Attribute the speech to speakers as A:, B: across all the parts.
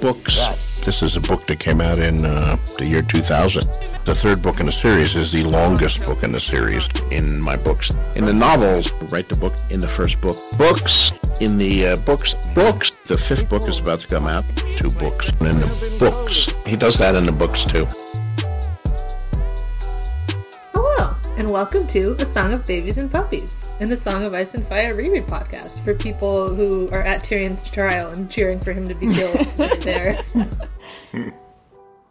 A: books. This is a book that came out in uh, the year 2000. The third book in the series is the longest book in the series in my books. In the novels, write the book in the first book. Books, in the uh, books, books. The fifth book is about to come out. Two books. And in the books. He does that in the books too.
B: Hello, and welcome to the Song of Babies and Puppies and the Song of Ice and Fire reread podcast for people who are at Tyrion's trial and cheering for him to be killed right there.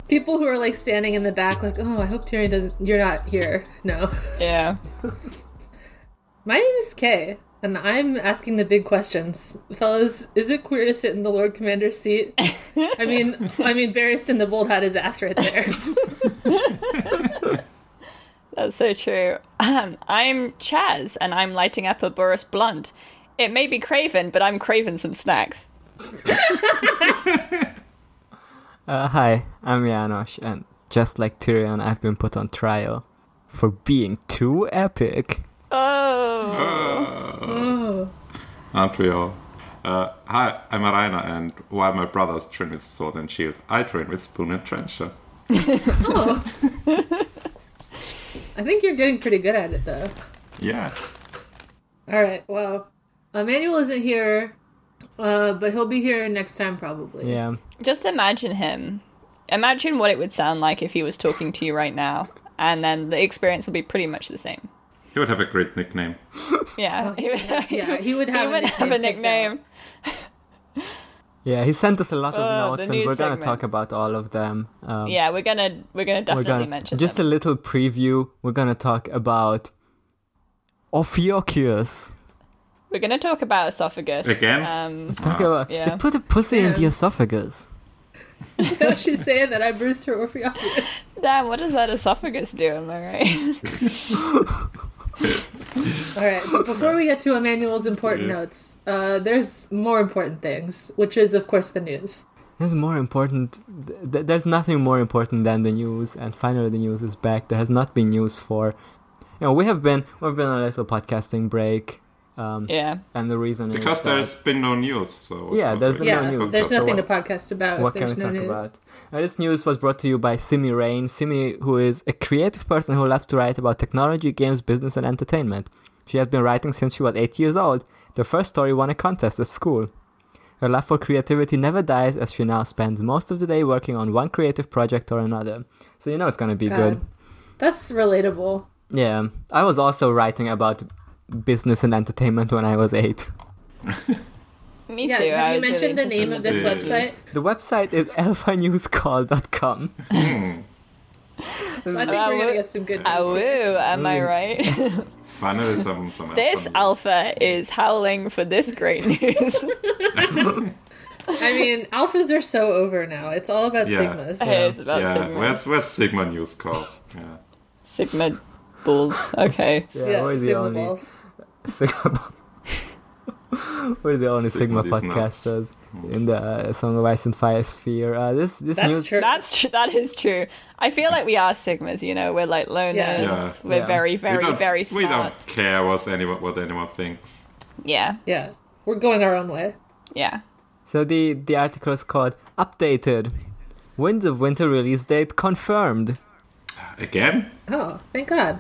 B: people who are like standing in the back, like, oh, I hope Tyrion doesn't. You're not here. No.
C: Yeah.
B: My name is Kay, and I'm asking the big questions, fellas. Is it queer to sit in the Lord Commander's seat? I mean, I mean, Barristan the Bold had his ass right there.
C: That's so true. Um, I'm Chaz, and I'm lighting up a Boris Blunt. It may be Craven, but I'm craving some snacks.
D: Uh, hi, I'm Janosch, and just like Tyrion, I've been put on trial for being too epic.
C: Oh,
E: Aren't we all? Uh, hi, I'm Araina, and while my brothers train with sword and shield, I train with spoon and trencher.
B: Oh. I think you're getting pretty good at it, though.
E: Yeah.
B: All right. Well, Emmanuel isn't here, uh, but he'll be here next time probably.
D: Yeah,
C: just imagine him. Imagine what it would sound like if he was talking to you right now, and then the experience would be pretty much the same.
E: He would have a great nickname.
C: Yeah, he would,
B: Oh, yeah, he would have a
C: have a
B: nickname picked
C: nickname.
D: yeah. He sent us a lot of
C: Oh, the
D: notes, and
C: new
D: we're
C: segment.
D: gonna talk about all of them. Um,
C: Yeah, we're gonna we're gonna
D: we're
C: definitely
D: gonna
C: mention
D: Oh just
C: them.
D: a little preview. We're gonna talk about Ophiochus.
C: we're gonna talk about esophagus
E: Again?
C: Um,
E: Uh,
D: Talk about
C: yeah.
D: they put a pussy in the
B: Yeah.
D: esophagus.
B: She's saying that I bruised her Orpheus.
C: damn, what does that esophagus do? Am I right?
B: All right. But before we get to Emmanuel's important
E: Yeah.
B: notes, uh, there's more important things, which is of course the news.
D: There's more important. th- Th- there's nothing more important than the news, and finally the news is back. There has not been news for. You know, we have been we've been on a little podcasting break. Um,
C: yeah,
D: And the reason
E: Because
D: is that-
E: there's been no news, so.
D: Yeah, there's
E: okay.
D: been
B: yeah,
D: no news.
B: there's
D: So
B: nothing
D: what-
B: to podcast about.
D: what
B: if
D: can
B: Uh, there's
D: we
B: no
D: talk
B: news.
D: about? Uh, this news was brought to you by Simi Rain. Simi, who is a creative person who loves to write about technology, games, business, and entertainment. She has been writing since she was eight years old. The first story won a contest at school. Her love for creativity never dies as she now spends most of the day working on one creative project or another. So you know it's gonna be good.
B: God, That's relatable.
D: Yeah. I was also writing about business and entertainment when I was eight.
C: me
B: yeah,
C: too.
B: have
C: I
B: you
C: was really
B: mentioned the name of this
C: interested in
B: website?
D: The website is alphanewscall.com.
B: So I think
C: Uh,
B: we're gonna
C: what-
B: get some good.
C: Ah,
B: news
C: woo,
B: here.
C: am I right?
E: Finally, some. some
C: this
E: some-
C: alpha is howling for this great news.
B: I mean, alphas are so over now. It's all about
E: Yeah.
B: sigmas.
C: it's about
E: Yeah,
C: Sigma.
E: where's, where's Sigma News called? Yeah.
C: Sigma bulls. Okay.
D: Yeah,
B: yeah,
D: we're the
B: sigma
D: only-
B: balls.
D: Sigma. We're the only Sigma,
E: Sigma is
D: podcasters
E: Hmm.
D: in the uh, Song of Ice and Fire sphere. Uh, this this
B: That's
D: news,
B: true.
C: That's tr- that is true. I feel like we are sigmas. You know, we're like loners.
B: Yeah.
E: Yeah.
C: We're
D: Yeah.
C: very,
E: we
C: very,
E: don't,
C: very
E: We
C: smart.
E: don't care what anyone, what anyone thinks.
C: Yeah,
B: yeah, we're going our own way.
C: yeah.
D: So the the article is called "Updated: Winds of Winter release date confirmed."
E: Again?
B: Oh, thank God,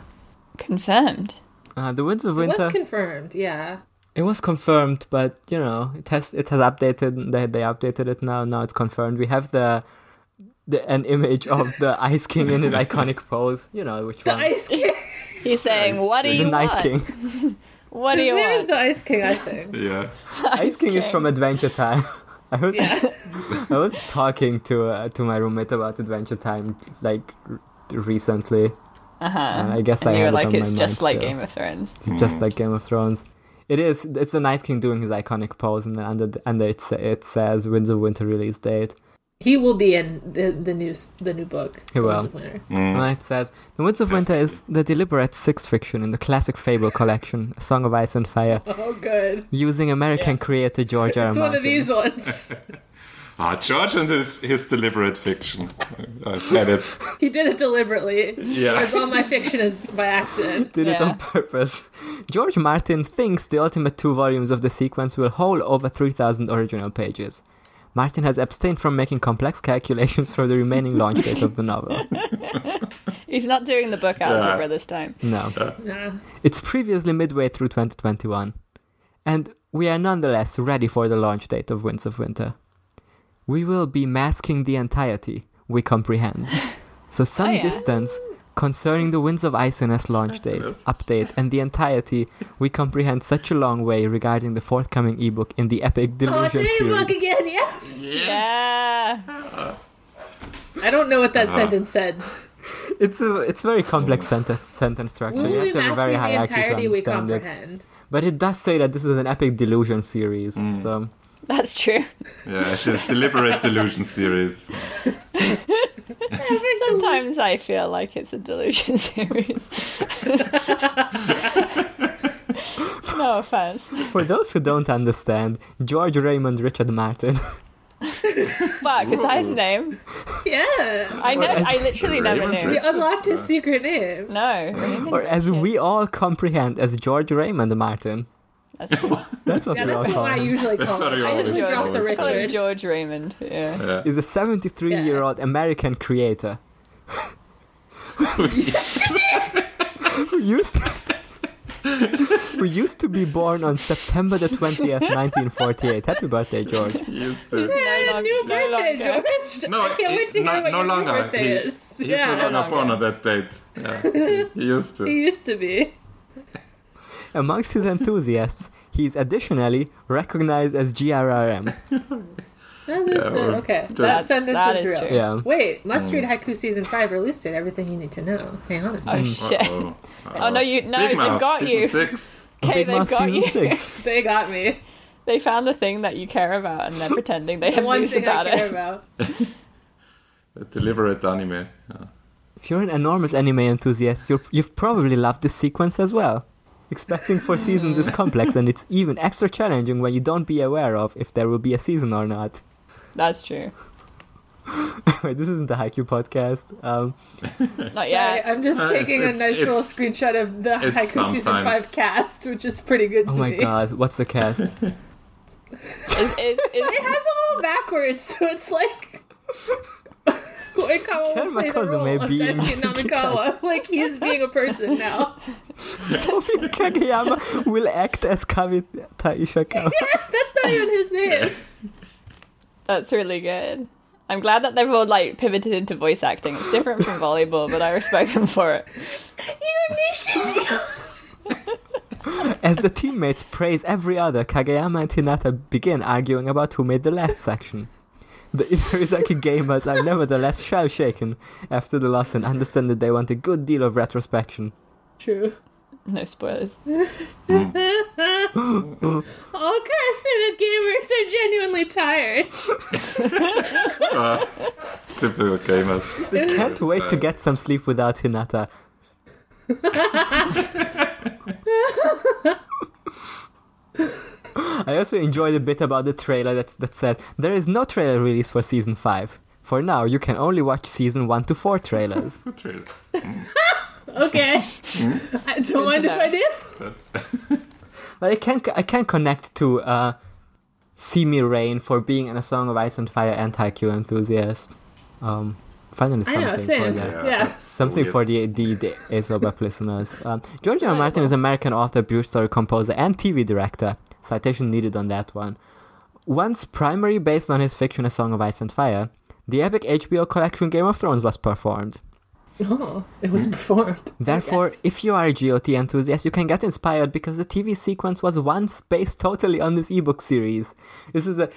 C: Confirmed.
D: Uh, the Winds of
B: it
D: Winter.
B: was confirmed. Yeah,
D: it was confirmed, but you know it has it has updated. They they updated it now. Now it's confirmed. We have the. The, an image of the Ice King in his iconic pose, you know which
B: the
D: one?
B: Ice King.
C: He's saying, "What do
D: the
C: you
D: Night
C: want?
D: King.
C: What do
B: His
C: you
B: name is
C: want?"
B: the Ice King. I think.
E: Yeah.
D: Ice King is
C: King.
D: from Adventure Time. I was
B: Yeah.
D: I was talking to uh, to my roommate about Adventure Time like r- recently.
C: Uh-huh.
D: And Uh, I guess
C: and
D: I
C: you were
D: had it
C: like,
D: on
C: "It's
D: my
C: just
D: mind
C: like
D: still.
C: Game of Thrones."
D: It's just like Game of Thrones. It is. It's the Night King doing his iconic pose, and then under the, under it sa- it says Winds of Winter release date.
B: He will be in the the new the new book.
D: He
B: The
D: will.
B: Winds of Winter.
D: And then it says The Winds of Winter is the deliberate sixth fiction in the classic fable collection, A Song of Ice and Fire,
B: Oh, good.
D: using American creator George R. R.
B: It's one of
D: Martin.
B: these ones.
E: Ah, George and his, his deliberate fiction. I've had it.
B: He did it deliberately.
E: Yeah.
B: Because all my fiction is by accident.
D: did it
C: Yeah.
D: on purpose. George Martin thinks the ultimate two volumes of the sequence will hold over 3,000 original pages. Martin has abstained from making complex calculations for the remaining launch date of the novel.
C: He's not doing the book algebra this time.
D: No.
B: Nah.
D: It's previously midway through 2021, and we are nonetheless ready for the launch date of Winds of Winter. We will be masking the entirety we comprehend. So some
C: Oh, yeah.
D: distance concerning the Winds of Isiness launch date,
E: Isiness.
D: update, and the entirety we comprehend such a long way regarding the forthcoming ebook in the epic
B: Oh, it's
D: Delusion
B: an book
D: series.
B: again. Yes.
C: Yeah.
B: I don't know what
D: Uh-huh.
B: that sentence said.
D: It's a it's very complex sentence sentence
B: Will
D: structure. You
B: we
D: have
B: be
D: to have a
B: masking
D: very high
B: the
D: IQ to
B: entirety we
D: understand it.
B: comprehend?
D: But it does say that this is an epic delusion series. So
C: That's true.
E: Yeah, it's a deliberate delusion series.
C: Sometimes I feel like it's a delusion series. no offense.
D: for those who don't understand, George Raymond Richard Martin.
C: Fuck, is that his name?
B: Yeah.
C: I know.
D: Well,
C: I literally never
E: Raymond
C: knew.
B: We
E: Richard.
B: unlocked his secret name.
C: No. I didn't
D: or
C: think
D: as
C: that shit.
D: we all comprehend as George Raymond Martin.
C: That's cool.
D: That's what
B: Yeah,
D: we all
B: that's what
D: call
B: I
D: him.
B: usually
E: That's
B: call
E: what
B: it.
E: you
B: I
E: always
B: usually
E: say.
B: drop the
E: Always
C: Call him
B: Richard.
C: George Raymond.
B: Mm,
C: Yeah.
D: Is a 73 year old American creator who used to who used to be born on September the 20th, 1948. Happy birthday, George.
E: Used to-
C: No long-
B: New
C: no
B: birthday,
C: longer.
B: George.
E: No,
B: I can't wait to
E: no,
B: hear what
E: no
B: your
E: longer.
B: new birthday
E: He-
B: is.
E: He's
B: yeah.
E: no longer born on that date. Yeah, he- he used to.
B: He used to be.
D: Amongst his enthusiasts, he is additionally recognized as GRRM.
B: That is
E: Yeah,
B: good.
E: we're
B: Okay. That
E: just- Mm.
B: sentence
C: that
B: is
C: is
B: real.
C: true.
D: Yeah.
B: Wait, Must Read Haiku Season 5 released it. Everything you need to know. Hang on a
C: Oh
B: second.
C: shit.
E: Uh-oh.
C: Oh no, you no,
E: Big
C: they've
E: Mouth,
C: got
E: season
C: you.
E: six.
C: Okay,
D: Big
C: they've
D: Mouth
C: got
D: season
C: you.
D: six.
B: They got me.
C: They found the thing that you care about and they're pretending they
B: The
C: have
B: one
C: news
B: thing I
C: about
B: care
C: it.
B: about.
E: A deliberate anime. Yeah.
D: If you're an enormous anime enthusiast, you're, you've probably loved this sequence as well. Expecting four seasons is complex, and it's even extra challenging when you don't be aware of if there will be a season or not.
C: That's true.
D: Wait, this isn't the Haiku podcast. Um,
C: Not
B: Sorry,
C: yet.
B: I'm just
E: Uh,
B: taking a
E: it's-
B: nice little
E: it's-
B: screenshot of the Haiku Season
E: sometimes.
B: 5 cast, which is pretty good to
D: oh my
B: me.
D: god, what's the cast?
C: Is, is, is,
B: It has them all backwards, so it's like. Oikawa
D: Ken
B: will play the
D: Makozume
B: role of
D: being
B: Daisuke Namikawa. like, he's being a person now.
D: Tomi Kageyama will act as Kavita Ishikawa.
B: That's not even his name.
C: That's really good. I'm glad that they've all like pivoted into voice acting. It's different from volleyball, but I respect them for it.
D: As the teammates praise every other, Kageyama and Hinata begin arguing about who made the last section. The Inorizaki gamers are nevertheless shell shaken after the loss and understand that they want a good deal of retrospection.
B: True.
C: No spoilers.
B: All Karasuno gamers are genuinely tired.
E: Ah. Typical gamers.
D: They can't wait to get some sleep without Hinata. I also enjoyed a bit about the trailer that, that says there is no trailer release for season 5. For now, you can only watch season 1 to 4 trailers.
E: Trailers.
B: Okay. I don't mind if I do.
E: That's-
D: But I can I can connect to uh, "See Me Rain" for being in a Song of Ice and Fire anti-Q enthusiast. Um, finally,
B: I
D: something
B: know,
D: for
B: same.
D: the
B: Yeah.
E: that's
D: something
E: weird.
D: for the the, the Aesop listeners. Um, George R. R. Martin is an American author, beer story composer, and TV director. Citation needed on that one. Once primary based on his fiction A Song of Ice and Fire, the epic HBO collection Game of Thrones was performed.
B: Oh, it was performed.
D: Hmm. Therefore,
B: Yes.
D: if you are a GOT enthusiast, you can get inspired because the TV sequence was once based totally on this ebook series. This is a.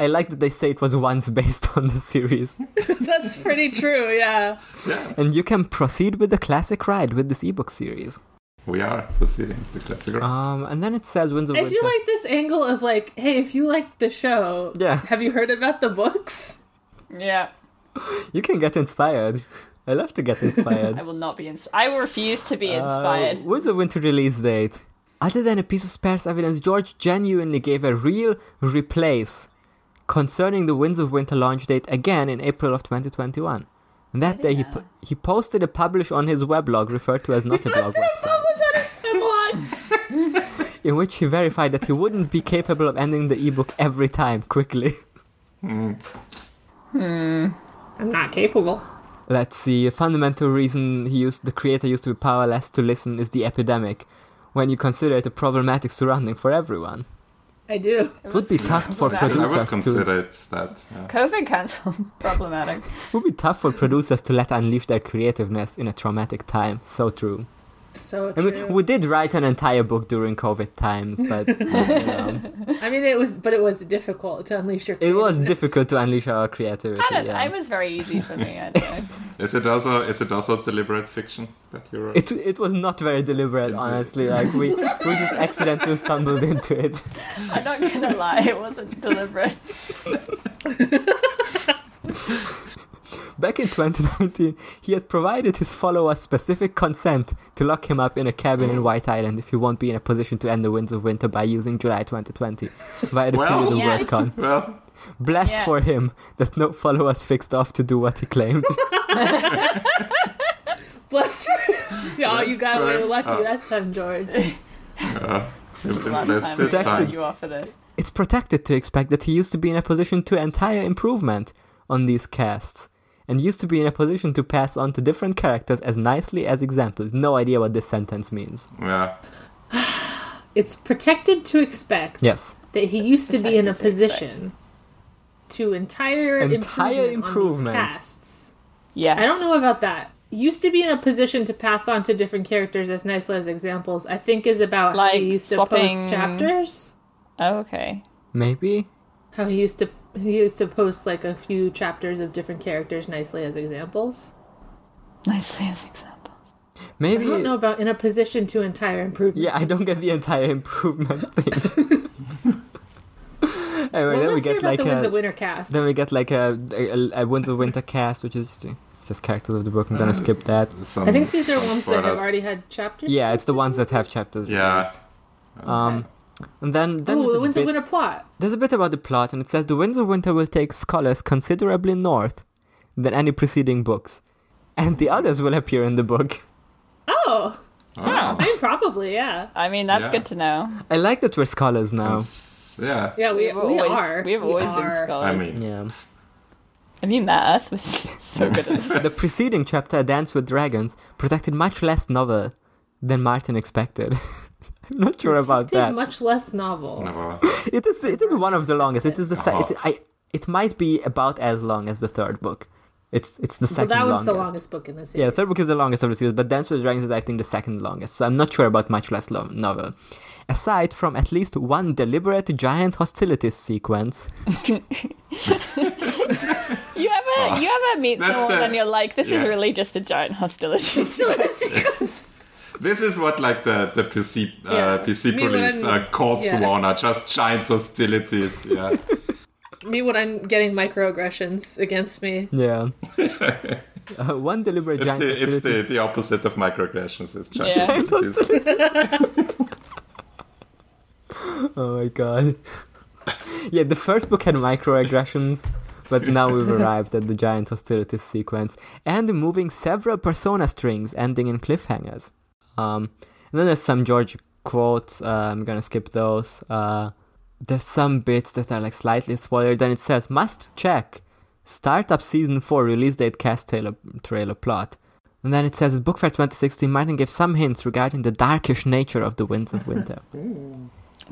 D: I like that they say it was once based on the series.
B: That's pretty true, yeah.
D: and you can proceed with the classic ride with this ebook series.
E: We are proceeding the classic.
D: Um, and then it says Winds of
B: I
D: Winter.
B: do like this angle of like, hey, if you liked the show,
D: Yeah.
B: have you heard about the books?
C: Yeah,
D: You can get inspired. I love to get inspired.
C: I will not be inspired. I will refuse to be inspired.
D: Uh, what's the winter release date? Other than a piece of sparse evidence, George genuinely gave a real replace concerning the Winds of Winter launch date again in April of 2021. And that day he, po- he posted a publish on his weblog referred to as not a blog website, in which he verified that he wouldn't be capable of ending the ebook every time quickly.
E: Mm.
B: I'm not capable.
D: Let's see. A fundamental reason he used the creator used to be powerless to listen is the epidemic. When you consider it a problematic surrounding for everyone,
B: I do.
D: it would be tough for
C: problematic.
E: I would
D: producers to
E: consider it that. yeah.
C: COVID cancel. Problematic.
D: it would be tough for producers to let unleash their creativeness in a traumatic time. So true.
B: So
D: I
B: true.
D: mean, we did write an entire book during COVID times, but you know,
B: I mean, it was, but it was difficult to unleash your.
D: it was
B: creativeness.
D: difficult to unleash our creativity.
C: I don't.
D: yeah.
C: I was very easy for me. I don't know.
E: Is it also is it also deliberate fiction that you wrote?
D: It it was not very deliberate,
E: It's-
D: honestly. Like we we just accidentally stumbled into it.
C: I'm not gonna lie. It wasn't deliberate.
D: Back in 2019, he had provided his followers specific consent to lock him up in a cabin in White Island if he won't be in a position to end the winds of winter by using July 2020 via the
E: Well-
D: period
C: Yeah.
D: of Worldcon.
E: well,
D: Blessed
C: Yeah.
D: for him that no followers fixed off to do what he claimed.
B: Bless you. Yeah, you
E: Bless
B: got away
E: her.
B: lucky
E: Oh.
B: that time, George.
E: uh,
C: This is the last
E: That's
C: time
E: this
C: I'm gonna
D: time.
C: cut you off for this.
D: it's protected to expect that he used to be in a position to entire improvement on these casts and used to be in a position to pass on to different characters as nicely as examples. No idea what this sentence means.
E: yeah.
B: It's protected to expect
D: Yes.
B: that he used to be in a
C: protected to expect.
B: position to entire
D: Entire
B: improvement,
D: improvement.
B: on these casts.
C: Yes.
B: I don't know about that. Used to be in a position to pass on to different characters as nicely as examples. I think is about how
C: Like
B: he used to
C: swapping-
B: post chapters.
C: Oh, okay.
D: Maybe?
B: How he used to he used to post like a few chapters of different characters nicely as examples.
C: Nicely as example.
D: Maybe.
B: I don't know about in a position to entire improvement.
D: Yeah, I don't get the entire improvement thing. anyway,
B: Well,
D: then we
B: let's hear
D: get
B: about
D: like
B: the Winds
D: a
B: of Winter cast.
D: then we get like a a, a Winds of Winter cast, which is it's just characters of the book. I'm gonna skip that.
E: Some,
B: I think these are
E: some
B: ones that have
E: spoilers.
B: already had chapters.
D: Yeah, it's the ones that have chapters.
E: Yeah.
D: released. Um, and then then
B: Oh,
D: there's
B: the
D: a
B: Winds
D: bit-
B: of Winter plot.
D: There's a bit about the plot, and it says the Winds of Winter will take scholars considerably north than any preceding books, and the others will appear in the book.
B: Oh,
E: Oh.
B: I mean, probably yeah.
C: I mean, that's
E: Yeah.
C: good to know.
D: I like that we're scholars now.
E: S- Yeah.
B: Yeah, we,
C: We've
B: we
C: always,
B: are.
C: We've always been
B: are.
D: Oh.
C: scholars.
E: I mean,
D: Yeah.
C: Have you met us? We're s- so good at this.
D: The preceding chapter, Dance with Dragons, protected much less novel than Martin expected. I'm not sure about
B: Did
D: that.
B: much less novel.
E: never.
D: It is it is one of the longest. It is the se-
E: Oh.
D: it, I it might be about as long as the third book. It's it's the
B: Well,
D: second
B: that one's
D: longest.
B: the longest book in the series.
D: Yeah, the third book is the longest of the series, but Dance with Dragons is, I think, the second longest, so I'm not sure about much less lo- novel. Aside from at least one deliberate giant hostilities sequence,
C: You ever, you ever meet
E: Oh. That's
C: someone
E: the-
C: and you're like, this is
E: yeah.
C: really just a giant hostility.
B: Still a sequence.
E: This is what like the the PC uh,
B: Yeah.
E: PC
B: Me when
E: police
B: I'm-
E: uh, called
B: yeah.
E: Swan are just giant hostilities. Yeah.
B: me when I'm getting microaggressions against me.
D: yeah, uh, one deliberate
E: It's
D: giant
E: the, it's
D: hostilities.
E: the, the opposite of microaggressions. It's just
C: Yeah.
E: hostilities.
D: Oh my god! yeah, the first book had microaggressions, but now we've arrived at the giant hostilities sequence and moving several persona strings, ending in cliffhangers. Um, and then there's some George quotes. Uh, I'm gonna skip those. Uh, there's some bits that are like slightly spoiled. Then it says must check startup season four release date cast trailer, trailer plot. And then it says at Book Fair 2016, Martin gave some hints regarding the darkish nature of the Winds of Winter.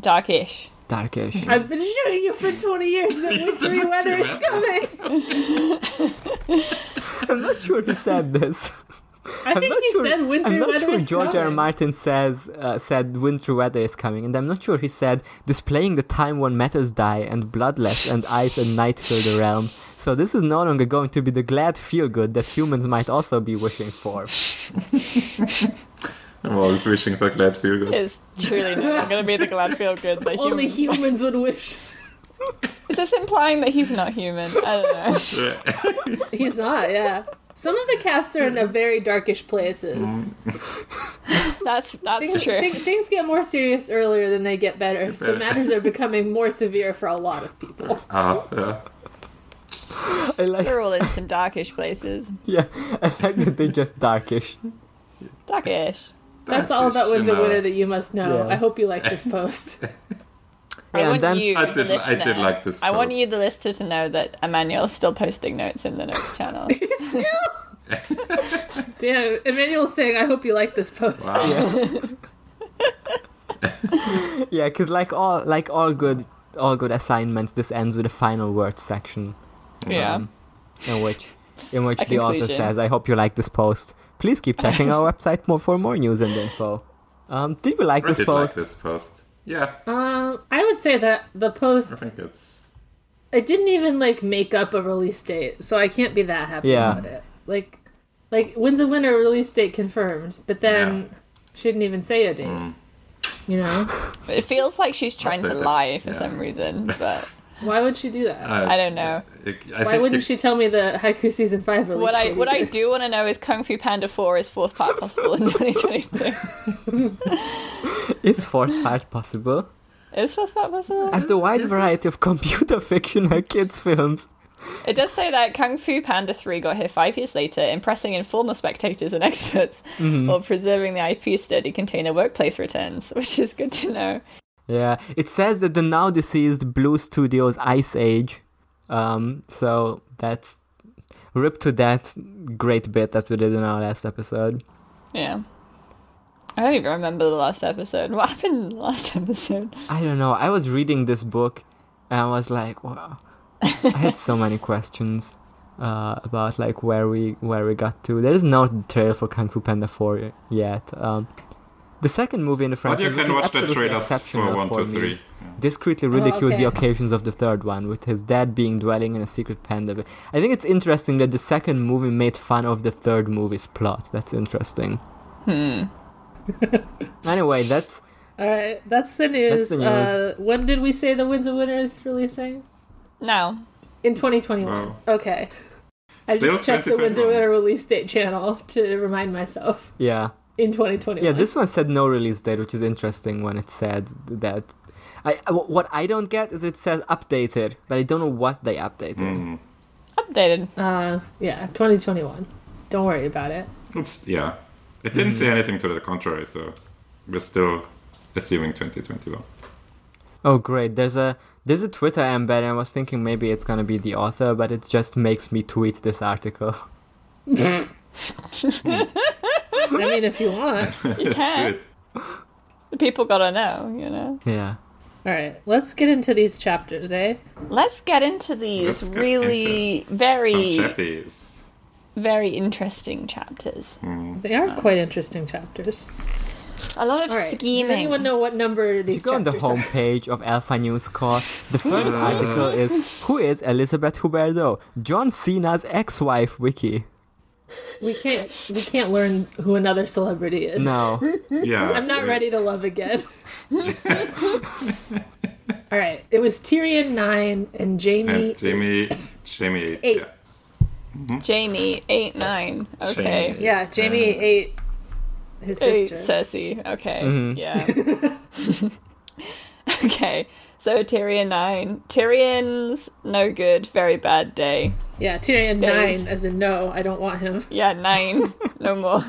C: Darkish.
D: Darkish.
B: I've been showing you for 20 years that wintry weather is coming.
D: I'm not sure he said this.
B: I
D: I'm
B: think
D: not
B: he
D: sure-
B: said wintry
D: I'm not
B: weather
D: sure
B: is
D: George R.
B: coming.
D: R. Martin says uh, said winter weather is coming, and I'm not sure he said displaying the time when matters die and bloodless and ice and night fill the realm. So this is no longer going to be the glad feel good that humans might also be wishing for.
E: I'm always wishing for glad feel good.
C: It's truly not going to be the glad feel good. The
B: Only
C: human.
B: humans would wish.
C: Is this implying that he's not human? I don't know.
B: He's not, yeah. Some of the casts are in a very darkish
D: Mm-hmm.
B: places.
C: That's that's
B: Things,
C: true.
B: thing- things get more serious earlier than they get better, so
E: better.
B: matters are becoming more severe for a lot of people.
E: Ah, yeah.
D: I like,
C: We're all in some darkish places.
D: yeah, I like that they're just darkish.
C: Darkish.
B: That's all about Winds
E: you
B: of
E: know.
B: Winter that you must know.
D: Yeah.
B: I hope you like this post.
D: Yeah,
C: I
D: and
C: want
D: then-
C: you,
E: I
C: the
E: did- I
C: listener,
E: did like this
C: I want
E: post.
C: you, the listener, to know that Emmanuel's still posting notes in the notes channel.
B: Damn, Emmanuel's saying, I hope you like this post.
D: Yeah, because like all like all good all good assignments, this ends with a final word section
C: yeah.
D: Um, in which in which
C: A
D: the author
C: conclusion.
D: says, "I hope you like this post. Please keep checking our website more for more news and info." Um, did you like
E: I
D: this
E: did
D: post?
E: like this post. Yeah,
B: Um, I would say that the
E: I
B: post,
E: think it's.
B: I didn't even like make up a release date, so I can't be that happy
D: Yeah.
B: about it. Like, like when's a winner release date confirmed, but then shouldn't even say a date. You know,
C: But it feels like she's trying to
E: Updated.
C: lie for
E: Yeah.
C: some reason, but
B: why would she do that?
E: Uh,
C: I don't know.
E: I- I
B: why
E: think
B: wouldn't
E: it-
B: she tell me the haiku season five release
C: What I
B: date
C: what I
B: either?
C: do want to know is Kung Fu Panda Four is fourth part possible in 2022.
D: Is fourth part possible?
C: Is fourth part possible?
D: As the wide
E: Is it?
D: variety of computer fictional kids films,
C: It does say that Kung Fu Panda 3 got here five years later, impressing informal spectators and experts
E: Mm-hmm.
C: while preserving the IP sturdy container workplace returns, which is good to know.
D: yeah, it says that the now deceased Blue Studios Ice Age. Um, so that's rip to that great bit that we did in our last episode.
C: Yeah. I don't even remember the last episode. What happened in the last episode?
D: I don't know. I was reading this book, and I was like, wow. I had so many questions uh, about like where we where we got to. There is no trailer for Kung Fu Panda Four yet. Um, the second movie in the
E: But
D: franchise.
E: you
D: which
E: can
D: is
E: watch the
D: absolutely
E: trailers for
D: exceptional
E: one, two,
D: me,
E: three.
D: Discreetly ridiculed the
B: okay.
D: occasions of the third one, with his dad being dwelling in a secret panda. vi- I think it's interesting that the second movie made fun of the third movie's plot. That's interesting. Hmm. anyway, that's
B: All right, that's the news.
D: That's the news.
B: Uh, when did we say the Winds of Winter is releasing?
C: Now,
B: In 2021.
E: Wow.
B: Okay. I
E: Still
B: just checked the Winds of
E: 2021.
B: Winter release date channel to remind myself
D: yeah.
B: in 2021.
D: Yeah, this one said no release date, which is interesting when it said that. I I- what I don't get is it says updated, but I don't know what they
E: Hmm.
D: updated.
E: Mm.
C: updated.
B: Uh, yeah, 2021. Don't worry about it.
E: It's, yeah, it
D: Mm.
E: didn't say anything to the contrary, so we're still assuming 2021.
D: Oh great, there's a there's a Twitter embed. And I was thinking maybe it's gonna be the author, but it just makes me tweet this article.
B: I mean, if you want.
C: You
E: Good.
C: can. The people gotta know, you know.
D: yeah.
B: All right, let's get into these chapters, eh?
C: Let's get into these
E: Let's get
C: really
E: Some
C: very,
E: chappies.
C: very interesting chapters.
B: They are
C: Uh,
B: quite interesting chapters.
C: A lot of
B: All right.
C: scheming.
B: Does anyone know what number
D: If you
B: these
D: go on the
B: chapters are?
D: homepage of Alpha News Corps, the
C: Hmm.
D: first article is Who is Elizabeth Huberdeau? John Cena's ex wife wiki.
B: We can't we can't learn who another celebrity is.
D: No.
E: Yeah,
B: I'm not
E: we-
B: ready to love again. All right. It was Tyrion 9 and Jamie.
E: And Jamie, Jamie,
B: Eight.
E: yeah.
C: Jamie, eight nine. Okay.
E: Jamie.
B: Yeah, Jamie ate his
C: Eight,
B: sister.
C: Cersei. Okay. Yeah.
D: Mm-hmm.
C: okay. So Tyrion nine. Tyrion's no good. Very bad day.
B: yeah, Tyrion
C: Days.
B: 9 as in no, I don't want him.
C: Yeah, nine. no more.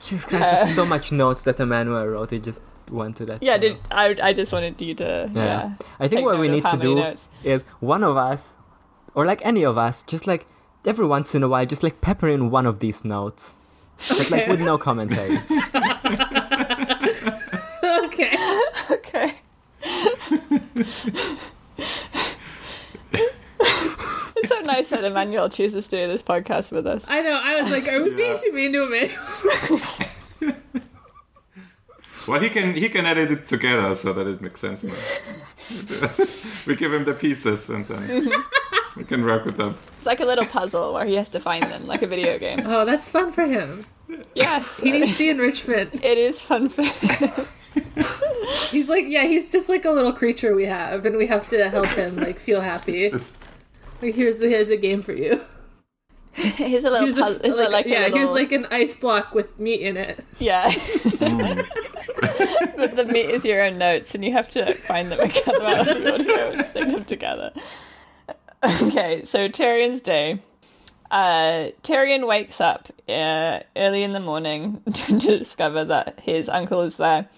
D: Jesus Christ, that's so much notes that Emmanuel wrote. He just went to that.
C: Yeah.
D: uh,
C: Did I? I just wanted you to. Yeah.
D: Yeah. I think
C: Take
D: what we
C: note of
D: need
C: how
D: to
C: many
D: do
C: notes.
D: is one of us, or like any of us, just like every once in a while, just like pepper in one of these notes. But like with no commentary.
B: Okay.
C: Okay. it's so nice that Emmanuel chooses to do this podcast with us.
B: I know. I was like, are we being
E: Yeah.
B: too mean to him?
E: Well, he can he can edit it together so that it makes sense. Now. we give him the pieces and then we can work with them.
C: It's like a little puzzle where he has to find them, like a video game.
B: Oh, that's fun for him.
C: Yes.
B: He needs the enrichment.
C: It is fun.
B: He's like, yeah, he's just like a little creature we have, and we have to help him like feel happy.
E: This-
B: Like, here's here's a game for you.
C: Here's a little
B: Here's a,
C: puzzle. Isn't it
B: like,
C: like a
B: yeah, here's
C: little-
B: like an ice block with meat in it.
C: Yeah. but the meat is your own notes, and you have to find them and cut them out of the wardrobe and stick them together. Okay, so Tyrion's day. Uh, Tyrion wakes up uh, early in the morning to discover that his uncle is there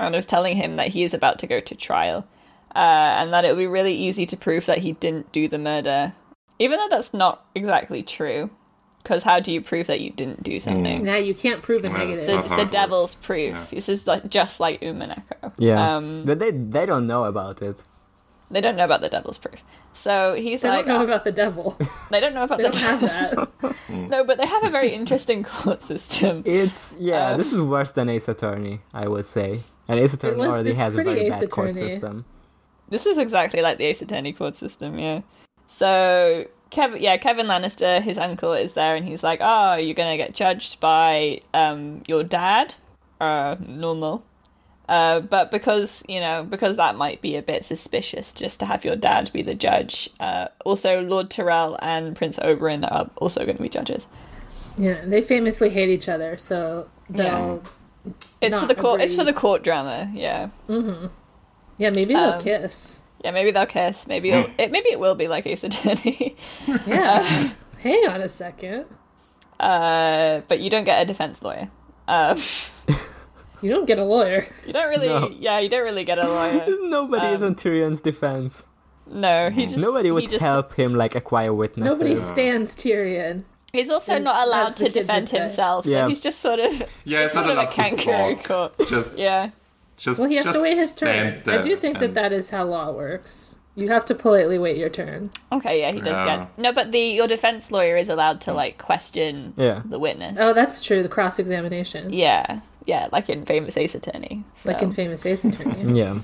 C: and is telling him that he is about to go to trial. uh, and that it would be really easy to prove that he didn't do the murder, even though that's not exactly true. Because how do you prove that you didn't do something?
B: Now you can't prove a
E: Well,
B: negative.
E: it's
C: So
E: not
C: it's
E: how
C: the
E: it works.
C: devil's proof.
E: Yeah.
C: This is like just like Umineko.
D: Yeah,
C: Um,
D: but they they don't know about it.
C: they don't know about the devil's proof. So he's
B: I
C: like, uh,
B: don't know about the devil.
C: they don't know about
B: They
C: the
B: don't have
C: devil.
B: that.
C: No, but they have a very interesting court system.
D: It's yeah,
C: Um,
D: this is worse than Ace Attorney, I would say. And Ace Attorney
B: was-
D: already
B: it's
D: has a
B: pretty
D: very
B: Ace
D: bad court
B: Attorney.
D: system.
C: This is exactly like the Ace Attorney court system, yeah. So Kevin, yeah, Kevin Lannister, his uncle is there, and he's like, "Oh, you're gonna get judged by um your dad, uh, normal." Uh, but because you know, because that might be a bit suspicious, just to have your dad be the judge. Uh, also, Lord Tyrell and Prince Oberyn are also going to be judges.
B: Yeah, they famously hate each other, so they'll.
C: It's for
B: Not
C: the court. It's for
B: agree.
C: the court drama. Yeah,
B: Yeah, maybe they'll
C: Um,
B: kiss.
C: yeah. Maybe they'll kiss. Maybe it'll, it. Maybe it will be like Ace Attorney.
B: Yeah. Hang on a second.
C: uh, but you don't get a defense lawyer. Um,
B: You don't get a lawyer.
C: you don't really,
D: No.
C: yeah, you don't really get a lawyer.
D: Nobody is on Tyrion's defense.
C: No, he just
D: Nobody
C: he
D: would
C: just,
D: help him like acquire witnesses.
B: Nobody stands Tyrion.
C: He's also
B: And
C: not
B: as
C: allowed
B: the
C: to
B: kids would
C: defend
B: say.
C: himself, so
D: Yeah.
C: he's just sort of
E: Yeah, it's not
C: sort of a
E: allowed
C: kangaroo
E: to talk.
C: court.
E: Just,
C: Yeah,
E: just.
B: Well, he has
E: just
B: to wait his turn.
E: stand
B: I
E: there
B: do think that
E: and-
B: that is how law works. You have to politely wait your turn.
C: okay, yeah, he does
E: Yeah.
C: get no, but the your defense lawyer is allowed to like question
D: Yeah.
C: the witness.
B: Oh, that's true. The cross examination,
C: yeah, yeah, like in famous Ace Attorney. So.
B: like in famous Ace Attorney.
D: Yeah.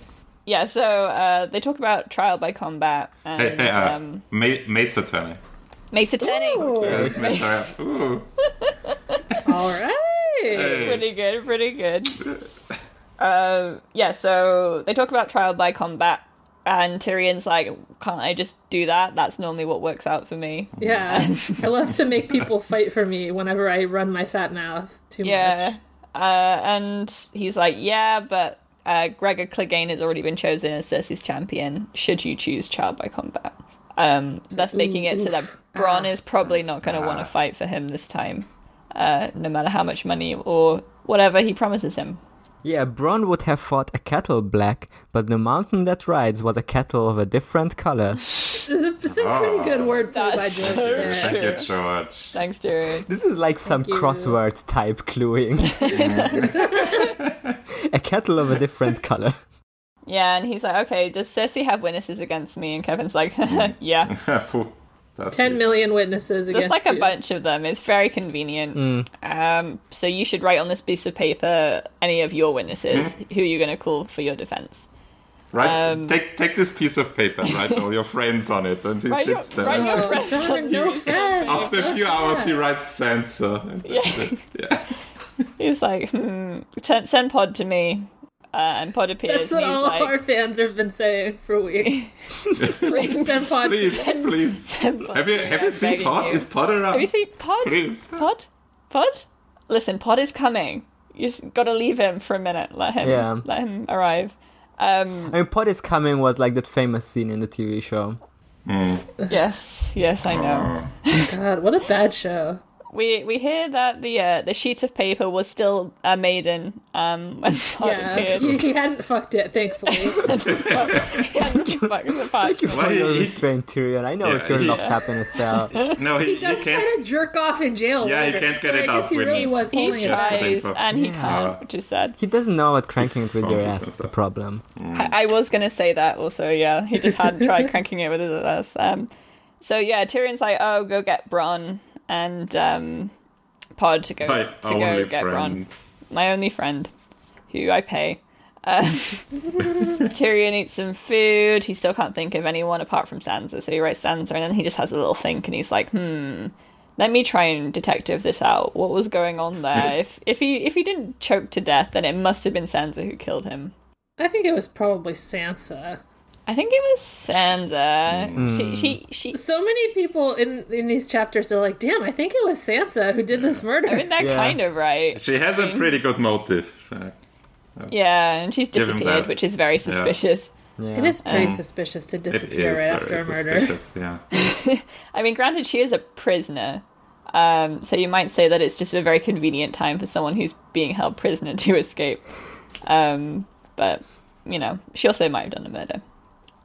C: yeah, so uh, they talk about trial by combat and
E: Hey, hey, uh,
C: um,
E: Ma- Mace Attorney.
C: Mace Attorney.
B: Ooh,
E: Yes, Mace Attorney. Ooh.
B: all right.
E: Hey.
C: pretty good, pretty good. Um, yeah, so they talk about trial by combat, and Tyrion's like, "Can't I just do that? That's normally what works out for me."
B: Yeah, I love to make people fight for me whenever I run my fat mouth too
C: Yeah, uh, and he's like, "Yeah, but uh, Gregor Clegane has already been chosen as Cersei's champion. Should you choose trial by combat?" Um, thus making it so that Bronn is probably not going to want to fight for him this time, uh, no matter how much money or whatever he promises him.
D: Yeah, Bronn would have fought a cattle black, but the mountain that rides was a cattle of a different color.
B: much. There's a, some
E: Ah.
B: pretty good wordplay by George
C: That's so
B: there.
E: Thank you,
C: Sure.
E: George.
C: Thanks, Tyrion.
D: This is like some
B: you.
D: crossword type cluing. a cattle of a different color.
C: Yeah, and he's like, okay, does Cersei have witnesses against me? And Kevin's like,
E: Mm.
C: yeah,
E: Phew, that's
B: Ten
E: it.
B: million witnesses
C: there's
B: against
C: like a
B: you.
C: bunch of them. It's very convenient.
E: Mm.
C: Um, so you should write on this piece of paper any of your witnesses
E: Mm-hmm.
C: who you're going to call for your defense.
E: Right,
C: Um,
E: take take this piece of paper, write all your friends on it, and he
C: Write your,
E: sits there.
C: write your
B: Oh,
C: friends
B: God,
C: on
B: no
C: you.
B: friends.
E: After a
B: so
E: few hours,
B: sad.
E: he writes censor. and that's
C: Yeah.
E: it. Yeah.
C: He's like, hmm, "Turn- send Pod to me. Uh, and Pod appears
B: That's what
C: and he's
B: all
C: like,
B: our fans have been saying for weeks. Please send Pod to
E: Please, please.
C: "Send Pod
E: Have you
C: to me,
E: have you
C: I'm
E: seen
C: begging
E: Pod?
C: you."
E: Is Pod around?
C: Have you seen Pod?
E: Please.
C: Pod? Pod? Listen, Pod is coming. You just gotta leave him for a minute. Let him
D: Yeah.
C: let him arrive. Um
D: I mean, Pod is coming was like that famous scene in the TV show.
C: yes, yes, I know.
B: God, what a bad show.
C: We we hear that the uh, the sheet of paper was still a maiden um when Pod
B: Yeah,
C: appeared.
B: he, he hadn't fucked it, thankfully.
C: He hadn't fucked the part.
E: Well,
D: For your
E: he- he-
D: restrained Tyrion. I know
E: Yeah,
D: if you're
E: he-
D: locked up in a cell.
E: no, he,
B: he does
E: can't.
B: kind of jerk off in jail.
E: Yeah, he
B: later,
E: can't get
B: so
E: it
B: I guess
E: off
B: He
E: with
B: really
E: me.
B: was holding
C: He
B: it. up.
C: tries
E: paper.
C: and he
D: Yeah.
C: can't, which is sad.
D: He doesn't know what cranking it with your
E: Fuck,
D: ass
E: that's
D: is the
E: a-
D: problem.
C: I, I was gonna say that also. Yeah, he just hadn't tried cranking it with us. Um, so yeah, Tyrion's like, "Oh, go get Bronn," and um, Pod to go
E: My
C: to
E: only
C: go get
E: friend.
C: Bronn, my only friend, who I pay. Um, Tyrion eats some food. He still can't think of anyone apart from Sansa, so he writes Sansa, and then he just has a little think, and he's like, "Hmm." Let me try and detective this out. What was going on there? if if he if he didn't choke to death, then it must have been Sansa who killed him.
B: I think it was probably Sansa.
C: I think it was Sansa.
E: Hmm.
C: She, she, she.
B: So many people in in these chapters are like, "Damn, I think it was Sansa who did this murder."
C: I mean, they're
D: Yeah.
C: kind of right.
E: She has a pretty good motive. Uh,
C: Yeah, and she's
E: Give him
C: disappeared,
E: that.
C: which is very suspicious.
D: Yeah.
B: it is pretty suspicious to
E: Mm. It
B: disappear
E: is
B: right after a
E: very
B: murder.
E: suspicious. Yeah.
C: I mean, granted, she is a prisoner, um, so you might say that it's just a very convenient time for someone who's being held prisoner to escape. Um, but you know, she also might have done a murder.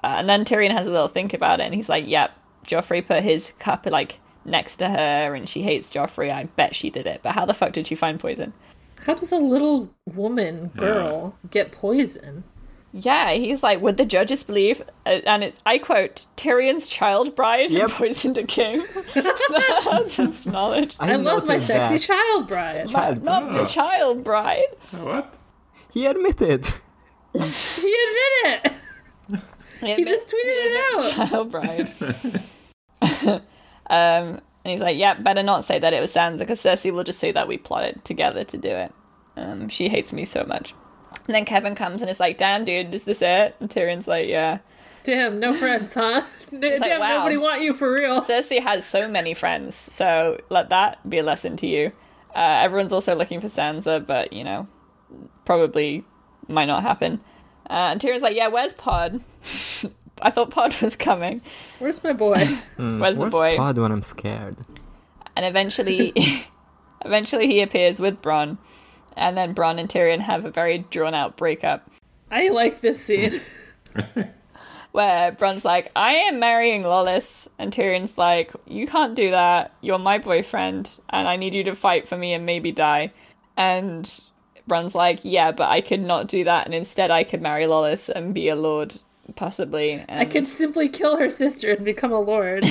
C: Uh, and then Tyrion has a little think about it, and he's like, "Yep, Joffrey put his cup like next to her, and she hates Joffrey. I bet she did it. But how the fuck did she find poison?"
B: How does a little woman girl get poison?
C: Yeah, he's like, "Would the judges believe?" Uh, And it, I quote, "Tyrion's child bride
D: Yep.
C: poisoned a king." the husband's knowledge.
B: I, love my
D: noticed
B: sexy
D: that.
B: child bride.
D: Child-
C: Not the child bride.
E: What?
D: He admitted.
B: He admitted it. He just tweeted it out.
C: child bride. um, and he's like, "Yeah, better not say that it was Sansa, because Cersei will just say that we plotted together to do it. Um, she hates me so much." And then Kevin comes and is like, "Damn, dude, is this it?" And Tyrion's like, "Yeah."
B: Damn, no friends, huh? Damn,
C: wow.
B: nobody want you for real.
C: Cersei has so many friends, so let that be a lesson to you. Uh, everyone's also looking for Sansa, but you know, probably might not happen. Uh, and Tyrion's like, "Yeah, where's Pod?" I thought Pod was coming.
B: Where's my boy?
C: Where's the
D: Mm, Where's
C: boy?
D: Pod when I'm scared?
C: and eventually eventually he appears with Bronn and then Bronn and Tyrion have a very drawn out breakup
B: I like this scene.
C: where Bronn's like I am marrying Lawless and Tyrion's like you can't do that you're my boyfriend and I need you to fight for me and maybe die and Bronn's like yeah but I could not do that and instead I could marry Lawless and be a lord possibly and
B: I could simply kill her sister and become a lord.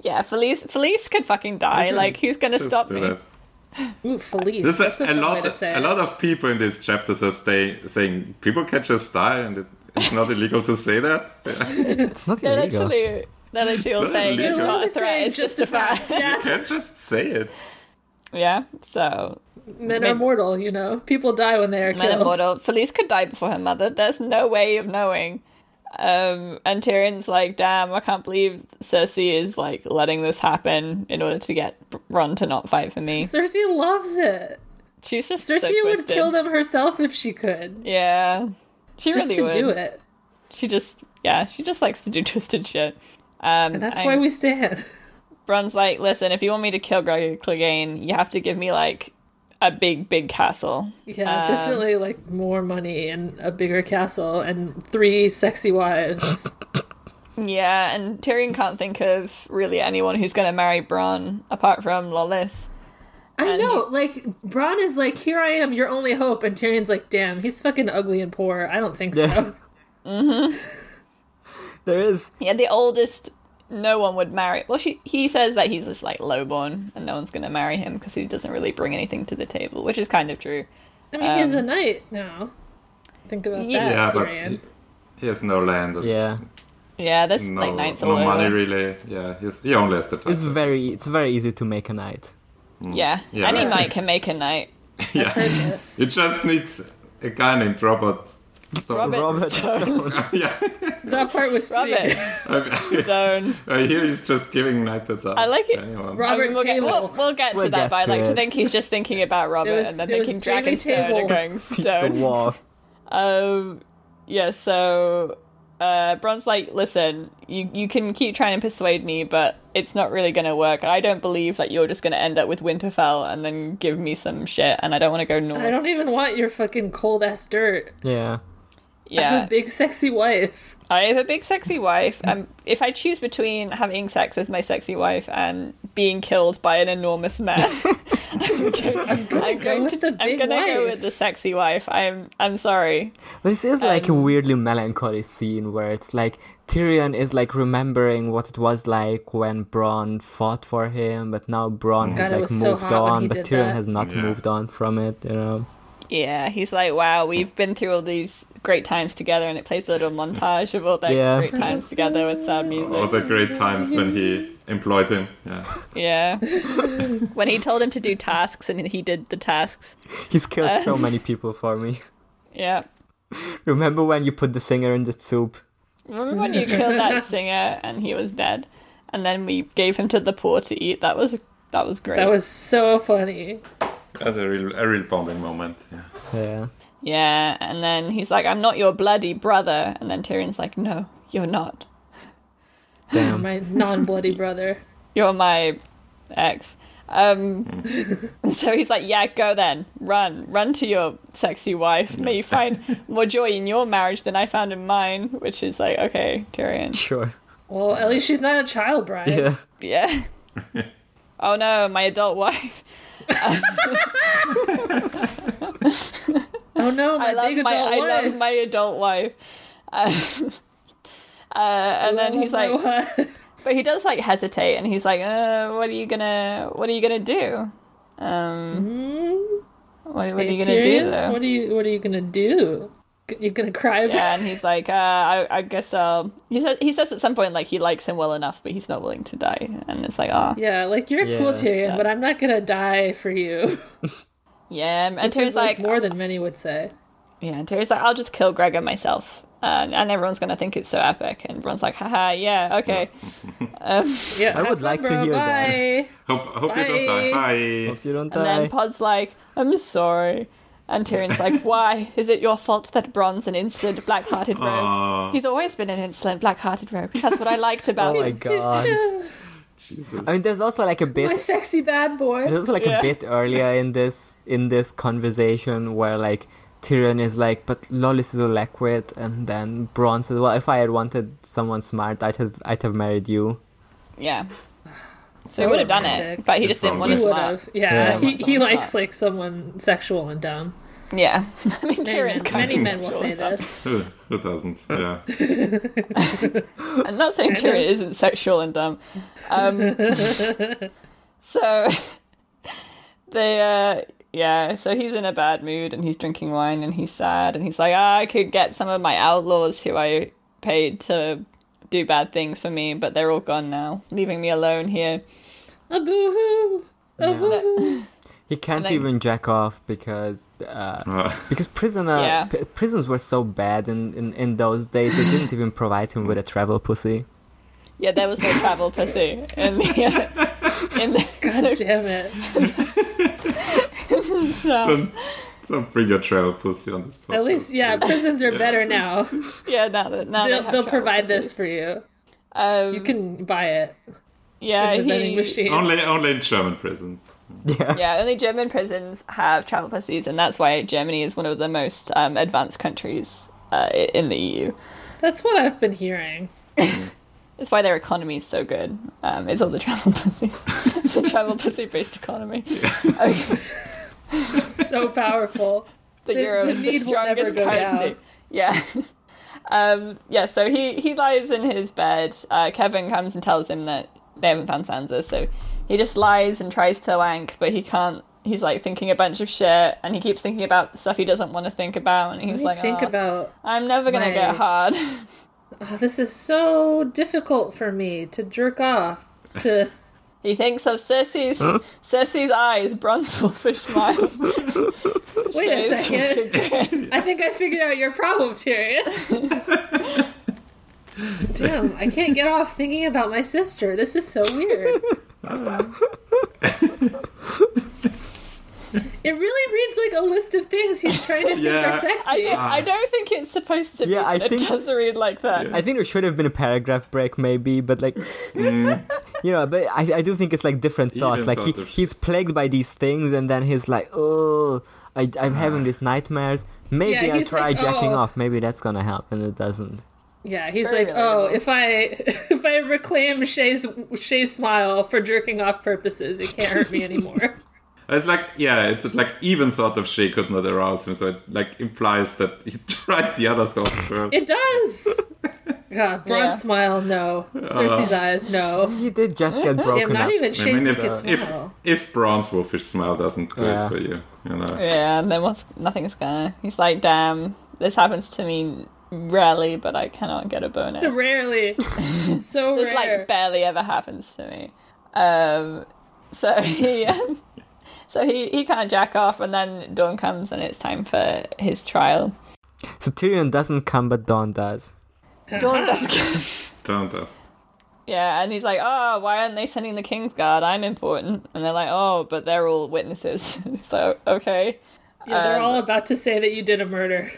C: yeah Felice Felice could fucking die like who's gonna
E: Just
C: stop
E: do
C: me
E: that.
B: Ooh, Felice.
E: This
B: That's
E: is
B: a,
E: a,
B: fun way
E: lot.
B: to say
E: A
B: it.
E: lot of people in these chapters are stay, saying people can just die, and it, it's not illegal to say that.
D: It's not
C: they're
D: illegal.
C: literally they're literally all
E: not
C: saying it's
E: illegal.
C: not a
B: It's
C: threat
B: saying
C: it's just a fact
B: Yeah.
E: Can't just say it.
C: Yeah, so
B: Men are mortal, you know. People die when they are
C: men
B: killed.
C: immortal. Felice could die before her mother. There's no way of knowing. Um, and Tyrion's like, damn, I can't believe Cersei is like letting this happen in order to get Ron to not fight for me.
B: Cersei loves it.
C: She's just
B: Cersei
C: so
B: would
C: twisted.
B: kill them herself if she could,
C: Yeah, she
B: just
C: really
B: to
C: would.
B: do it.
C: She just yeah, she just likes to do twisted shit. Um,
B: And that's
C: and
B: why we stand.
C: Bron's like, listen, if you want me to kill Gregor Clegane, you have to give me like a big, big castle.
B: Yeah, definitely like more money and a bigger castle and three sexy wives.
C: Yeah, and Tyrion can't think of really anyone who's going to marry Bronn apart from Lawless.
B: I know, like Bronn is like, "Here I am, your only hope," and Tyrion's like, "Damn, he's fucking ugly and poor. I don't think
D: Yeah.
B: so."
D: There is.
C: Yeah, the oldest, no one would marry. Well, she he says that he's just like lowborn, and no one's going to marry him because he doesn't really bring anything to the table, which is kind of true.
B: I mean, he's a knight now. Think about
C: Yeah.
B: that,
E: Yeah, but
B: Tyrion.
E: he, he has no land. and
D: Yeah,
C: Yeah, there's
E: No,
C: like knights
E: no
C: all
E: money
C: over.
E: really. Yeah, he's, he only has the
D: it's
E: title.
D: very. It's very easy to make a knight.
C: yeah.
E: Yeah.
C: any knight can make a knight.
E: Yeah,
B: Yes.
E: he just needs a guy named Robert. Stone.
C: Robert,
D: Robert
C: Stone.
E: Yeah,
B: That part was pretty.
C: Robert
E: I mean,
C: Stone.
E: I hear he's Uh, just giving knights up.
C: I like it.
E: Anyone.
C: I
B: Robert
C: mean, we'll, get,
B: Table.
C: we'll, we'll get to
D: We'll
C: that,
D: get
C: but I
D: to
C: like to
D: it.
C: think he's just thinking about Robert
B: was-
C: and then
B: it was
C: thinking
B: Jamie
C: Dragonstone
B: Table.
C: and going
D: Seek the
C: Stone.
D: war.
C: Um, yeah, so uh, Bron's like, listen, you, you can keep trying to persuade me, but it's not really going to work. I don't believe that you're just going to end up with Winterfell and then give me some shit, and I don't want to go north.
B: I don't even want your fucking cold ass dirt.
D: Yeah.
B: I
C: yeah,
B: have a big sexy wife.
C: I have a big sexy wife. Um, if I choose between having sex with my sexy wife and being killed by an enormous man, I'm going, I'm going
B: with the
C: to, I'm
B: big
C: gonna go
B: wife.
C: with the sexy wife. I'm I'm sorry.
D: This is like
B: Um,
D: a weirdly melancholy scene where it's like Tyrion is like remembering what it was like when Bronn fought for him, but now Bronn
B: Mm. God,
D: has
B: it
D: like
B: was so
D: moved
B: hot when
D: on,
B: he
D: but
B: did
D: Tyrion
B: that.
D: has not
E: Yeah.
D: moved on from it, you know.
C: Yeah, he's like, wow, we've been through all these great times together, and it plays a little montage of all their
D: Yeah.
C: great times together with sad music.
E: All the great times when he employed him. Yeah.
C: Yeah. when he told him to do tasks and he did the tasks.
D: He's killed
B: Uh.
D: so many people for me.
C: Yeah.
D: Remember when you put the singer in the soup?
C: Remember when you killed that singer and he was dead, and then we gave him to the poor to eat? That was that was great.
B: That was so funny.
E: That's a real, a real bonding moment. Yeah.
D: Yeah.
C: yeah. And then he's like, "I'm not your bloody brother," and then Tyrion's like, "No, you're not.
D: Damn.
B: My non bloody brother.
C: You're my ex." Um, so he's like, "Yeah, go then, run, run to your sexy wife. May you find more joy in your marriage than I found in mine." Which is like, okay, Tyrion.
D: Sure.
B: Well, at least she's not a child bride.
D: Yeah.
C: Yeah. oh no, my adult wife.
B: Oh no, my
C: I love
B: big
C: my
B: adult
C: I
B: wife.
C: love my adult wife. Uh, uh, and then he's like,
B: What?
C: but he does like hesitate, and he's like, uh, "What are you gonna What are you gonna do? Um, what, what are
B: Mm-hmm. Hey,
C: you gonna do
B: Tyrion,
C: though?"
B: What are you What are you gonna do? You're gonna cry about
C: Yeah, and he's like, uh, I, I guess I'll. He says, he says at some point, like, he likes him well enough, but he's not willing to die. And it's like, ah.
B: Yeah, like you're
D: Yeah,
B: cool,
D: it's
B: Tyrion,
C: that.
B: but I'm not gonna die for you.
C: Yeah. And
B: Which is
C: Terry's
B: like,
C: like, "Oh."
B: more than many would say.
C: yeah, and Terry's like, I'll just kill Gregor myself. And, and everyone's going to think it's so epic. And everyone's like, haha, yeah, okay.
B: Yeah,
D: I
B: have
D: would
B: fun,
D: like to
B: bro,
D: hear that.
B: bye.
E: Hope, hope you
B: Bye.
E: don't die. Bye.
D: If you don't
C: And
D: die.
C: then Pod's like, I'm sorry. And Tyrion's like, why? Is it your fault that Bron's an insolent, black hearted
E: Aw.
C: rogue? He's always been an insolent, black hearted rogue. That's what I liked about
D: oh my
C: him.
D: god.
E: Jesus.
D: I mean, there's also like a
B: My
D: bit.
B: sexy bad boy.
D: There's also like
C: Yeah.
D: a bit earlier in this in this conversation where like Tyrion is like, but Lollis is a liquid, and then Bronn says, "Well, if I had wanted someone smart, I'd have I'd have married you."
C: Yeah. So he would have done it,
B: romantic.
C: but he just didn't
E: He
C: want
B: He
C: to
E: That's
B: would
C: smile.
B: have. Yeah,
D: Yeah.
B: he, he
C: Someone's
B: likes
C: not.
B: like someone sexual and dumb.
C: Yeah. I
B: Many
C: mean,
B: men,
C: Tyrion's kind
B: many
C: of
B: men will
C: sexual
B: say
C: and dumb.
B: this.
E: Who, who doesn't? Yeah.
C: I'm not saying
B: Fair
C: Tyrion
B: enough.
C: isn't sexual and dumb. Um, so they, uh, yeah, so he's in a bad mood and he's drinking wine and he's sad and he's like, ah, I could get some of my outlaws who I paid to do bad things for me, but they're all gone now, leaving me alone here.
B: A boo hoo. A boo hoo.
D: He can't
C: then-
D: even jack off because uh,
E: Uh,
D: because prisoner
C: Yeah.
D: p- prisons were so bad in, in, in those days they didn't even provide him with a travel pussy.
C: Yeah, there was no travel pussy in the, uh, in the,
B: God damn it.
C: so,
E: don't, don't bring your travel pussy on this podcast.
B: At least, yeah, prisons are better now.
C: yeah, now that now they
B: They'll,
C: have
B: they'll
C: travel
B: provide
C: pussy.
B: this for you.
C: Um,
B: You can buy it
C: yeah,
B: in the vending
C: he-
B: machine.
E: Only, only in German prisons.
D: Yeah.
C: Yeah, only German prisons have travel pussies, and that's why Germany is one of the most um, advanced countries uh, i- in the EU.
B: That's what I've been hearing.
C: It's why their economy is so good. Um, it's all the travel pussies. it's a travel pussy based economy. Okay,
B: So powerful.
C: the, euro
B: the
C: is the
B: need will never
C: strongest
B: go
C: currency.
B: down.
C: Yeah. Um, yeah, so he, he lies in his bed. Uh, Kevin comes and tells him that they haven't found Sansa, so he just lies and tries to wank, but he can't. He's like thinking a bunch of shit, and he keeps thinking about stuff he doesn't want to think about, and
B: Let
C: he's
B: me
C: like,
B: think
C: "Oh,
B: about
C: I'm never gonna
B: my-
C: get hard.
B: oh, this is so difficult for me to jerk off to.
C: He thinks of Cersei's Cersei's eyes, bronze wolfish smiles.
B: Wait a second.
C: second.
B: I think I figured out your problem, Tyrion. Damn, I can't get off thinking about my sister. This is so weird. it really reads like a list of things he's trying to think
E: Yeah.
B: are sexy.
C: I don't, I don't think it's supposed to
D: Yeah, I
C: be.
D: think-
C: it does read like that.
D: I think there should have been a paragraph break, maybe, but like, you know, but I, I do think it's like different thoughts.
E: Even
D: like he,
E: Mm. thought there's-
D: he's plagued by these things, and then he's like, oh, I, I'm having these nightmares. Maybe
B: Yeah,
D: I'll
B: he's
D: try
B: like,
D: jacking
B: "Oh."
D: off. Maybe that's gonna help, and it doesn't.
B: Yeah, he's
C: Very
B: like, oh,
C: relatable.
B: if I if I reclaim Shay's Shay's smile for jerking off purposes, it can't hurt me anymore.
E: It's like, yeah, it's just like even thought of she could not arouse him, so it like implies that he tried the other thoughts first.
B: it does. God, broad
C: Yeah.
B: smile, no. Cersei's eyes, no.
D: He did just get broken
B: Damn, not
D: up.
B: even
E: Uh, I
B: Shay's
E: mean, if,
B: wicked
E: if,
B: smile.
E: if Bronze Wolfish Smile doesn't do
D: Yeah.
E: it for you, you know.
C: Yeah, and then what's nothing's gonna. He's like, damn, this happens to me rarely, but I cannot get a boner.
B: Rarely, so
C: This
B: rare.
C: like barely ever happens to me. Um, so he, um, so he he can't jack off, and then dawn comes, and it's time for his trial.
D: So Tyrion doesn't come, but Dawn does.
C: Dawn does come.
E: Don't ask.
C: Yeah, and he's like, "Oh, why aren't they sending the King's Guard? I'm important." And they're like, "Oh, but they're all witnesses." so okay,
B: yeah, they're
C: um,
B: all about to say that you did a murder.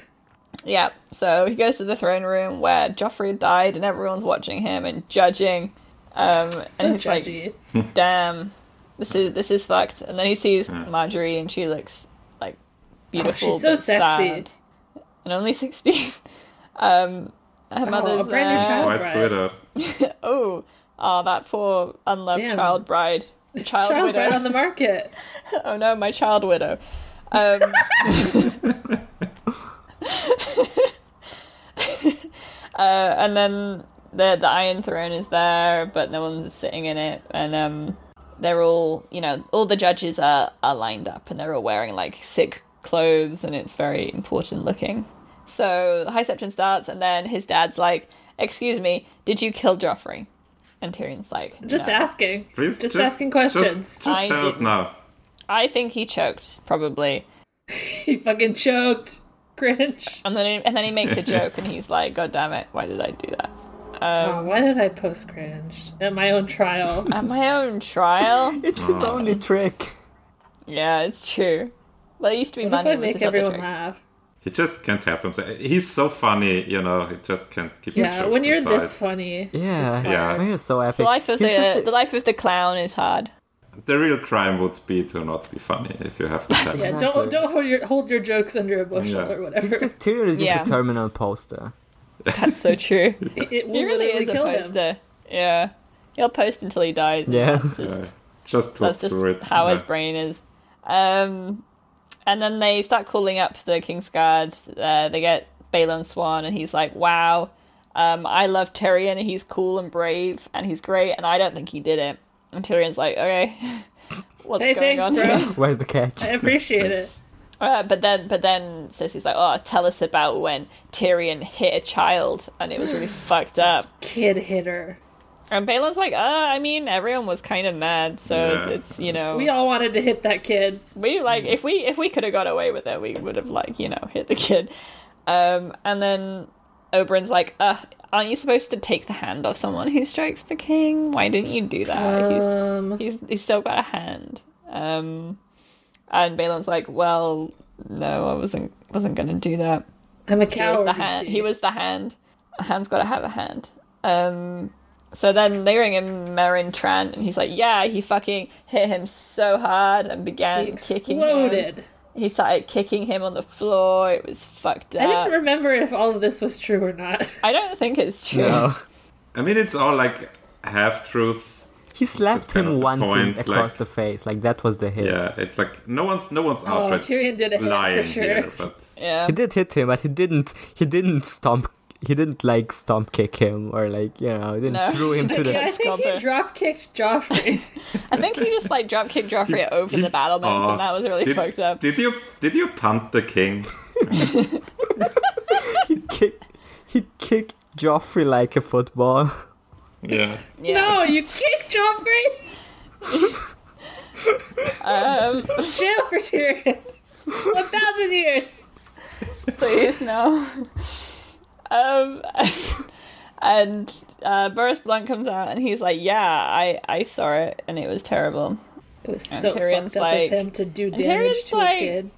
C: yeah. So he goes to the throne room where Joffrey died, and everyone's watching him and judging. Um,
B: So
C: and he's
B: judgy.
C: like, "Damn, this is this is fucked. And then he sees Marjorie, and she looks like beautiful.
B: she's so
C: but
B: sexy.
C: sad. and only sixteen. Um, her mother's
B: Oh, a brand new
C: there.
B: child.
E: Twice
B: Right.
E: widowed.
C: Oh, ah, that poor unloved
B: Damn.
C: child bride, child,
B: Child
C: widow.
B: right on the market.
C: oh no, my child widow. Um, uh, and then the the Iron Throne is there, but no one's sitting in it, and um, they're all you know, all the judges are are lined up, and they're all wearing like sick clothes, and it's very important looking. So the High Septon starts, and then his dad's like, "Excuse me, did you kill Joffrey?" And Tyrion's like,
B: Just
C: "No."
B: asking.
E: Please,
B: just, asking questions.
E: Just, just
C: I
E: tell us
C: didn't.
E: now.
C: I think he choked, probably.
B: He fucking choked. Cringe.
C: And then, he, and then he makes a joke, and he's like, "God damn it! Why did I do that?"
B: Oh, why did I post cringe at my own trial?
C: At my own trial.
D: It's his only trick.
C: yeah, it's true. Well, it used to be
B: what if
C: money.
B: I
C: was
B: make
C: his other
B: everyone
C: trick.
B: laugh?
E: He just can't help himself. He's so funny, you know. He just can't keep. his
B: Yeah,
E: jokes
B: when you're
E: inside.
B: this funny,
D: Yeah.
E: Yeah.
D: Man, you're so epic.
C: The life of
D: He's
C: the,
B: uh,
D: just
C: the life of the clown is hard.
E: the real crime would be to not be funny if you have the talent.
B: yeah,
D: Exactly.
B: don't don't hold your hold your jokes under a bushel
E: Yeah.
B: or whatever.
D: It's just Tyrion is just
C: Yeah.
D: a terminal poster.
C: That's so true.
B: it, it will
C: he really
B: literally
C: is a
B: kill him.
C: poster. Yeah, he'll post until he dies. and
D: Yeah.
C: that's just
E: Yeah. Just push
C: that's just
E: through it.
C: how his
E: Yeah.
C: brain is. Um, and then they start calling up the King's Guard. Uh, they get Balon Swan, and he's like, "Wow, um, I love Tyrion. He's cool and brave, and he's great. And I don't think he did it." And Tyrion's like, "Okay, what's
B: Hey,
C: going
B: thanks,
C: on?" here?"
B: bro.
D: Where's the catch?
B: I appreciate it.
C: Uh, but then, but then Sissy's like, "Oh, tell us about when Tyrion hit a child, and it was really fucked up."
B: Kid hitter.
C: And Balon's like, "Uh, I mean, everyone was kind of mad, so
E: Yeah.
C: it's you know."
B: We all wanted to hit that kid.
C: we like if we if we could have got away with it we would have like you know hit the kid um and then oberon's like uh aren't you supposed to take the hand off someone who strikes the king why didn't you do that
B: Um,
C: he's he's he's still got a hand um and balon's like well no i wasn't wasn't gonna do that
B: I'm a
C: he was
B: coward.
C: the
B: you
C: hand.
B: see.
C: He was the hand. A hand's got to have a hand. Um, so then they ring him Merrin Trant, and he's like, "Yeah, he fucking hit him so hard and began
B: He
C: kicking him.
B: exploded.
C: He started kicking him on the floor. It was fucked up.
B: I didn't remember if all of this was true or not.
C: I don't think it's true.
D: No.
E: I mean, it's all like half truths.
D: He slapped
E: kind of
D: him
E: the
D: once in,
E: point,
D: across
E: like-
D: the face. Like that was the hit.
E: Yeah, it's like no one's no one's
B: Oh,
E: out there
B: Tyrion did a hit
E: lying
B: for sure.
E: here, but
C: Yeah.
D: He did hit him, but he didn't. He didn't stomp. He didn't like stomp kick him or like you know. Didn't
C: No.
D: throw him to
B: Yeah, I
D: the.
B: think
C: Scupper.
B: he drop kicked Joffrey.
C: I think he just like drop kicked Joffrey over the battlements,
E: Aw,
C: and that was really
E: did,
C: fucked up.
E: Did you did you punt the king?
D: He kicked. He kicked Joffrey like a football.
E: Yeah.
C: yeah.
B: no, you kicked Joffrey.
C: Um,
B: Jail for Tyrion. One thousand years.
C: please no um and, uh, boris blunt comes out and he's like yeah i i saw it and it was terrible
B: It was
C: And
B: so
C: Tyrion's
B: fucked up
C: like-
B: of him to do damage
C: Tyrion's
B: to
C: like-
B: a kid.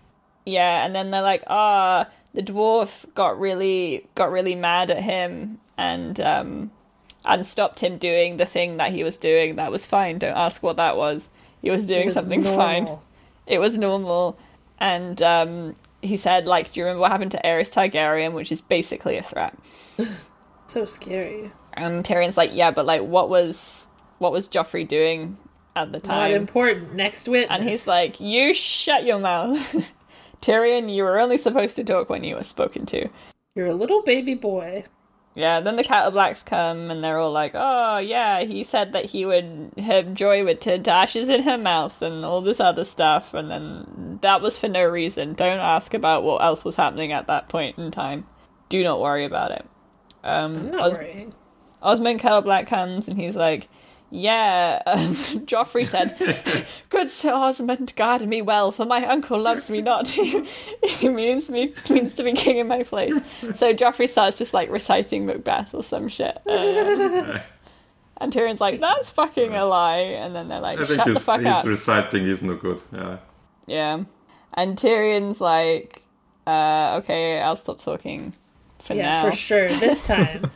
C: yeah and then they're like ah the dwarf got really got really mad at him and um and stopped him doing the thing that he was doing that was fine don't ask what that was he was doing
B: It was
C: something fine
B: normal.
C: it was normal. And um, he said, like, do you remember what happened to Aerys Targaryen, which is basically a threat?
B: So scary.
C: And Tyrion's like, yeah, but like, what was what was Joffrey doing at the
B: Not
C: time?
B: important. Next witness.
C: And he's like, you shut your mouth, Tyrion. You were only supposed to talk when you were spoken to.
B: You're a little baby boy.
C: Yeah. Then the Cattle Blacks come, and they're all like, oh yeah, he said that he would have Joy would turn to ashes in her mouth, and all this other stuff. And then that was for no reason. Don't ask about what else was happening at that point in time. Do not worry about it.
B: I'm
C: Um,
B: not
C: Os-
B: worrying.
C: Osmond Kettle Black comes and he's like, Yeah, um, Joffrey said, Good Sir Osmond, guard me well, for my uncle loves me not. he means me means to be king in my place. So Joffrey starts just like reciting Macbeth or some shit. Um, and Tyrion's like, That's fucking a lie. And then they're like,
E: I think
C: Shut the
E: he's,
C: fuck up.
E: he's reciting is no good. Yeah.
C: yeah. And Tyrion's like, uh, Okay, I'll stop talking for
B: Yeah,
C: now.
B: for sure. This time.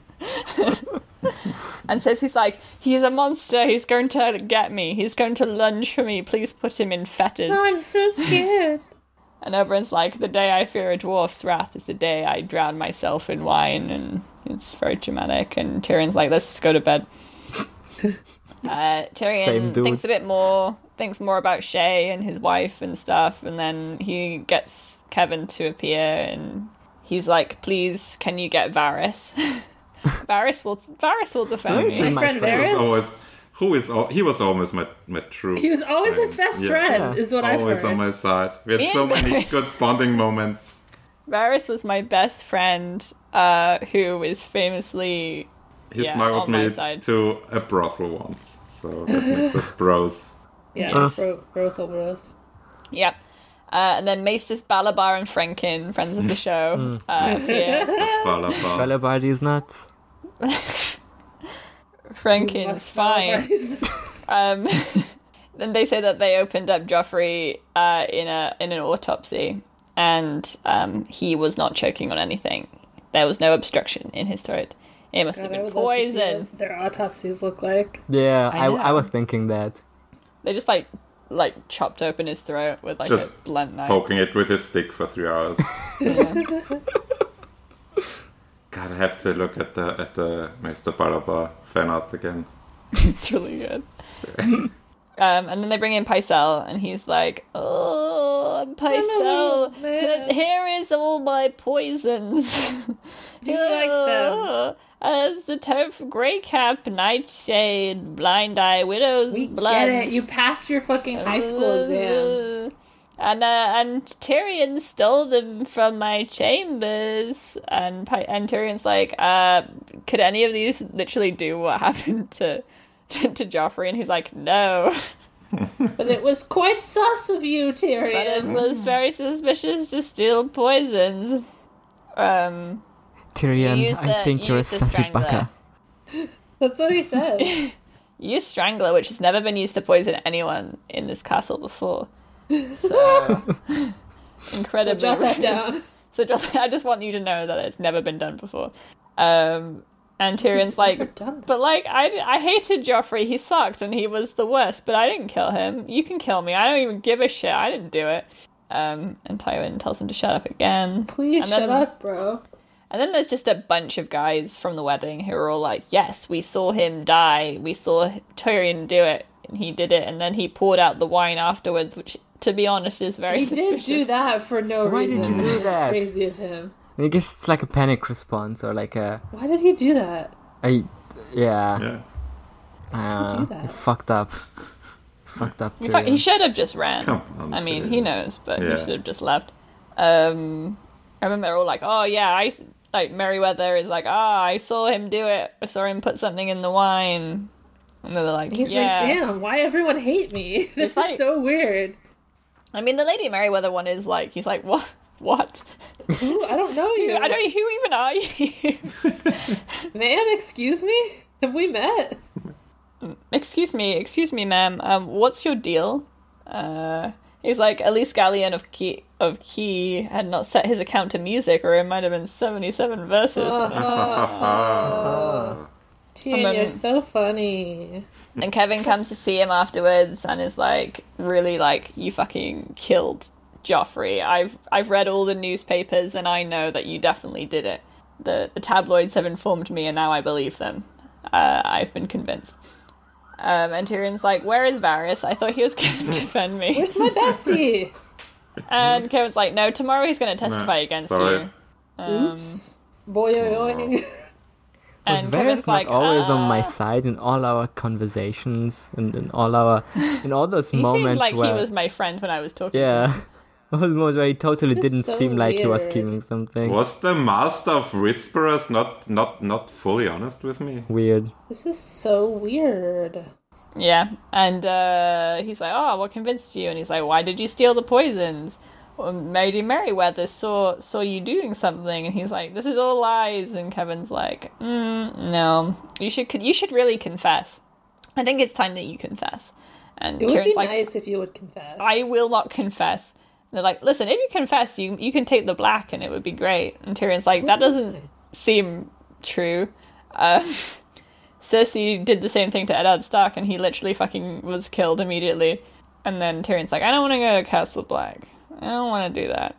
C: and says he's like, he's a monster. He's going to get me. He's going to lunge for me. Please put him in fetters.
B: Oh, I'm so scared.
C: And Oberon's like, the day I fear a dwarf's wrath is the day I drown myself in wine, and it's very dramatic. And Tyrion's like, let's just go to bed. uh,
D: Same
C: Tyrion
D: dude.
C: thinks a bit more, thinks more about Shay and his wife and stuff, and then he gets Kevin to appear, and he's like, please, can you get Varys? Varys will, Varys will defend me.
D: Really?
B: My
D: my
B: friend
D: friend.
E: He was
B: Varys.
E: always who is al- he was always my my true.
B: He was always his
E: friend.
B: best
E: Yeah.
B: friend, is what I've
E: Always
B: heard.
E: on my side. We had
C: Me
E: so
C: and
E: many
C: Varys.
E: good bonding moments.
C: Varys was my best friend, uh, who is famously
E: He
C: Yeah,
E: smuggled
C: on my
E: me
C: side.
E: to a brothel once, so that makes us bros.
B: yeah,
D: Yes.
B: bro- brothel bros.
C: Yep. Uh, and then Maestas Balabar and Frankin, friends of the show. Uh, yeah.
E: Balabal.
D: Balabar is nuts.
C: Frankin's fine. Um, then they say that they opened up Joffrey uh, in a in an autopsy, and um, he was not choking on anything. There was no obstruction in his throat. It must have
B: God, I would
C: been
B: love to see
C: poison.
B: what their autopsies look like.
D: Yeah, I,
C: know.
D: I, was thinking that.
C: They just like like chopped open his throat with like a
E: Just
C: blunt knife.
E: Poking it with his stick for three hours. God, I have to look at the at the Mr. Balabar fan art again.
C: It's really good. um, and then they bring in Pycelle, and he's like, "Oh, Pycelle,
B: Emily, man."
C: he- here is all my poisons. you
B: like
C: As the turf, grey cap, nightshade, blind eye, widow's
B: We
C: blood.
B: get it. You passed your fucking high school exams.
C: And uh, and Tyrion stole them from my chambers. And Pi- and Tyrion's like, uh, could any of these literally do what happened to to, to Joffrey? And he's like, no.
B: But it was quite sus of you,
C: But it
B: Tyrion.
C: was very suspicious to steal poisons. Um,
D: Tyrion,
C: use the-
D: I think you're a
C: use the
D: sassy
C: strangler.
D: baka.
B: That's what he said.
C: use strangler, which has never been used to poison anyone in this castle before. So
B: so
C: incredibly
B: jot that
C: rude.
B: down.
C: So just, I just want you to know that it's never been done before. Um, and
B: never
C: Tyrion's like,
B: done that.
C: but like I, I hated Joffrey. He sucked and he was the worst. But I didn't kill him. You can kill me. I don't even give a shit. I didn't do it. Um, and Tywin tells him to shut up again.
B: Please
C: And
B: shut
C: then-
B: up, bro.
C: And then there's just a bunch of guys from the wedding who are all like, "Yes, we saw him die. We saw Tyrion do it, and he did it. And then he poured out the wine afterwards, which, to be honest, is very
B: He did
C: suspicious.
B: do that for no
D: Why
B: reason.
D: did you do
B: It's
D: that?
B: Crazy of him.
D: I guess it's like a panic response or like a,
B: Why did he do that?
D: a yeah.
E: Yeah.
D: Uh,
B: do that?
D: he fucked up. fucked up.
C: In fact, he
D: Tyrion.
C: should have just ran.
E: Come on,
C: I mean,
E: Tyrion.
C: he knows, but
E: Yeah.
C: he should have just left. Um, I remember they're all like, "Oh yeah, I s- like Merryweather is like, ah, I saw him do it. I saw him put something in the wine." And they're like,
B: He's
C: yeah.
B: like, damn, why everyone hate me? This
C: It's
B: is
C: like-
B: so weird.
C: I mean, the Lady Merryweather one is like, he's like, what? What?
B: Ooh, I don't know you.
C: I don't. e- Who even are you?
B: Ma'am, excuse me? Have we met?
C: excuse me, excuse me, ma'am. Um, what's your deal? Uh, he's like Elise Galleon of Key of Key had not set his account to music, or it might have been seventy-seven verses.
B: Oh. Uh-huh.
E: Uh,
B: Tyrion,
C: then-
B: you're so funny.
C: And Kevin comes to see him afterwards and is like, really like, you fucking killed Joffrey. I've I've read all the newspapers and I know that you definitely did it. The the tabloids have informed me and now I believe them. Uh, I've been convinced. Um, and Tyrion's like, where is Varys? I thought he was going to defend me.
B: Where's my bestie?
C: And Kevin's like, no, tomorrow he's going to testify
E: No,
C: against
E: sorry.
C: you. Um,
B: Oops. Boy, oh, boy,
D: Was
C: And
D: Varys
C: Kevin's
D: not
C: like,
D: always on my
C: "Ah."
D: side in all our conversations and in all our in all those
C: He
D: moments
C: seemed like
D: where
C: he was my friend when I was talking to him.
D: yeah, all those moments where he totally
B: This is
D: didn't
B: so
D: seem like he was
B: weird.
D: scheming something
E: Was the master of whisperers not not not fully honest with me?
D: weird.
B: This is so weird.
C: Yeah, and uh, he's like, "Oh, what convinced you?" And he's like, "Why did you steal the poisons?" Well, Lady Merryweather saw saw you doing something, and he's like, "This is all lies." And Kevin's like, mm, "No, you should con- you should really confess. I think it's time that you confess." And
B: It would be
C: Tyrion's like,
B: nice if you would confess.
C: "I will not confess." And they're like, "Listen, if you confess, you you can take the black, and it would be great." And Tyrion's like, "That doesn't seem true." Uh, Cersei did the same thing to Eddard Stark, and he literally fucking was killed immediately. And then Tyrion's like, I don't want to go to Castle Black. I don't want to do that.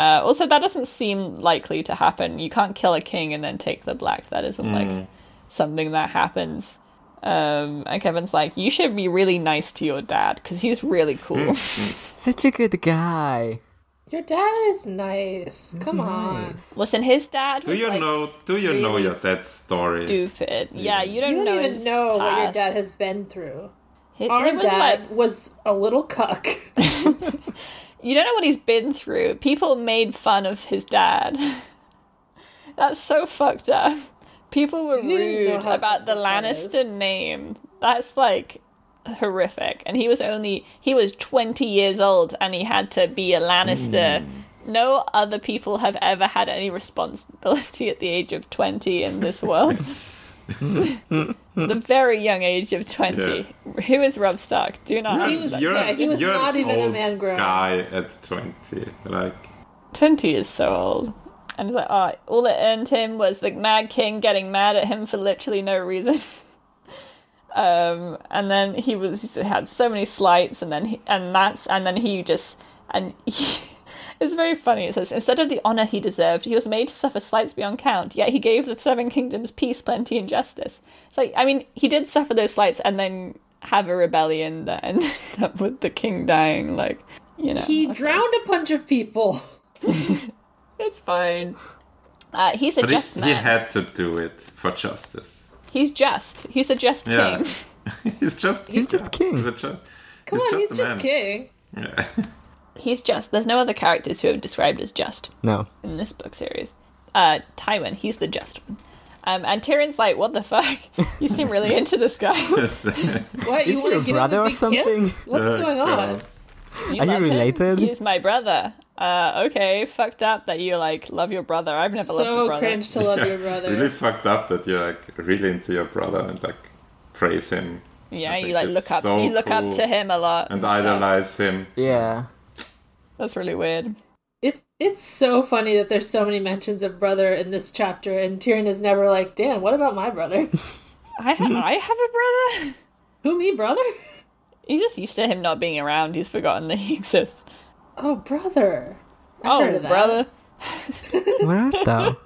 C: Uh, also, that doesn't seem likely to happen. You can't kill a king and then take the black. That isn't
E: Hmm.
C: like something that happens. Um, and Kevin's like, you should be really nice to your dad because he's really cool.
E: Hmm.
D: Such a good guy.
B: Your dad is nice. Come on.
D: Nice.
C: Listen, his dad.
E: Do
C: was,
E: you
C: like,
E: know? Do you know
C: really
E: your dad's story?
C: Stupid. Yeah, you don't,
B: You don't
C: know
B: even
C: his
B: know what your
C: past.
B: dad has been through.
C: It-
B: Our
C: it was
B: dad
C: like
B: was a little cuck.
C: you don't know what he's been through. People made fun of his dad. That's so fucked up. People were
B: Do you know
C: rude
B: how
C: about the
B: fucked up that
C: Lannister
B: is?
C: name. That's like horrific. And he was only he was 20 years old and he had to be a Lannister. No other people have ever had any responsibility at the age of 20 in this world. the very young age of 20. Who is Rob Stark? Do not
B: He
C: ask
B: was-
C: that
E: you're
B: yeah, he was
E: you're
B: not
E: an
B: even a
E: old
B: man grown up.
E: guy at twenty. Like
C: 20 is so old. And he's like, oh, all it earned him was the Mad King getting mad at him for literally no reason. um, and then he was he had so many slights, and then he, and that's and then he just and he, it's very funny. It says instead of the honor he deserved, he was made to suffer slights beyond count. Yet he gave the Seven Kingdoms peace, plenty, and justice. It's like I mean, he did suffer those slights, and then have a rebellion that ended up with the king dying. Like you know,
B: he drowned a bunch of people.
C: it's fine. Uh, he's a
E: But
C: just
E: he, he
C: man.
E: had to do it for justice.
C: He's just. He's a just
E: Yeah.
C: king.
E: he's just
D: He's just king.
E: He's a ju-
B: Come
E: he's
B: on,
E: just
B: he's
E: a
B: just
E: man.
B: king.
E: Yeah.
C: He's just. There's no other characters who have described as just
D: No.
C: in this book series. Uh, Tywin, he's the just one. Um, and Tyrion's like, what the fuck? You seem really into this guy.
B: What
C: You
B: you
D: Is he
B: want
D: your
B: to give
D: brother
B: him
D: or
B: a big
D: something?
B: kiss? What's
E: Uh,
B: going on?
E: God.
D: Are you
C: love him?
D: related?
C: He's my brother. Uh, okay, fucked up that you like love your brother. I've never loved a
B: So
C: brother.
B: cringe to love your brother.
E: Really fucked up that you're like really into your brother and like praise him I
C: Yeah,
E: think
C: you like
E: it's
C: look up.
E: so
C: you look up
E: cool.
C: to him a lot.
E: and
C: stuff.
E: idolize him.
D: Yeah.
C: That's really weird.
B: It it's so funny that there's so many mentions of brother in this chapter, and Tyrion is never like, "Dan, what about my brother?
C: I ha- I have a brother.
B: Who me, brother?
C: He's just used to him not being around. He's forgotten that he exists.
B: Oh, brother! I've heard
C: Oh,
B: of that.
C: brother.
D: Where art
C: Um,
D: thou?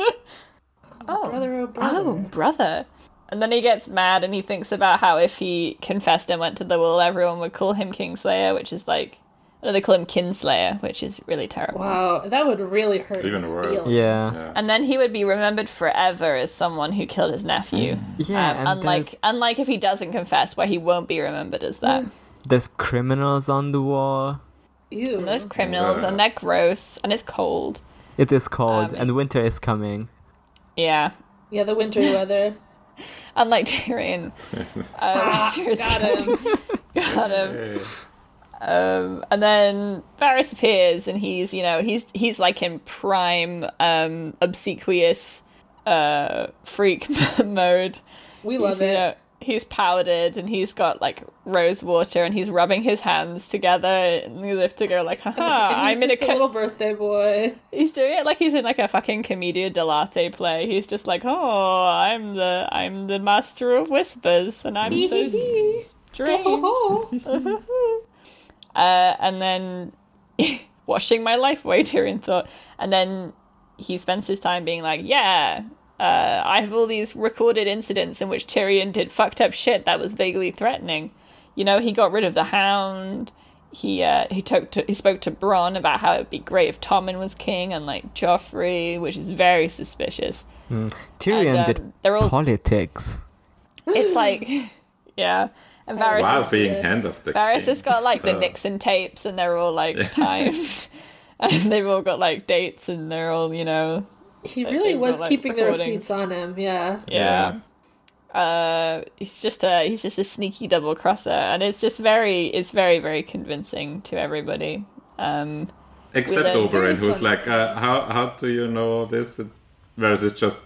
C: Oh,
B: brother! Oh,
C: Oh,
B: brother!
C: brother. And then he gets mad and he thinks about how if he confessed and went to the will, everyone would call him Kingslayer, which is like. No, they call him Kinslayer, which is really terrible.
B: Wow, that would really hurt.
E: Even
B: his
E: worse.
B: feelings.
D: Yeah.
E: Yeah.
C: And then he would be remembered forever as someone who killed his nephew.
D: Yeah,
C: Um,
D: and
C: unlike
D: there's,
C: unlike if he doesn't confess, where he won't be remembered as that.
B: Mm.
D: there's criminals on the wall.
B: Ew.
C: Those criminals, and they're gross, and it's cold.
D: It is
C: Um,
D: cold, and winter is coming.
C: Yeah.
B: Yeah, the winter weather.
C: Unlike Tyrion. Um, Tyrion's
B: Ah, Got him.
C: got him.
E: Hey.
C: Um, and then Varys appears, and he's you know he's he's like in prime um, obsequious uh, freak mode.
B: We
C: He's,
B: love
C: you
B: it.
C: know, he's powdered, and he's got like rose water, and he's rubbing his hands together and as if to go like, haha,
B: And he's
C: Uh, I'm in a.
B: just
C: co-
B: little birthday boy.
C: He's doing it like he's in like a fucking Commedia dell'arte play. He's just like, oh, I'm the I'm the master of whispers, and I'm so strange. Uh, and then washing my life away, Tyrion thought. And then he spends his time being like, yeah, uh, I have all these recorded incidents in which Tyrion did fucked up shit that was vaguely threatening. You know, he got rid of the Hound. He uh, he took to, he spoke to Bronn about how it'd be great if Tommen was king and like Joffrey, which is very suspicious.
D: Tyrion
C: and, um,
D: did
C: they're all-
D: politics.
C: It's like, yeah. And Varys
E: While
C: is-
E: being hand of the
C: Varys
E: king.
C: has got like the
E: Uh,
C: Nixon tapes, and they're all like timed, and they've all got like dates, and they're all you know,
B: He
C: Like,
B: really
C: they've
B: was
C: got, like,
B: keeping the
C: recordings.
B: receipts on him. Yeah.
C: yeah. Uh, he's just a he's just a sneaky double crosser, and it's just very it's very very convincing to everybody. Um,
E: Except
C: It's
B: very
E: Oberyn, who's
B: fun.
E: like, uh, how how do you know this? Whereas it's just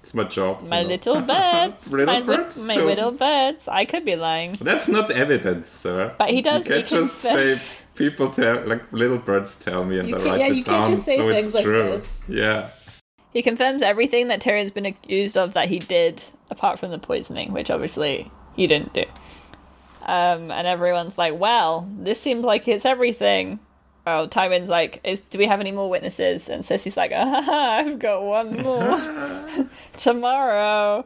E: it's my job.
C: my
E: you know.
C: little birds,
E: Little
C: my, wi-
E: birds,
C: my
E: too.
C: little birds. I could be lying,
E: That's not evidence, sir.
C: but he does.
E: you
C: He
E: can't just say
C: confess-
E: people tell like little birds tell me and
B: You
E: I
B: can-
E: write
B: yeah,
E: it
B: you
E: down,
B: can't just say
E: so it's
B: things like
E: true.
B: this.
E: Yeah.
C: He He confirms everything that Tyrion's been accused of that he did, apart from the poisoning, which obviously he didn't do. Um, and everyone's like, "Well, this seems like it's everything." Well, Tywin's like, "Is do we have any more witnesses?" And Cersei's like, ah, "I've got one more tomorrow."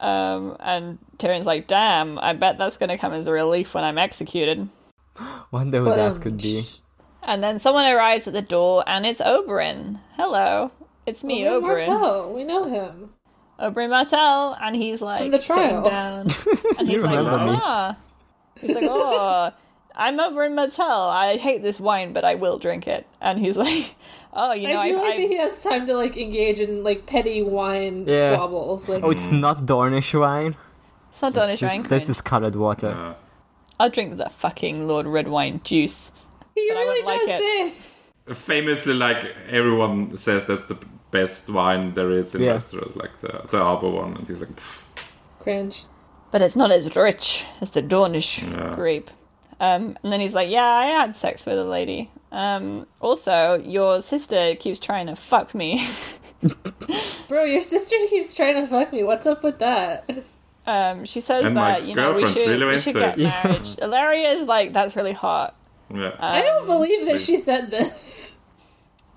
C: Um, and Tyrion's like, "Damn, I bet that's going to come as a relief when I'm executed."
D: Wonder who
B: um,
D: that could be.
C: And then someone arrives at the door, and it's Oberyn. Hello, it's me,
B: Oberyn
C: Oberyn.
B: Martell, we know him.
C: Oberyn Martell, and he's like
B: the
C: sitting
B: trial.
C: down, and he's like,
D: remember
B: "Oh."
D: me.
C: ah. he's like, oh, I'm Oberyn Martell. I hate this wine, but I will drink it. And he's like, oh, you know,
B: I do
C: I,
B: like
C: I,
B: that he has time to like engage in like petty wine
D: Yeah.
B: squabbles. Like,
D: Oh, it's not Dornish wine.
C: it's not Donish
D: Just-
C: wine.
D: that's
C: Queen.
D: just colored water.
E: Uh,
C: I'll drink that fucking Lord Red Wine juice.
B: he
C: but I
B: really
C: would
B: does
C: like
B: say.
E: famously, like everyone says, that's the best wine there is in
D: Yeah.
E: Westeros, like the the Arbor one, and he's like, "Pff,
B: Cringe.
C: but it's not as rich as the Dornish grape. Um, and then he's like, Yeah, I had sex with a lady. Um, also, your sister keeps trying to fuck me.
B: Bro, your sister keeps trying to fuck me. What's up with that?
C: Um, she says
E: And my
C: that, you know, we
E: girlfriend's
C: should,
E: really
C: we should
E: into
C: get
E: it.
C: married. Ilaria is like, That's really hot. Um,
E: yeah,
B: I don't believe that she said this.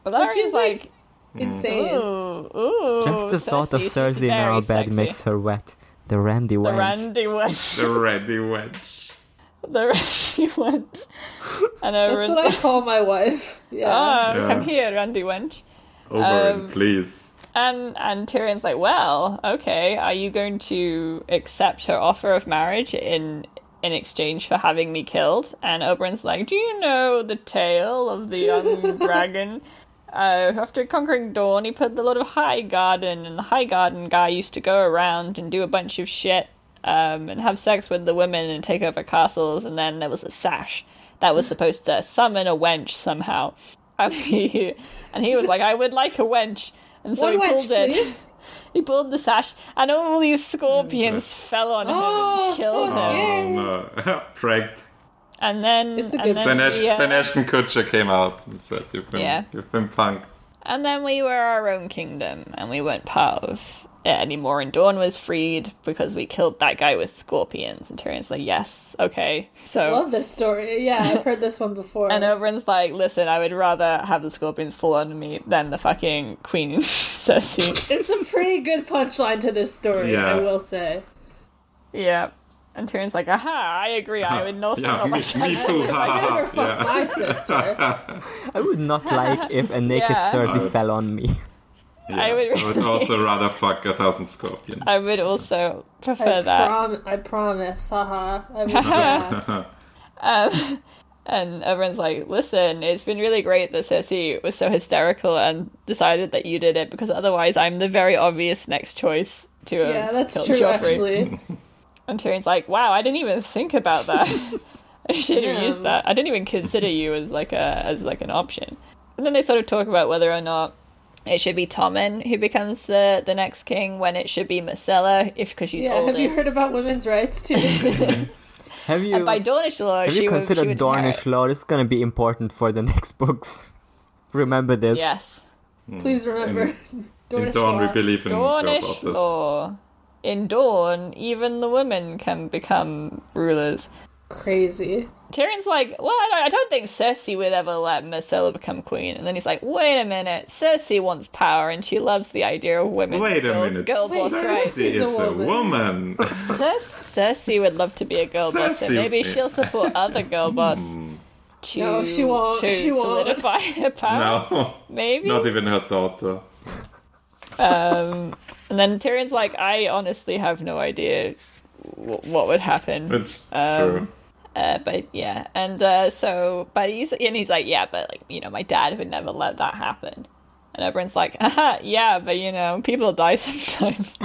C: Ilaria's
B: seems like-
C: like,
B: Insane.
C: Ooh, ooh.
D: Just the thought of
C: Oh, Cersei, she's
D: Cersei in our
C: very
D: bed
C: sexy.
D: makes her wet. The Randy
C: The
D: wine.
C: Randy went.
E: the ready wedge.
C: The Randy went. And
B: That's
C: Oberyn's
B: what I
C: like,
B: call my wife. Yeah.
C: Oh,
E: Yeah.
C: come here, Randy went.
E: Over
C: Um,
E: it, please.
C: And and Tyrion's like, well, okay, are you going to accept her offer of marriage in in exchange for having me killed? And Oberyn's like, do you know the tale of the young dragon? Uh, after conquering Dawn, he put the Lord of High Garden, and the High Garden guy used to go around and do a bunch of shit um, and have sex with the women and take over castles. And then there was a sash that was supposed to summon a wench somehow. And he, and he was like, I would like a wench. And so
B: One
C: he
B: wedge,
C: pulled it.
B: please.
C: He pulled the sash, and all these scorpions fell on him
B: Oh,
C: and killed
B: so
C: him.
E: Oh
B: scary.
E: no, pranked.
C: And then,
B: It's a
C: and
B: good
C: then,
E: Then, Ash-
C: we, uh,
E: then Ashton Kutcher came out and said, "You've been,
C: Yeah.
E: you've been punked."
C: and then we were our own kingdom, and we weren't part of it anymore. And Dawn was freed because we killed that guy with scorpions. And Tyrion's like, "Yes, okay." So
B: Love this story. Yeah, I've heard this one before.
C: And Oberyn's like, listen, I would rather have the scorpions fall on me than the fucking queen Cersei.
B: It's a pretty good punchline to this story,
E: Yeah.
B: I will say.
C: yeah. And Tyrion's like, aha, I agree. I would not
E: Yeah,
C: on
E: me,
C: my
E: me
C: chance.
E: too.
B: I
E: ha,
B: never
E: ha,
B: fucked
E: Uh-huh, yeah.
B: my sister.
D: I would not like if a naked
C: Yeah.
D: Cersei fell on me.
E: Yeah.
C: I would really-
E: also rather fuck a thousand scorpions.
C: I would also prefer
B: I,
C: that.
B: prom- I promise. Haha. I mean, yeah.
C: Um, and Oberyn's like, listen, it's been really great that Cersei was so hysterical and decided that you did it because otherwise I'm the very obvious next choice to have
B: Yeah, that's
C: killed
B: true,
C: Joffrey.
B: actually.
C: And Tyrion's like, wow, I didn't even think about that. I should have
B: Yeah.
C: used that. I didn't even consider you as like a as like an option. And then they sort of talk about whether or not it should be Tommen who becomes the the next king when it should be Marcella if because she's
B: Yeah, have
C: oldest.
B: you heard about women's rights too?
D: Have you
C: and by Dornish law,
D: have
C: she
D: you
C: would- she
D: considered
C: would
D: Dornish
C: inherit.
D: law? This is gonna be important for the next books. Remember this.
C: Yes,
B: Please remember.
E: in
B: Dornish
E: Dawn, we
B: law.
E: believe in girl
C: Dornish
E: bosses.
C: law. In Dawn, even the women can become rulers.
B: Crazy.
C: Tyrion's like, well, I don't, I don't think Cersei would ever let Marcella become queen. And then he's like, wait a minute, Cersei wants power and she loves the idea of women.
E: Wait a
C: Girl-
E: minute.
C: girl boss
B: Wait,
C: rights.
E: Cersei
B: Cersei's a
E: is a woman.
C: Cer- Cersei would love to be a girl boss, so
E: Cersei- Hmm.
C: maybe she'll support other girl boss to
B: No, she won't,
C: to
B: she won't.
C: solidify her power.
E: no,
C: Maybe.
E: not even her daughter.
C: and then Tyrion's like, I honestly have no idea w- what would happen.
E: It's
C: Um,
E: true.
C: Uh, but yeah, and uh, so, but he's and he's like, yeah, but like you know, my dad would never let that happen. And everyone's like, Aha, yeah, but you know, people die sometimes.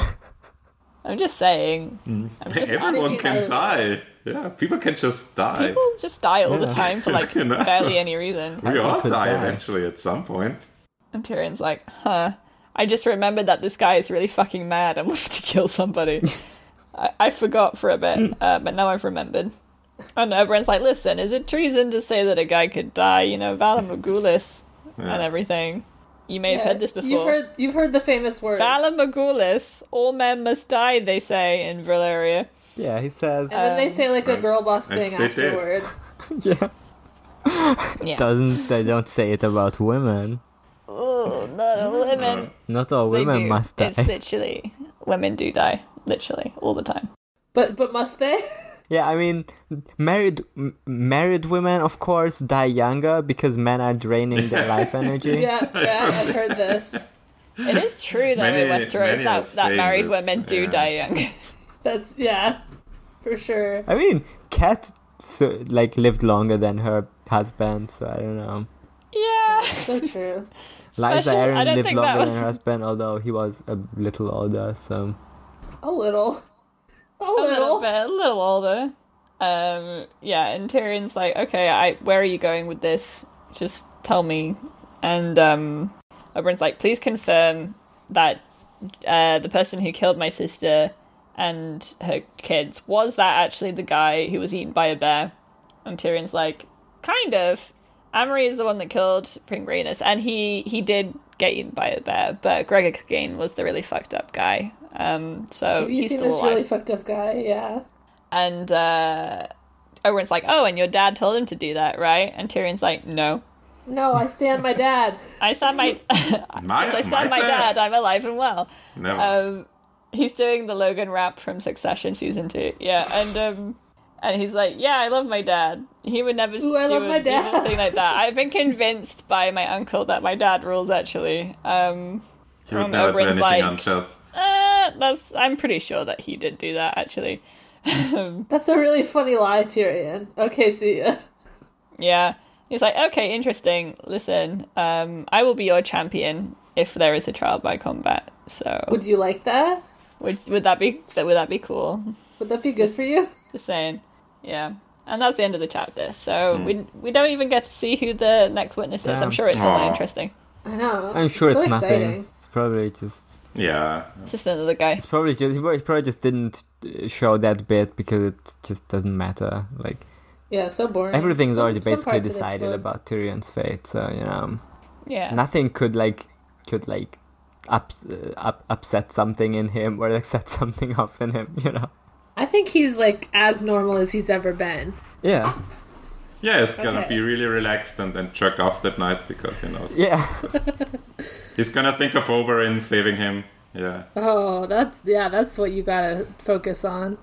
C: I'm just saying, I'm just
E: Everyone
B: asking
E: can
B: you.
E: die. Yeah, people can just die.
C: people just die all the time for like
E: You know?
C: barely any reason.
E: we all die,
D: could die.
E: eventually at some point.
C: And Tyrion's like, huh. I just remembered that this guy is really fucking mad and wants to kill somebody. I, I forgot for a bit, uh, but now I've remembered. And everyone's like, listen, is it treason to say that a guy could die? You know, Valar Morghulis and everything. You may have heard this before.
B: You've heard you've heard the famous words.
C: Valamagulis, all men must die, they say in Valeria.
D: Yeah, he says.
B: and
C: Uh,
B: then they say like a
E: Right.
B: girl boss
E: Like
B: thing
E: they did.
B: afterward.
D: yeah.
C: Yeah.
D: Doesn't they don't say it about women?
C: Oh, not all women.
D: Not all
C: They
D: women
C: do.
D: must die.
C: It's literally women do die, literally all the time.
B: But but must they?
D: Yeah, I mean, married m- married women, of course, die younger because men are draining their life energy.
B: yeah, yeah, I've heard this.
C: It is true though in
E: Many-
C: Westeros
E: many
C: that,
E: are
C: that
E: saying
C: married
E: this,
C: women do
E: yeah.
C: die young.
B: That's yeah, for sure.
D: I mean, Kat so, like lived longer than her husband, so I don't know.
C: yeah.
B: So true.
D: Liza
C: Especially- I
D: Aaron
C: don't
D: lived
C: think that
D: longer
C: was-
D: than her husband, although he was a little older. So
B: A little. A
C: a
B: little.
C: little bit, a little older. Um, yeah, and Tyrion's like, okay, I, where are you going with this? Just tell me. And um, Oberyn's like, please confirm that uh, the person who killed my sister and her kids was that actually the guy who was eaten by a bear? And Tyrion's like, kind of. Amory is the one that killed Pringranus, and he he did get eaten by a bear, but Gregor Clegane was the really fucked up guy. Um, so
B: Have you
C: he's
B: seen
C: still
B: this
C: alive
B: really fucked up guy? Yeah.
C: and uh, Oberyn's like, "Oh, and your dad told him to do that, right?" And Tyrion's like, "No,
B: No, I stand my dad.
C: I stand my,
E: My,
C: I stand my dad. I'm alive and well."
E: No.
C: Um, he's doing the Logan rap from Succession season two, yeah, and um, and he's like, "Yeah, I love my dad. He would never
B: Ooh, I
C: do
B: love my dad."
C: anything like that. I've been convinced by my uncle that my dad rules. Actually, um,
E: he would
C: um,
E: never do
C: Oberyn's
E: anything
C: like-
E: unjust.
C: uh, that's I'm pretty sure that he did do that. Actually,
B: That's a really funny lie, Tyrion. Okay, see ya.
C: Yeah. He's like, okay, interesting. Listen, um, I will be your champion if there is a trial by combat. So
B: Would you like that?
C: would would that be that would that be cool?
B: Would that be good for you?
C: Just saying. Yeah. And that's the end of the chapter. So we we don't even get to see who the next witness is. I'm
D: Damn.
C: sure it's something
E: Aw.
C: interesting.
B: I know.
D: I'm sure
B: so
D: it's,
B: exciting.
D: nothing. It's probably just
E: Yeah.
C: It's just another guy.
D: it's probably just he probably just didn't uh, show that bit because it just doesn't matter. Like
B: Yeah, so boring.
D: everything's
B: Some-
D: already
B: some
D: basically
B: parts of this
D: decided
B: book.
D: about Tyrion's fate, so you know um,
C: Yeah.
D: nothing could like could like up, uh, up upset something in him or like set something off in him. You know.
B: I think he's like as normal as he's ever been.
D: Yeah.
E: Yeah, he's gonna
B: Okay.
E: be really relaxed and then jerk off that night because, you know,
D: Yeah.
E: he's gonna think of Oberyn saving him. Yeah.
B: Oh, that's yeah, that's what you gotta focus on.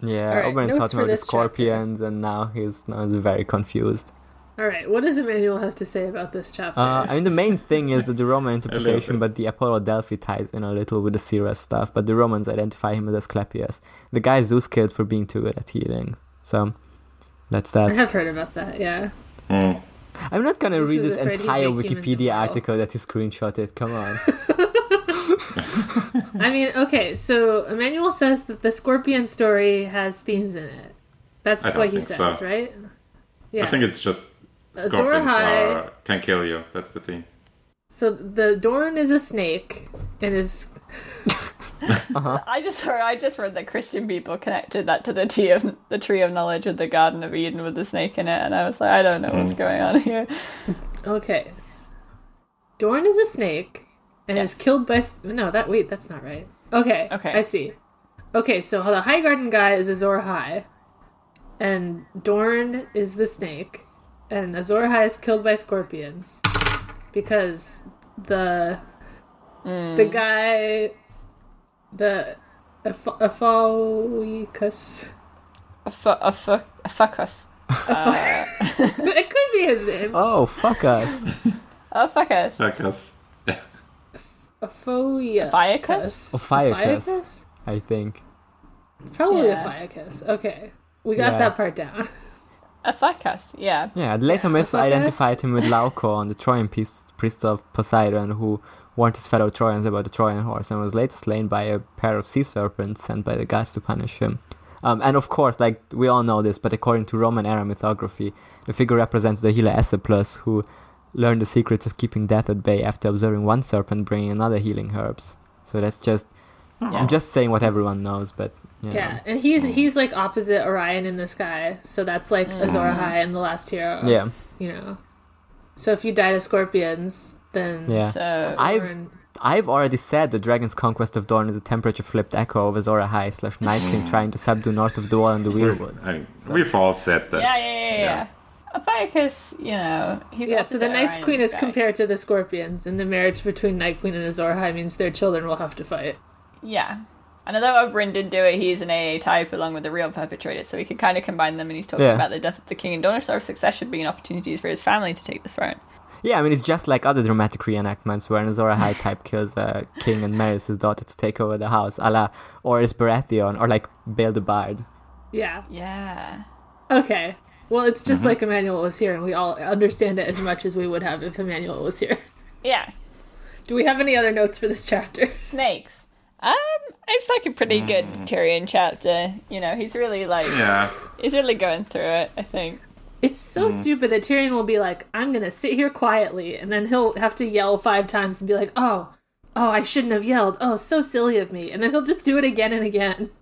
D: Yeah,
B: Alright,
D: Oberyn
B: notes
D: taught
B: for
D: him about the
B: this chapter.
D: scorpions, and now he's now he's very confused.
B: All right, what does Emmanuel have to say about this chapter?
D: Uh, I mean, the main thing is that the Roman
E: little
D: interpretation,
E: bit.
D: but the Apollo Delphi ties in a little with the Cirrus stuff. But the Romans identify him as Asclepius, the guy Zeus killed for being too good at healing. So that's
B: I
D: that.
B: have heard about that. Yeah,
C: Hmm.
E: Mm.
D: I'm not gonna
B: Zeus
D: read
B: was
D: this
B: afraid he'd
D: entire
B: make humans
D: Wikipedia
B: immortal.
D: article that he screenshotted. Come on.
B: I mean, okay, so Emmanuel says that the scorpion story has themes in it. That's
E: I don't
B: what he
E: think so.
B: says, right? Yeah.
E: I think it's just
B: Azor
E: scorpions
B: Ahai.
E: are, can kill you. That's the thing.
B: so the Dorn is a snake and is
C: I just sorry, I just read that Christian people connected that to the tree of the tree of knowledge with the Garden of Eden with the snake in it, and I was like, I don't know what's going on here.
B: okay. Dorn is a snake and
C: Yes.
B: is killed by s- no. That wait, that's not right. Okay.
C: Okay.
B: I see. Okay, so the High Garden guy is Azor High, and Dorn is the snake, and Azor High is killed by scorpions because the
C: Hmm.
B: the guy the Aph- Aphoicus.
C: A fu- a fu- a Uh, fuckus.
B: it could be his name.
D: oh fuck us.
C: A fuckus.
E: I guess.
B: Aphoia.
C: Fiacus?
D: Ophiuchus. I think.
B: Probably
C: Yeah.
B: Aphoicus. Okay, we got
D: Yeah.
B: that part down.
C: A fuckus, yeah.
D: Yeah, later myths
B: Ophiuchus.
D: identified him with Glaucon, the Trojan priest, priest of Poseidon, who warned his fellow Trojans about the Trojan horse and was later slain by a pair of sea serpents sent by the gods to punish him. Um, and of course, like we all know this, but according to Roman era mythography, the figure represents the healer Aesopus, who learned the secrets of keeping death at bay after observing one serpent bringing another healing herbs. So that's just I'm just saying what everyone knows, but you know.
B: Yeah, and
D: Mm.
B: he's he's like opposite Orion in the sky, so that's like Azor High and the Last Hero.
D: Mm. yeah,
B: you know. So if you die to scorpions, than
D: Yeah.
C: So
D: I've
B: Dorne.
D: I've already said that Dragon's Conquest of Dorne is a temperature flipped echo of Azora High slash Night King trying to subdue North of the Wall and the Weirwoods.
E: I mean, we've all said that.
C: yeah, yeah, yeah, yeah. Abacus, you know, he's
B: Yeah,
C: also
B: so the Night's
C: Iron
B: Queen is
C: guy.
B: compared to the Scorpions, and the marriage between Night Queen and Azor High means their children will have to fight.
C: Yeah. And although Oberyn did do it, he's an AA type along with the real perpetrator, so we can kind of combine them. And he's talking
D: Yeah.
C: about the death of the king and Donisar's succession being an opportunity for his family to take the throne.
D: Yeah, I mean it's just like other dramatic reenactments where an Azora High type kills a king and marries his daughter to take over the house, a la Oris Baratheon or like Bale the Bard.
B: Yeah.
C: Yeah.
B: Okay. Well, it's
D: Mm-hmm.
B: just like Emmanuel was here, and we all understand it as much as we would have if Emmanuel was here.
C: Yeah.
B: Do we have any other notes for this chapter?
C: Snakes. Um, it's like a pretty good Tyrion chapter. You know, he's really like
E: Yeah.
C: he's really going through it. I think.
B: It's so
E: Mm-hmm.
B: stupid that Tyrion will be like, I'm gonna sit here quietly, and then he'll have to yell five times and be like, oh, oh, I shouldn't have yelled. Oh, so silly of me. And then he'll just do it again and again.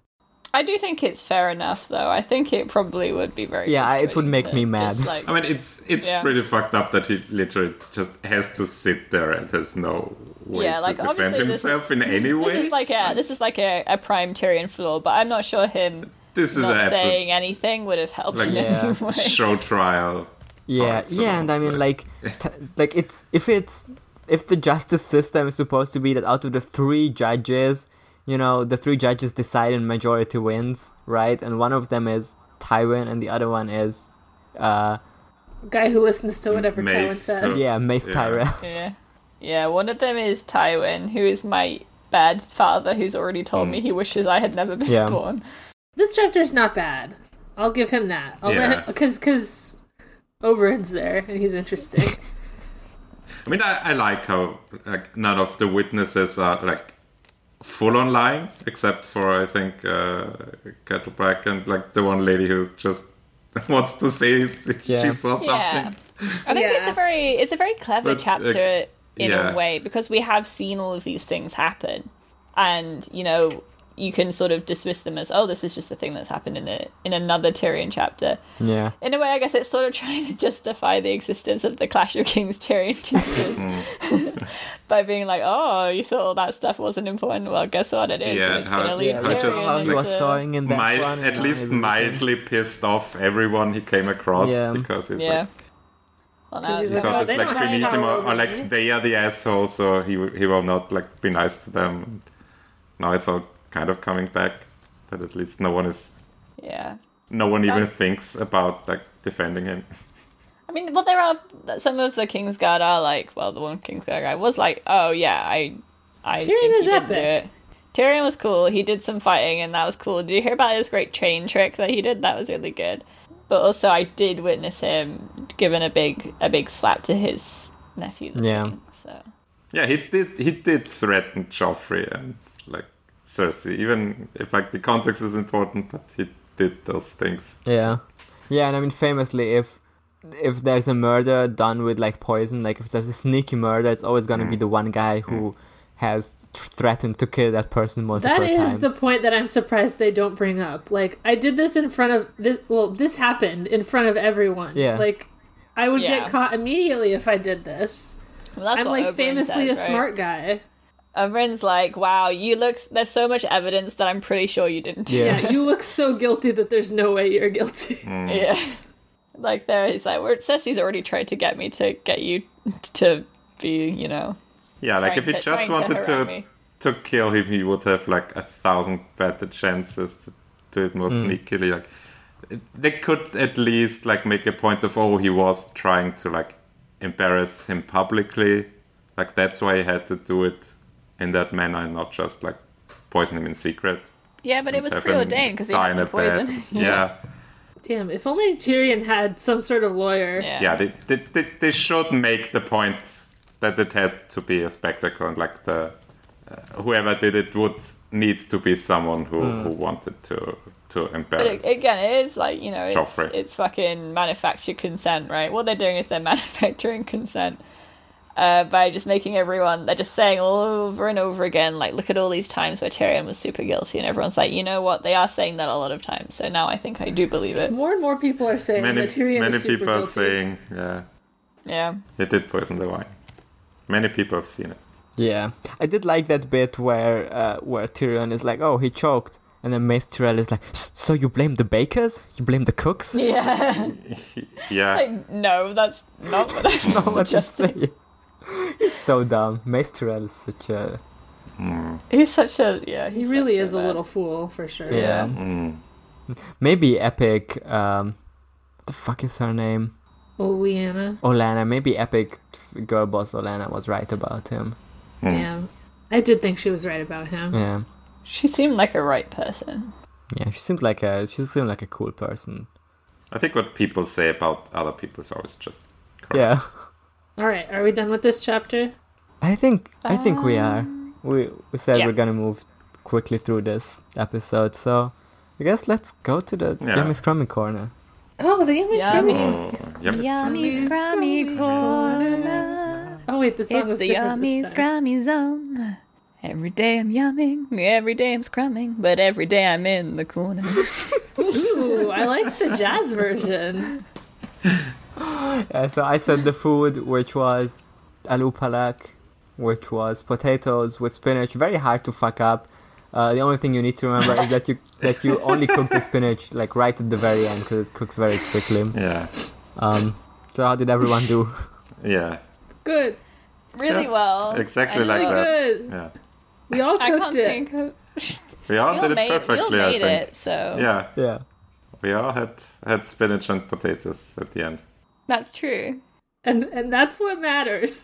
C: I do think it's fair enough, though. I think it probably would be very.
D: Yeah, it would
C: frustrating
D: make
C: to
D: me mad.
C: just, like-
E: I mean, it's it's
C: Yeah.
E: pretty fucked up that he literally just has to sit there and has no way
C: Yeah,
E: to
C: like,
E: defend
C: obviously this-
E: himself in any way.
C: this is like a this is like a, a prime Tyrion flaw, but I'm not sure him
E: This is an
C: not
E: absolute
C: saying anything would have helped
E: Like-
C: in any
D: Yeah.
C: way.
E: show trial.
D: Yeah,
E: Alright, so
D: yeah, and I
E: that's
D: mean, like, t- like it's if it's if the justice system is supposed to be that out of the three judges, you know, the three judges decide and majority wins, right? And one of them is Tywin, and the other one is, uh,
B: Guy who listens to whatever
E: Mace,
B: Tywin says.
E: so-
D: yeah, Mace
E: Yeah.
D: Tyrell.
C: Yeah. Yeah, one of them is Tywin, who is my bad father who's already told
E: Mm.
C: me he wishes I had never been
D: Yeah.
C: born.
B: This chapter's not bad. I'll give him that. I'll
E: Yeah.
B: let because because Oberyn's there and he's interesting.
E: I mean, I, I like how like none of the witnesses are like full on lying, except for I think uh, Kettleback and like the one lady who just wants to say
D: Yeah.
E: she saw something.
C: Yeah. I think it's
B: Yeah.
C: a very it's a very clever
E: But, uh,
C: chapter in
E: yeah.
C: a way because we have seen all of these things happen, and you know you can sort of dismiss them as oh this is just a thing that's happened in the in another Tyrion chapter.
D: Yeah,
C: In a way, I guess it's sort of trying to justify the existence of the Clash of Kings Tyrion chapters by being like, oh, you thought all that stuff wasn't important. Well, guess what? It is.
E: Yeah,
C: and it's
E: how-
C: going to lead
E: yeah,
D: yeah.
E: I
C: Tyrion
E: just-
D: How he
C: into...
D: was sawing in that
E: Mi-
D: one,
E: at
D: and
E: least
D: now he's-
E: mildly pissed off everyone he came across
D: Yeah.
E: because he's
C: Yeah.
E: like,
C: Well,
B: Because
C: now
B: he's
C: it's
E: he
B: like,
C: like,
B: "Oh,
E: thought
B: they
E: it's
B: don't
E: like
B: have
E: beneath him, or,
B: power
E: or
B: over me."
E: like they are the assholes, so he w- he will not like be nice to them. Now it's all kind of coming back that at least no one is
C: yeah.
E: no one even
C: Right.
E: thinks about like defending him.
C: I mean, well, there are some of the Kingsguard are like, well, the one Kingsguard guy was like, oh yeah, I, I.
B: Tyrion
C: think he
B: is
C: did do
B: epic.
C: it. Tyrion was cool. He did some fighting, and that was cool. Did you hear about his great chain trick that he did? That was really good. But also, I did witness him giving a big, a big slap to his nephew. The
D: Yeah.
C: King, so
E: Yeah, he did he did threaten Joffrey and like Cersei, even if like the context is important, but he did those things.
D: Yeah, yeah, and I mean, famously, if if there's a murder done with like poison, like if there's a sneaky murder, it's always gonna be the one guy who has th- threatened to kill that person multiple
B: That is
D: times.
B: the point that I'm surprised they don't bring up. Like I did this in front of this. Well, this happened in front of everyone.
D: Yeah.
B: Like I would
C: Yeah.
B: get caught immediately if I did this.
C: well, that's
B: I'm
C: what
B: like
C: Oberyn
B: famously
C: says,
B: a
C: right?
B: smart guy.
C: Oberyn's like, wow, you look. There's so much evidence that I'm pretty sure you didn't do
D: Yeah.
B: Yeah, you look so guilty that there's no way you're guilty.
E: Mm.
C: Yeah. Like there he's like where it says he's already tried to get me to get you to be, you know.
E: Yeah, like if he
C: trying to- trying
E: just
C: to
E: wanted
C: harangue
E: to
C: me.
E: to kill him, he would have like a thousand better chances to do it more sneakily. Like they could at least like make a point of oh, he was trying to like embarrass him publicly. Like that's why he had to do it in that manner, and not just like poison him in secret.
C: Yeah, but it was
E: Have him
C: preordained because he
E: die
C: had
E: in
C: the
E: a bed.
C: poison.
E: yeah.
B: Damn, if only Tyrion had some sort of lawyer.
C: yeah.
E: yeah they, they, they, they should make the point that it had to be a spectacle and like the uh, whoever did it would needs to be someone who, who wanted to to
C: Hmm. But
E: embarrass
C: it, again, it is like you know, it's
E: Joffrey.
C: it's fucking manufactured consent, right? What they're doing is they're manufacturing consent uh, by just making everyone. They're just saying all over and over again, like, look at all these times where Tyrion was super guilty, and everyone's like, you know what? They are saying that a lot of times, so now I think I do believe it.
B: More and more people are saying
E: many
B: that Tyrion
E: many
B: is super
E: people are
B: guilty.
E: saying yeah
C: Yeah,
E: he did poison the wine Many people have seen it.
D: Yeah, I did like that bit where uh, where Tyrion is like, "Oh, he choked," and then Mace Tyrell is like, "S- "So you blame the bakers? You blame the cooks?"
C: Yeah.
E: Yeah.
C: like, no, that's not what I'm
D: Not what you
C: suggesting.
D: say. He's so dumb. Mace Tyrell is such a
C: He's such a yeah.
B: He
C: he's
B: really
C: such
B: is a
C: bad-
B: little fool for sure.
D: yeah.
E: Mm.
D: Maybe Epic. Um, what the fuck is her name?
B: Oh, Oleana.
D: Olana. Maybe Epic f- girl boss Olana was right about him.
E: Mm.
B: Damn. I did think she was right about him.
D: Yeah,
C: She seemed like a right person.
D: yeah. She seemed like a she seemed like a cool person.
E: I think what people say about other people is always just correct.
D: Yeah.
B: All right, are we done with this chapter?
D: I think I think we are. We we said
C: yeah.
D: we're gonna move quickly through this episode, so I guess let's go to the
E: Yeah.
D: Yummy Scrummy corner.
B: Oh, the Yummy
C: Yeah.
B: Scrummies.
E: Oh, yep.
B: Yummy scrummy
C: corner.
B: Oh wait, the song
C: It's
B: was
C: the
B: different
C: yummy
B: this time.
C: scrummy zone. Every day I'm yumming, every day I'm scrumming, but every day I'm in the corner.
B: Ooh, I liked the jazz version.
D: Uh, so I said the food, which was aloo palak, which was potatoes with spinach. Very hard to fuck up. Uh, the only thing you need to remember is that you that you only cook the spinach like right at the very end because it cooks very quickly.
E: Yeah.
D: Um, so how did everyone do?
E: Yeah.
B: Good,
C: really
E: Yeah,
C: well.
E: Exactly
C: I
E: like
C: know.
E: that.
B: good.
E: Yeah.
B: We all
C: I can't
B: cooked it.
C: think of.
E: We all
C: Bill
E: did it
C: made, Bill
E: perfectly, I
C: made
E: think.
C: it, so
E: Yeah.
D: Yeah,
E: We all had had spinach and potatoes at the end.
C: that's true.
B: And and that's what matters.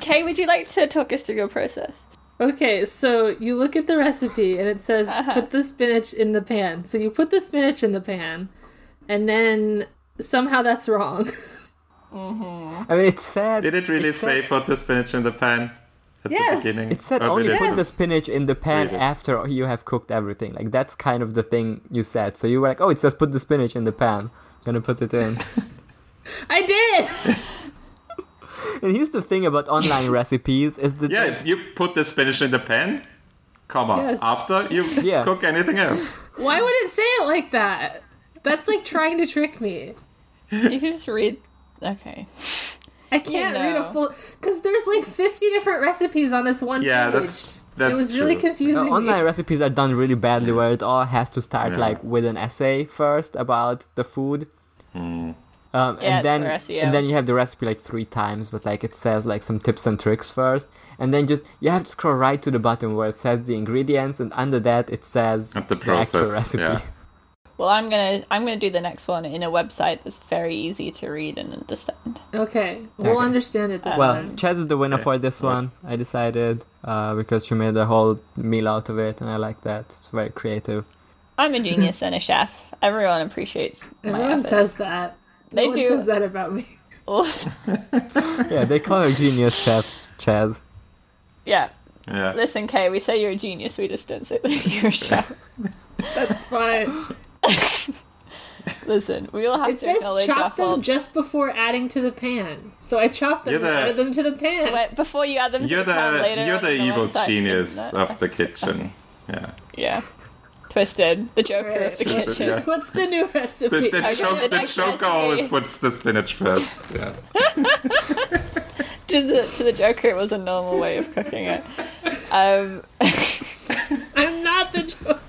C: Kay, would you like to talk us through your process?
B: Okay, so you look at the recipe and it says
C: Uh-huh.
B: put the spinach in the pan. So you put the spinach in the pan, and then somehow that's wrong.
D: I mean it said
E: Did it really say
D: said-
E: put the spinach in the pan at
B: Yes.
E: the beginning?
D: It said
E: Or
D: only
E: did
D: put
E: it
D: the
E: just-
D: spinach in the pan
E: Read it.
D: after you have cooked everything. Like that's kind of the thing you said. So you were like, "Oh, it says put the spinach in the pan." Gonna put it in.
B: I did.
D: and here's the thing about online recipes: is that
E: Yeah, you put the spinach in the pan, comma,
B: Yes.
E: after you
D: Yeah.
E: cook anything else.
B: Why would it say it like that? That's like trying to trick me.
C: You can just read. Okay.
B: I can't
C: know.
B: read a full because there's like 50 different recipes on this one
E: Yeah,
B: page.
E: that's- that's
B: it was really
E: true.
D: the
B: confusing. me.
D: online recipes are done really badly, where it all has to start
E: Yeah.
D: like with an essay first about the food.
E: Hmm.
D: Um,
C: Yeah, it's
D: and then
C: for SEO.
D: and then you have the recipe like three times, but like it says like some tips and tricks first, and then just you have to scroll right to the bottom where it says the ingredients, and under that it says
E: At the
D: actual
E: process,
D: recipe.
E: yeah.
C: Well, I'm gonna I'm gonna do the next one in a website that's very easy to read and understand.
B: Okay, we'll
D: Okay.
B: understand it this
D: Well,
B: time.
D: Chaz is the winner for this one. I decided uh, because she made a whole meal out of it, and I like that. It's very creative.
C: I'm a genius and a chef. Everyone appreciates my
B: Everyone
C: efforts.
B: says that.
C: They
B: no one
C: do.
B: says that about me.
D: Yeah, they call her genius chef Chaz.
C: yeah.
E: Yeah.
C: Listen, Kay, we say you're a genius. We just don't say that you're a chef.
B: That's fine.
C: Listen, we all have
B: It
C: to
B: says
C: acknowledge our
B: chop them
C: faults.
B: just before adding to the pan. So I chopped them
E: You're
B: and
E: the-
B: added them to the pan.
C: Wait, before you add them, to
E: You're
C: pan
E: the
C: later
E: you're
C: on
E: the
C: in
E: evil
C: website,
E: genius
C: isn't it?
E: of the kitchen. Yeah.
C: yeah, twisted the Joker
B: Right.
C: of the
B: Sure,
C: kitchen.
E: yeah.
B: What's the new recipe?
E: The, the, joke, the
C: next
E: joke
C: recipe.
E: always puts the spinach first. Yeah.
C: to the to the Joker, it was a normal way of cooking it. Um,
B: I'm not the joke.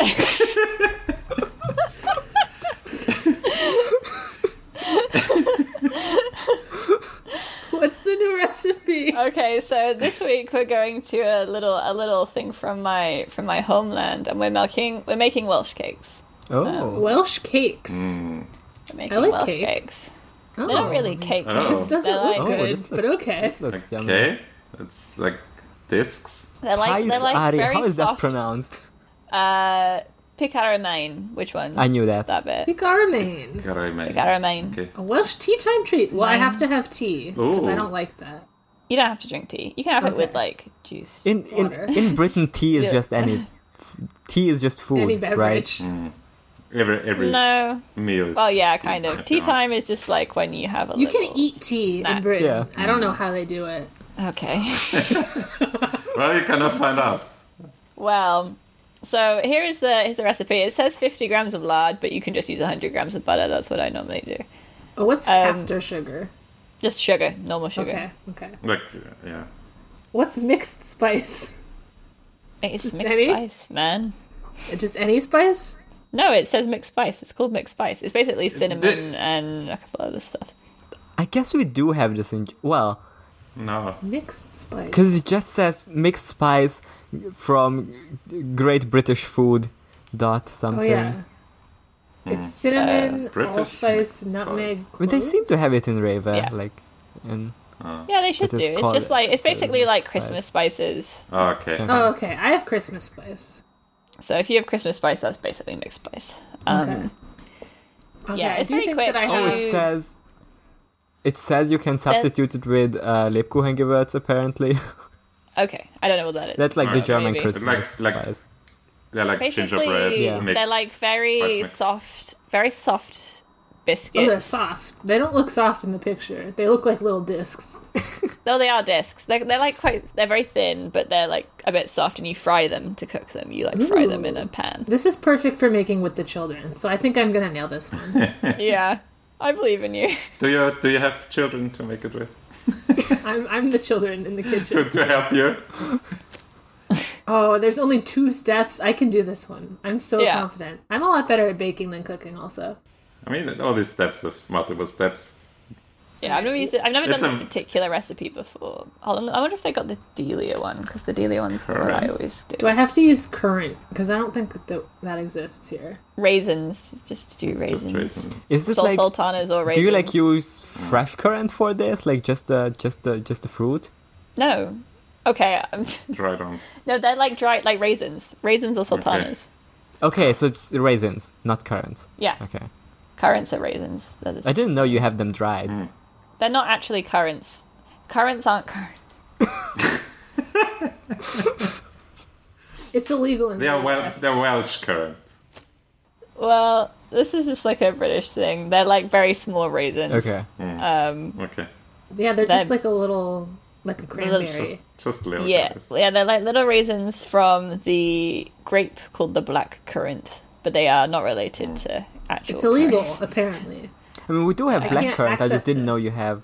B: What's the new recipe?
C: okay, so this week we're going to a little a little thing from my from my homeland, and we're making we're making Welsh cakes.
D: Oh,
B: Welsh cakes.
E: Mm.
C: We're making
B: like
C: Welsh
B: cake.
C: cakes.
B: Oh.
C: They're not really cake
E: Oh.
C: cakes.
B: This doesn't
C: They're
B: look
C: like-
D: oh,
B: good,
D: this
B: but
D: looks-
B: okay.
D: This looks yummy.
E: Okay. It's like discs.
C: They're like
D: Pies
C: they're like
D: Ari-
C: very
D: how is
C: soft.
D: that pronounced?
C: Uh, Picaramain. Which one?
D: I knew that.
C: that bit.
B: Picaramain.
E: Gotta remain.
C: Picaramain.
E: Okay.
B: A Welsh tea time treat. Well, I have to have tea because I
E: Ooh.
B: don't like that.
C: You don't have to drink tea. You can have it with
B: Okay.
C: like juice.
D: In in
B: Water.
D: in Britain, tea is
C: Yeah.
D: just any f- tea is just food,
B: Any
D: right?
B: beverage.
E: Every every
C: no.
E: meal. Is
C: Well, yeah, kind of. Tea
E: Yeah.
C: time is just like when you have a.
B: You can
C: little
B: eat tea
C: snack. Oh,
B: in Britain.
D: Yeah.
B: I don't know how they do it.
C: Okay.
E: Well, you're gonna find out.
C: Well, so here is the here's the recipe. It says 50 grams of lard, but you can just use 100 grams of butter. That's what I normally do.
B: Oh, what's
C: Um,
B: castor sugar?
C: Just sugar, normal sugar.
B: Okay, okay.
E: Like, yeah.
B: What's mixed spice?
C: It's
B: Just
C: mixed
B: any?
C: spice, man.
B: Just any spice?
C: No, it says mixed spice. It's called mixed spice. It's basically cinnamon and a couple other stuff.
D: I guess we do have this in. Well,
E: No.
B: Mixed spice.
D: because it just says mixed spice from Great British Food dot
B: Oh
D: something.
B: yeah.
C: Mm,
B: It's
C: uh,
B: cinnamon,
E: British
B: allspice,
E: mixed
B: nutmeg.
D: But they seem to have it in Rava,
C: Yeah.
D: like, and
E: Oh.
C: Yeah, they should
D: It is
C: do. It's
D: called-
C: just like it's
D: so
C: basically
D: mixed
C: like
D: spice.
C: Christmas spices.
E: Oh, okay.
D: Okay.
B: Oh, okay. I have Christmas spice.
C: So if you have Christmas spice, that's basically mixed spice. Um,
B: Okay. Okay,
C: yeah,
B: I
C: it's
B: do
C: very
B: think
C: quick.
B: that I
C: Oh,
B: have.
D: it
C: Um,
D: says. It says you can substitute it with uh, Lebkuchengewürz. Apparently,
C: Okay, I don't know what that is.
D: that's like the
E: Alright.
D: German
C: Maybe.
D: Christmas
E: Like- like-
D: spice.
E: They're like gingerbread.
C: Basically,
D: Yeah.
E: mixed.
C: they're like very
E: spice mix.
C: soft, very soft biscuits.
B: Oh, they're soft. They don't look soft in the picture. They look like little discs.
C: Though they are discs. They're, they're like quite. They're very thin, but they're like a bit soft, and you fry them to cook them. You like fry them in a pan.
B: This is perfect for making with the children, so I think I'm gonna nail this one.
C: yeah, I believe in you.
E: Do you do you have children to make it with
B: I'm, I'm the children in the kitchen.
E: to, to help you?
B: Oh, there's only two steps. I can do this one. I'm so
C: Yeah.
B: confident. I'm a lot better at baking than cooking, also.
E: I mean, all these steps of multiple steps.
C: Yeah, I've never used it. I've never
E: It's
C: done
E: a-
C: this particular recipe before. Hold on, I wonder if they got the Delia one because the Delia one's what I
E: Alright.
C: always do.
B: Do I have to use currant? Because I don't think that that exists here.
C: raisins, just do
E: Just
C: raisins.
E: raisins.
D: Is this
C: Sol-
D: like?
C: sultanas or raisins?
D: Do you like use fresh currant for this? Like just the just the just the fruit?
C: No. Okay. um,
E: Dried on.
C: no, they're like dry, like raisins, raisins or sultanas.
D: Okay, so it's raisins, not currants.
C: Yeah,
D: Okay,
C: currants are raisins. They're, the-
D: I didn't know you have them dried.
C: they're not actually currants. Currants aren't currants.
B: It's illegal in
E: They are
B: the
E: well.
B: US.
E: They're Welsh currant.
C: Well, this is just like a British thing. They're like very small raisins. Um,
D: Okay,
E: Okay.
B: Yeah, they're just
C: They're-
B: like a little, like a
C: little-
B: cranberry.
E: Just just little.
C: Yeah,
E: guys.
C: yeah, they're like little raisins from the grape called the black currant, but they are not related to actual.
B: It's illegal,
C: currants.
B: apparently.
D: I mean we do have
B: I
D: black
B: can't
D: currant. I
B: access
D: just didn't know
B: this.
D: you have,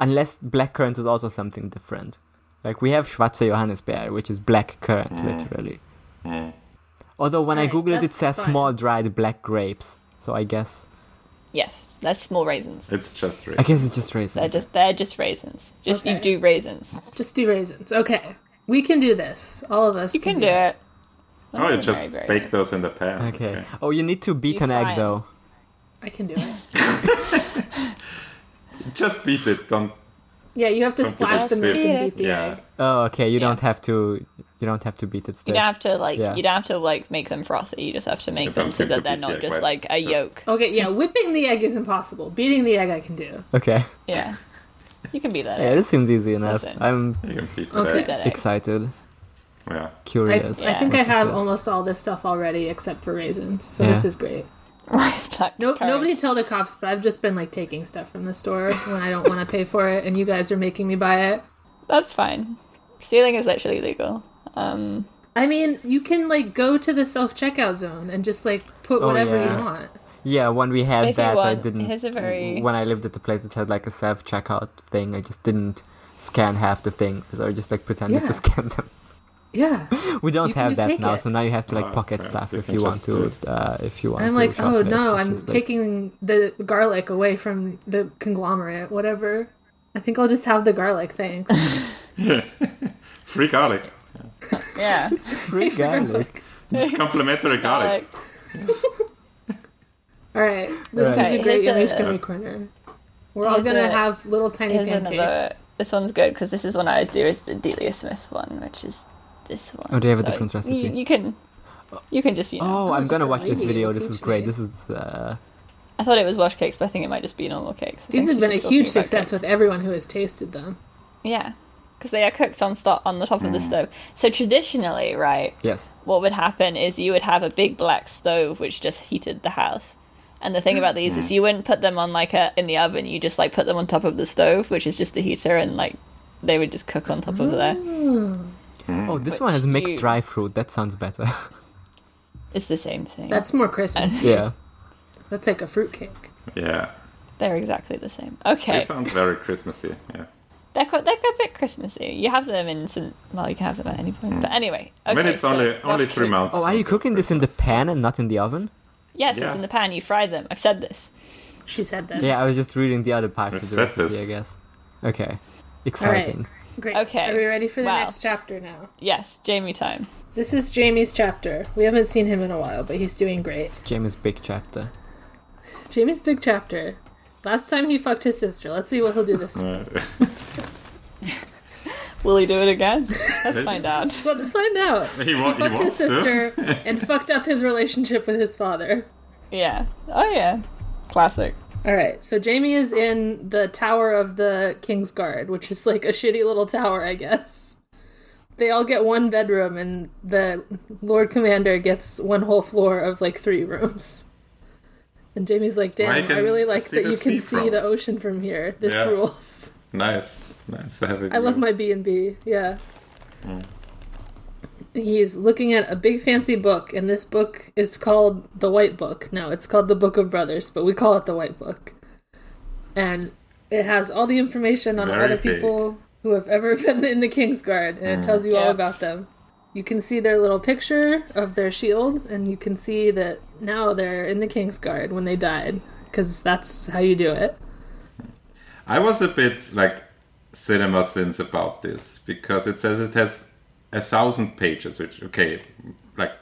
D: unless black currant is also something different. Like we have Schwarze Johannisbeer, which is black currant, literally. Although when I
B: Alright,
D: googled it, it
B: that's
D: says
B: fine.
D: small dried black grapes. So I guess
C: Yes, they're small raisins.
E: It's just
D: I
E: raisins.
D: guess it's just
C: They're
D: raisins.
C: just they're just raisins. Just you
B: Okay.
C: do raisins.
B: Just do raisins. Okay. We can do this. All of us.
C: You can do it.
E: Oh, you just
C: Very, very
E: bake
C: nice.
E: those in the pan.
D: Okay. Oh, you need to beat
C: You
D: an
C: fry
D: egg
C: 'em.
D: though.
B: I can do it.
E: Just beat it. Don't.
B: Yeah, you have to
E: Don't give
B: splash
E: us
B: the milk
E: the-
B: and beat the
E: Yeah.
B: egg.
D: Oh, okay. You
C: Yeah.
D: don't have to. You don't have to beat it
C: You
D: stiff.
C: don't have to like
D: Yeah.
C: you don't have to like make them frothy. You just have to make
E: If
C: them
E: I'm
C: so
E: going to
C: that they're
E: beat
C: not
E: the
C: just
E: egg
C: like
E: whites,
C: a
E: just-
C: yolk.
B: Okay, yeah, whipping the egg is impossible. Beating the egg, I can do.
D: Okay.
C: Yeah, you can be that.
D: Yeah,
C: egg.
D: this seems easy enough.
C: Listen.
D: I'm
E: You can beat
B: Okay.
E: it.
C: That egg.
D: excited,
E: Yeah.
B: I,
D: curious.
B: I think
D: what
B: I
D: this
B: have
D: is.
B: almost all this stuff already except for raisins, so
D: Yeah.
B: this is great.
C: Rice black
B: No,
C: currant.
B: nobody tell the cops, but I've just been like taking stuff from the store when I don't want to pay for it, and you guys are making me buy it.
C: That's fine. Stealing is literally legal. Um,
B: I mean, you can like go to the self checkout zone and just like put
D: Oh,
B: whatever
D: yeah.
B: you want.
D: Yeah, when we had
C: If you
D: that, I
C: want,
D: didn't.
C: here's a very-
D: When I lived at the place that had like a self checkout thing, I just didn't scan half the thing. So I just like pretended
B: Yeah.
D: to scan them.
B: Yeah,
D: We don't
B: You can
D: have
B: just
D: that
B: take
D: now,
B: it.
D: so now you have to like
E: Oh,
D: pocket
E: okay.
D: stuff
E: So you
D: if
E: can
D: you want
E: just do
D: to. Uh, if you want.
B: I'm
D: to
B: like,
D: shop
B: oh
D: there,
B: no,
D: which
B: I'm
D: is, like-
B: taking the garlic away from the conglomerate, whatever. I think I'll just have the garlic, thanks.
E: Free garlic.
C: yeah,
D: free garlic.
E: It's complimentary garlic.
C: Like,
B: All right, this is
D: Right.
B: a
C: Okay,
B: great
C: here's a-
B: image memory corner. We're all
C: Here's
B: gonna
C: a-
B: have little tiny
C: here's
B: pancakes.
C: another. This one's good because this is one I always do is the Delia Smith one, which is this one.
D: Oh, they have a different
C: you-
D: recipe.
C: You, can, you can just you know.
D: Oh, I'm
B: just
D: gonna
B: a
D: watch this
B: lady,
D: video.
B: you
D: This is
B: teach
D: great.
B: me.
D: This is. Uh,
C: I thought it was wash cakes, but I think it might just be normal cakes. I think
B: These have
C: she's
B: been a
C: just talking
B: huge
C: about
B: success
C: cakes.
B: with everyone who has tasted them.
C: Yeah, because they are cooked on sto- on the top of the
D: Mm.
C: stove. So traditionally, right,
D: yes.
C: what would happen is you would have a big black stove which just heated the house. And the thing about these is you wouldn't put them on like a in the oven. You just like put them on top of the stove, which is just the heater, and like they would just cook on top of there.
E: Mm.
D: Oh, this
C: Which
D: one has mixed
C: you-
D: dry fruit. That sounds better.
C: It's the same thing.
B: That's more Christmas.
D: yeah.
B: That's like a fruitcake.
E: Yeah.
C: They're exactly the same. Okay.
E: It sounds very Christmassy. Yeah.
C: They're quite, they're a bit Christmassy. You have them in some. Well, you can have them at any point. But anyway.
E: I
C: Okay,
E: mean, it's
C: so
E: only
C: that's
E: only three
C: cute.
E: months.
D: Oh, are you
E: until
D: cooking this in the
E: Christmas.
D: pan and not in the oven?
C: Yes,
E: Yeah.
C: it's in the pan. You fry them. I've said this.
B: She said this.
D: Yeah, I was just reading the other parts
E: We've
D: of the
E: said
D: recipe,
E: this.
D: I guess. Okay. Exciting.
B: Great.
C: Okay.
B: Are we ready for the
C: Wow.
B: next chapter now?
C: Yes, Jamie time.
B: This is Jamie's chapter. We haven't seen him in a while, but he's doing great.
D: Jamie's big chapter.
B: Jamie's big chapter. Last time he fucked his sister. Let's see what he'll do this time.
E: Uh,
C: Will he do it again? Let's find out.
B: Let's find out.
E: he, wa- he
B: Fucked his
E: wants to.
B: sister and fucked up his relationship with his father.
C: Yeah. Oh, yeah. Classic.
B: All right, so Jamie is in the tower of the King's Guard, which is like a shitty little tower, I guess. They all get one bedroom, and the Lord Commander gets one whole floor of like three rooms. And Jamie's like,
E: Well, you
B: "Damn, I
E: can
B: really like
E: see
B: that
E: the
B: you can
E: sea
B: see
E: from-
B: the ocean from here. This
E: Yeah.
B: rules."
E: Nice, nice to have it.
B: I love my B and B. Yeah.
E: Mm.
B: He's looking at a big fancy book, and this book is called the White Book. No, it's called the Book of Brothers, but we call it the White Book. And it has all the information
E: It's
B: on
E: very
B: all the people who have ever been in the Kingsguard, and it
E: Mm.
B: tells you all
C: Yeah.
B: about them. You can see their little picture of their shield, and you can see that now they're in the Kingsguard when they died, because that's how you do it.
E: I was a bit like cinema sins about this because it says it has a thousand pages, which okay, like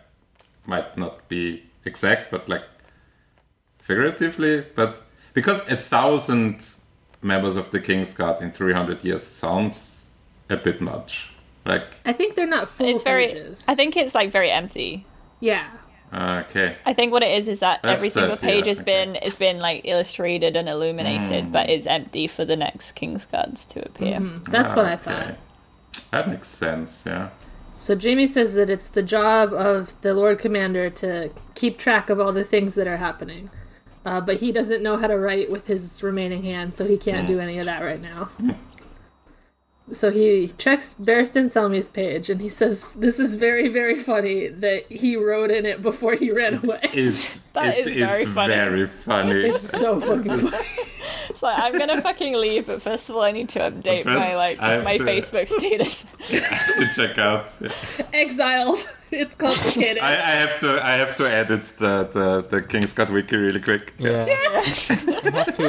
E: might not be exact, but like figuratively, but because a thousand members of the King's Guard in three hundred years sounds a bit much. Like
B: I think they're not full
C: it's very.
B: pages.
C: I think it's like very empty.
B: yeah.
E: okay,
C: I think what it is is that
E: That's
C: every
E: the-
C: single page
E: yeah,
C: has been has been like illustrated and illuminated,
E: Mm.
C: but it's empty for the next King's Guards to appear.
B: That's what I
E: Ah, okay.
B: thought.
E: That makes sense. Yeah.
B: So Jamie says that it's the job of the Lord Commander to keep track of all the things that are happening. Uh, but he doesn't know how to write with his remaining hand, so he can't do any of that right now. So he checks Barristan Selmy's page and he says, This is very, very funny that he wrote in it before he ran away.
E: Is
C: That
E: it
C: is very funny.
E: very funny.
B: It's so fucking funny.
C: It's like I'm gonna fucking leave, but first of all, I need to update
E: But first,
C: my like
E: I have
C: my
E: to-
C: Facebook status.
E: to check out.
B: Exiled. It's complicated.
E: I, I have to I have to edit the the, the King's Cut Wiki really quick.
D: Yeah. you have to.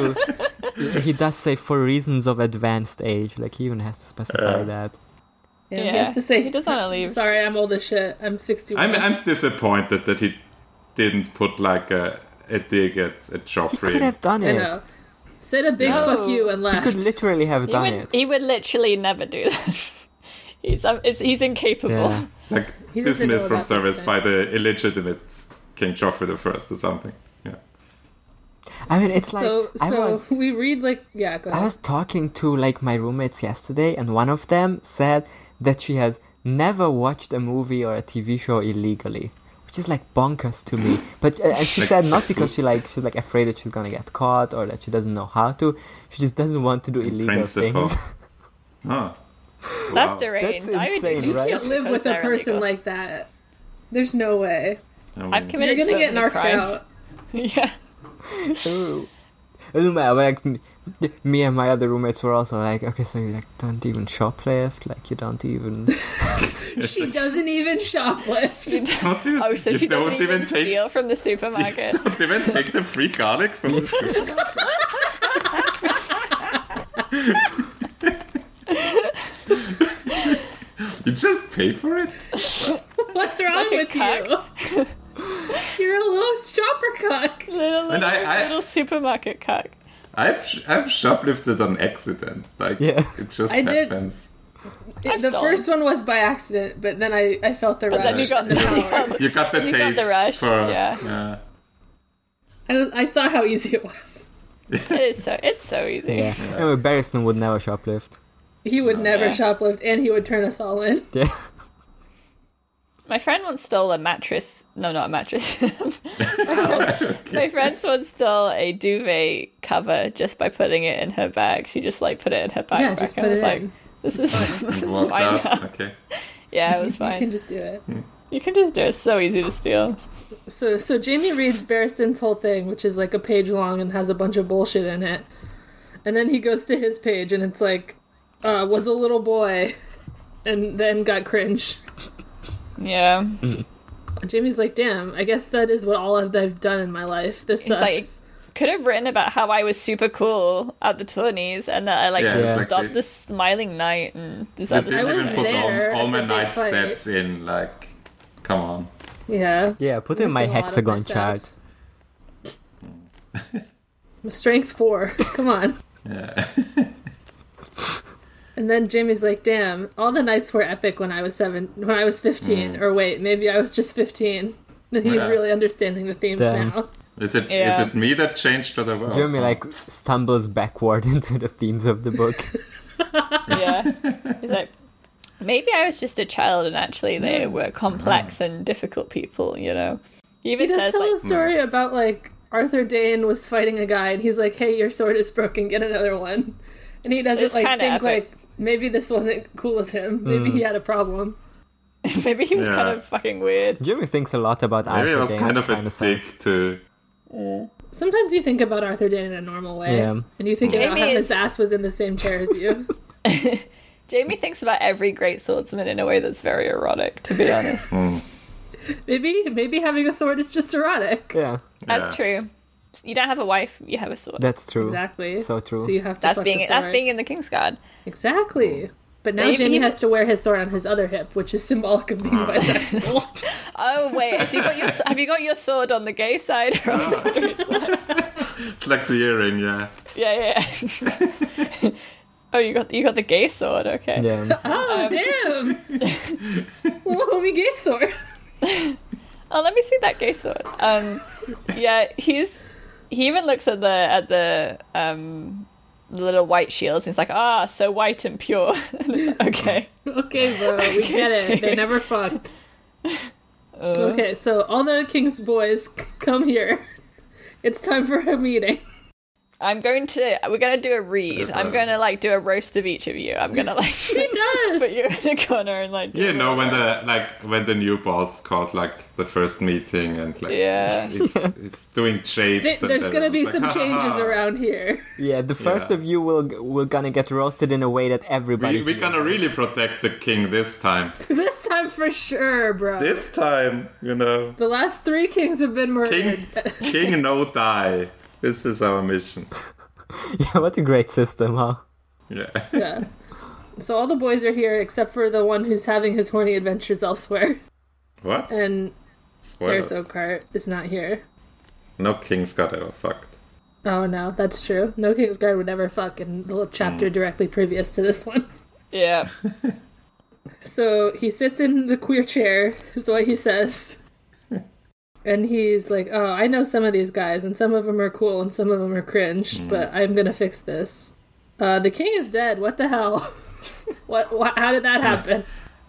D: He does say for reasons of advanced age. Like, he even has to specify
E: Uh,
D: that.
B: yeah, He
C: Yeah.
B: has to say,
C: He does wanna leave.
B: Sorry, I'm old as shit. I'm 61.
E: I'm I'm disappointed that he didn't put like a a dig at, at Joffrey.
D: Could have done
B: I
D: it.
B: know. Said a big
C: No.
B: fuck you and
D: He
B: left.
D: could literally have
C: He
D: done
C: would,
D: it.
C: he would literally never do that. he's um, it's, he's incapable.
D: Yeah.
E: like
B: He doesn't know
E: dismissed from
B: about
E: service
B: this
E: by the illegitimate King Joffrey the First or something. Yeah.
D: I mean, it's like.
B: so
D: I
B: so
D: was.
B: we read like yeah go
D: I
B: ahead.
D: was talking to like my roommates yesterday, and one of them said that she has never watched a movie or a TV show illegally, which is like bonkers to me. But uh, and she said not because she like she's like afraid that she's gonna get caught or that she doesn't know how to. She just doesn't want to do illegal
E: Principle.
D: things.
E: Oh.
C: That's
E: Wow.
C: deranged.
D: That's
C: I would do
D: insane,
C: things
D: right?
B: can't
C: just
B: live
C: because
B: with a
C: they're
B: person
C: illegal.
B: like that there's no way
E: Um,
C: I've
B: you're
C: committed
B: gonna
C: so
B: get
C: many
B: narked
C: crimes.
B: out
C: Yeah.
D: Ooh. It doesn't matter. Like m- me and my other roommates were also like, okay, so you like don't even shoplift, like you don't even.
B: she doesn't even shoplift
E: Don't even,
C: Oh, so
E: you
C: she
E: don't
C: doesn't even,
E: take
C: steal from the
E: you
C: supermarket.
E: don't even take the free garlic from the soup. you just pay for it?
B: what's wrong
C: Like a
B: with you you're a little shopper cock
C: little
E: And
C: little,
E: I- I-
C: little supermarket cuck.
E: I've sh- I've shoplifted on accident. Like
D: Yeah.
E: it just
B: I did.
E: happens.
B: the
C: stolen.
B: first one was by accident but then i, I felt the
C: Then you
B: rush
C: got the
E: You got the
C: You got
E: taste
C: the rush,
E: for
C: yeah.
E: yeah.
B: I, was- I saw how easy it was
C: It is so it's so easy.
D: Yeah. Anyway, Barristan would never shoplift.
B: he would never
C: Oh, Yeah.
B: shoplift and he would turn us all in
D: Yeah.
C: My friend once stole a mattress. No, not a mattress. my, friend, my friend once stole a duvet cover just by putting it in her bag. She just like put it in her backpack.
B: yeah just
C: and
B: put
C: was
B: it
C: like,
B: in
C: This is, this is
E: You walked
C: mine
E: out.
C: now.
E: Okay.
C: Yeah, it was
B: you can
C: fine.
B: just do it
C: You can just do it. It's so easy to steal.
B: So so Jamie reads Barristan's whole thing, which is like a page long and has a bunch of bullshit in it. And then he goes to his page and it's like uh, was a little boy and then got cringe.
C: Yeah.
B: And Jamie's like, "Damn, I guess that is what all I've, I've done in my life. This
C: He's
B: sucks."
C: like- Could have written about how I was super cool at the tourneys and that I like
E: Yeah,
D: Yeah.
C: stopped
E: exactly.
C: the smiling night and this
E: They
C: other
E: didn't
B: was
E: even
C: stuff.
E: put
B: there
E: all, all
B: at
E: my
B: the big
E: knife
B: fight.
E: stats in. Like, come on.
B: yeah.
D: Yeah, put in
B: Missed
D: my
B: a lot of
D: hexagon
B: stats.
D: chart.
B: Strength four. Come on.
E: Yeah.
B: And then Jamie's like, "Damn, all the nights were epic when I was seven, when I was
D: Mm.
B: fifteen, or wait, maybe I was just fifteen. And he's
E: Yeah.
B: really understanding the themes
D: Damn.
B: now.
E: Is it is
C: Yeah.
E: it me that changed or the world?
D: Jeremy like stumbles backward into the themes of the book.
C: Yeah. He's like, maybe I was just a child and actually they were complex and difficult people, you know? He
B: He
C: even
B: does
C: says,
B: tell
C: like,
B: a story
D: mm.
B: about like Arthur Dane was fighting a guy, and he's like, "Hey, your sword is broken. Get another one." And he doesn't
C: It's
B: like
C: kinda
B: think
C: epic.
B: like maybe this wasn't cool of
D: Mm.
B: him. Maybe he had a problem.
C: maybe he was
E: Yeah.
C: kind of fucking weird.
D: Jeremy thinks a lot about
E: Maybe I
D: Arthur
E: was
D: Dane,
E: kind
D: it's
E: of a
D: kinda
E: dick
D: sus.
E: to.
B: Sometimes you think about Arthur Dane in a normal way,
D: Yeah.
B: and you think about
C: Jamie
B: how
C: is-
B: his ass was in the same chair as you.
C: Jamie thinks about every great swordsman in a way that's very erotic, to be honest.
B: maybe maybe having a sword is just erotic.
D: Yeah,
C: That's
E: Yeah.
C: true. You don't have a wife, you have a sword.
D: that's true.
B: Exactly.
D: So true.
B: So you have to.
C: that's
B: fuck
C: being
B: the
C: that's
B: sword.
C: being in the King's Guard.
B: Exactly. But now
C: They
B: Jamie
C: even-
B: has to wear his sword on his other hip, which is symbolic of being bisexual.
C: Oh wait, have you got your have you got your sword on the gay side or on the straight side?
E: It's like the earring, yeah.
C: Yeah, yeah. yeah. oh, you got you got the gay sword. Okay.
D: Yeah.
B: oh, damn! Whoa, we gay sword.
C: Oh, let me see that gay sword. Um, yeah, he's he even looks at the at the um the little white shields and he's like, ah, so white and pure. okay.
B: Okay, bro, we get it. They never fucked. Okay, so all the king's boys, c- come here. It's time for a meeting.
C: I'm going to we're gonna do a read. I'm gonna like do a roast of each of you. I'm gonna like
B: He does.
C: put you in a corner and like do
E: You
C: a
E: know
C: little
E: when
C: roast.
E: the like when the new boss calls like the first meeting and like
C: Yeah.
E: it's, it's doing
B: Th-
E: shapes. and
B: There's gonna
E: everyone's
B: be
E: like,
B: some
E: "Ha, ha,
B: changes
E: ha."
B: around here.
D: Yeah, the first
E: Yeah.
D: of you will will gonna get roasted in a way that everybody.
E: We, we're gonna really protect the king this time.
B: This time for sure, bro.
E: this time, you know,
B: The last three kings have been murdered.
E: king, king no die. This is our mission.
D: Yeah, what a great system, huh?
E: Yeah.
B: Yeah. So all the boys are here except for the one who's having his horny adventures elsewhere.
E: What?
B: And
E: Spoilers.
B: There's Oakheart Uh, is not here.
E: No king's got ever fucked.
B: Oh no, that's true. No Kingsguard would ever fuck in the chapter directly previous to this one.
C: Yeah.
B: So he sits in the queer chair, is what he says. and he's like, Oh, I know some of these guys, and some of them are cool and some of them are cringe, but I'm gonna fix this. Uh, the king is dead. What the hell? what, what? How did that happen?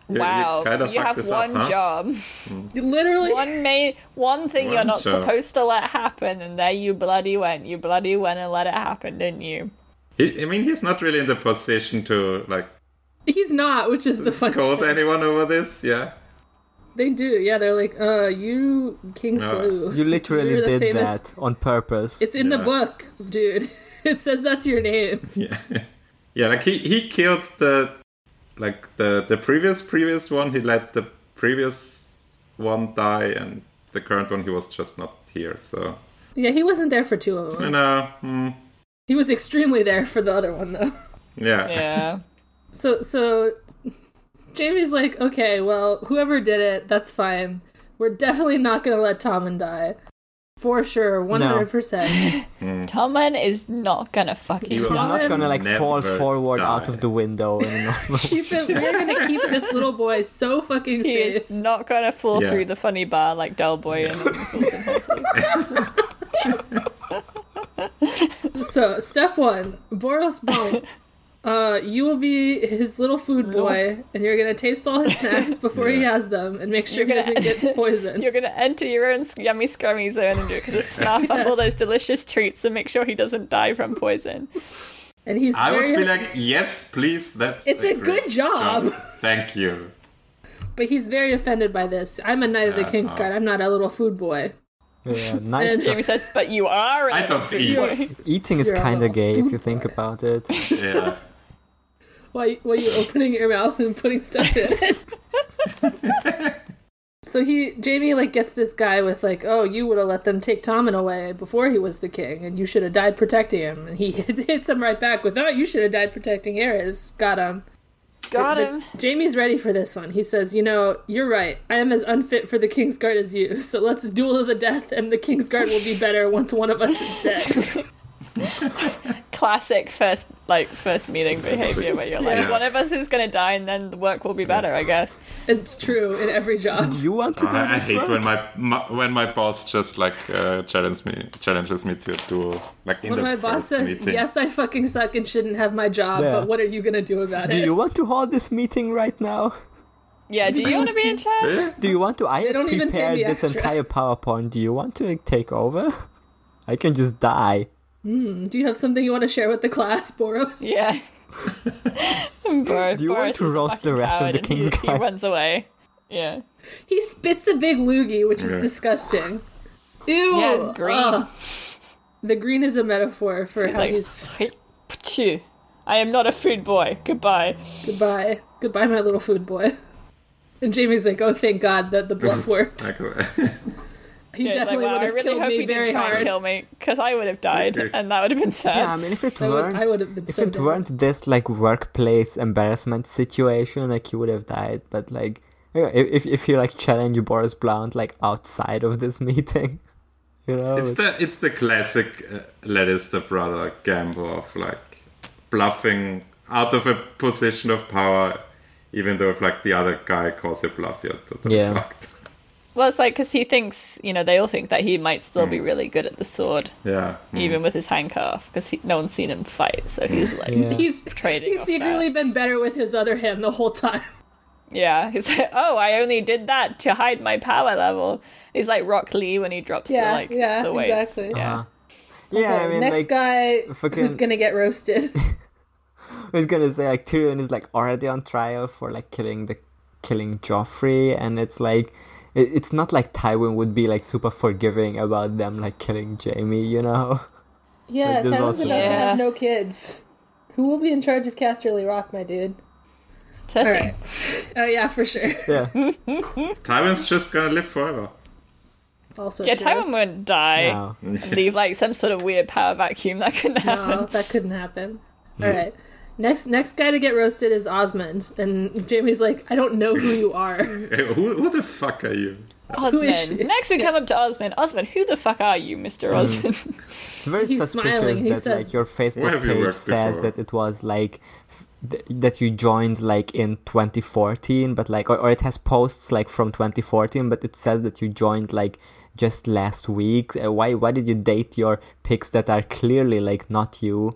E: you
C: Wow. You,
E: kinda fucked
C: have
E: this up,
C: one
E: huh?
C: job.
B: Literally,
C: one may one thing you're
E: One
C: not
E: job.
C: supposed to let happen and there you bloody went you bloody went and let it happen didn't you
E: He, I mean, he's not really in the position to like
B: he's not, which is the funny.
E: scold
B: thing.
E: anyone over this. Yeah.
B: They do, yeah. They're like, uh, you King
E: No.
B: Slew.
D: You literally
B: You're the
D: did
B: famous-
D: that on purpose.
B: It's in the
E: Yeah.
B: book, dude. It says that's your name.
E: Yeah, yeah. Like he he killed the like the the previous previous one. He let the previous one die, and the current one he was just not here. So
B: Yeah, he wasn't there for two of them.
E: you know, hmm,
B: He was extremely there for the other one, though.
E: yeah.
C: yeah
B: So, so Jamie's like, okay, well, whoever did it, that's fine. We're definitely not gonna let Tommen die, for sure, one hundred percent.
C: tommen is not gonna fucking
E: He
D: He's
E: will
B: Tom-
D: not gonna like
E: Never
D: fall forward
E: die.
D: out of the window in a normal
B: Keep it. We're gonna keep this little boy so fucking
C: he
B: safe.
C: is not gonna fall
E: Yeah.
C: through the funny bar like Del Boy and
B: So, step one, Boros Bone. Uh, you will be his little food boy, and you're gonna taste all his snacks before he
E: Yeah.
B: has them, and make sure
C: You're
B: he
C: gonna-
B: doesn't get poisoned.
C: you're gonna enter your own sc- yummy scrummy zone and you're gonna snuff up all those delicious treats and make sure he doesn't die from poison
B: and he's
E: I would
B: very
E: be like, yes, please. That's
B: It's a
E: great
B: good job."
E: Thank you.
B: But he's very offended by this. I'm a knight of the
E: Yeah, uh-huh.
B: king's
E: no.
B: guard. I'm not a little food boy.
D: Yeah, nice.
B: And-
D: stuff.
C: Jamie says, but you are.
E: I
C: an
E: don't
C: adopted
E: eat.
C: boy."
D: Eating is
B: You're a
D: kind of
B: little
D: gay if
B: food
D: you think about it.
E: Yeah.
B: Why why you opening your mouth and putting stuff in it? so he Jamie like gets this guy with like, oh, you would have let them take Tommen away before he was the king, and you should have died protecting him. And he hits him right back with, oh, you should have died protecting Ares. Got him.
C: Got
B: But
C: him.
B: Jamie's ready for this one. He says, You know, you're right. I am as unfit for the King's Guard as you, so let's duel to the death, and the King's Guard will be better once one of us is dead.
C: Classic first, like first meeting behavior where you're like,
E: Yeah.
C: one of us is going to die, and then the work will be better, I guess.
B: it's true in every job.
D: You want to do
E: Oh, I, I
D: this
E: hate
D: work?
E: when my, my when my boss just like uh, challenges me challenges me to a duel like in
B: When
E: the
B: my boss
E: first
B: says,
E: meeting.
B: Yes, I fucking suck and shouldn't have my job,
D: Yeah.
B: but what are you gonna do about
D: Do
B: it?
D: you want to hold this meeting right now?
C: Yeah. Do you want to be in charge?
D: Do you want to? I
B: don't even pay
D: prepared
B: me
D: this
B: extra.
D: entire PowerPoint. Do you want to like, take over? I can just die.
B: Do you have something you want to share with the class, Boros?
C: Yeah. Bor-
D: Do you want
C: Boris
D: to
C: is a
D: roast
C: fucking
D: the rest of
C: coward
D: the
C: and
D: King's
C: he, He
D: Guard?
C: runs away. Yeah.
B: He spits a big loogie, which is
E: Yeah.
B: disgusting. Ew!
C: Yeah, it's green.
B: Ugh. The green is a metaphor for how
C: Like,
B: he's
C: "Phew, I am not a food boy. Goodbye.
B: Goodbye. Goodbye, my little food boy. And Jamie's like, oh, thank God that the bluff worked.
E: Like,
B: He
C: Yeah, it's
B: definitely
C: like, wow,
B: would
C: I
B: have
C: really
B: killed
C: hope
B: me
C: he
B: very
C: didn't try
B: hard.
C: and kill me because I would have died, and that would have been sad.
D: Yeah, I mean, if it
B: I would-
D: weren't,
B: I would have been
D: if
B: so
D: it
B: dead.
D: weren't this like workplace embarrassment situation, like you would have died. But like, you know, if if- if you like challenge Boris Blount like outside of this meeting, you know,
E: it's
D: like-
E: the it's the classic uh, let is the brother gamble of like bluffing out of a position of power, even though if like the other guy calls you bluff, you're totally
D: Yeah.
E: fucked.
C: Well, it's like because he thinks, you know, they all think that he might still
D: Hmm.
C: be really good at the sword,
E: Yeah, mm.
C: even with his handcuff, because no one's seen him fight. So he's like,
D: Hmm. Yeah.
C: yeah,
B: He's
C: Trading
B: he's
C: off
B: secretly been better with his other hand the whole time.
C: he's like, oh, I only did that to hide my power level. He's like Rock Lee when he drops
B: Yeah,
C: the like
B: yeah,
C: the weight.
B: exactly.
D: Uh-huh.
C: Yeah,
D: yeah. I
B: Okay,
D: mean,
B: next
D: like,
B: guy
D: fucking-
B: who's gonna get roasted.
D: I was gonna say like Tyrion is like already on trial for like killing the killing Joffrey, and it's like it, it's not like Tywin would be like super forgiving about them like killing Jamie, you know.
B: yeah,
D: Like, there's
B: Tywin's
D: also-
B: about to
C: Yeah.
B: have no kids. Who will be in charge of Casterly Rock, my dude?
C: Cersei.
B: All right. Oh yeah, for sure.
D: Yeah,
E: Tywin's just gonna live forever.
B: Also,
C: Yeah,
B: true.
C: Tywin wouldn't die.
D: No.
C: and Leave like some sort of weird power vacuum that couldn't happen.
B: No, that couldn't happen.
D: Hmm.
B: All right. Next, next guy to get roasted is Osmond, and Jamie's like, I don't know who you are.
E: Hey, who who the fuck are you?
B: is
C: Osman.
B: she?
C: Next, we come up to Osman. Osman, who the fuck are you, Mister
D: Hmm.
C: Osman?
D: it's very
B: He's
D: suspicious
B: smiling, he
D: that
B: says,
D: like your
E: Where
D: Facebook
E: have you
D: page
E: worked
D: says
E: before?
D: that it was like. f- Th- that you joined like in 2014 but like or, or it has posts like from 2014 but it says that you joined like just last week uh, why why did you date your pics that are clearly like not you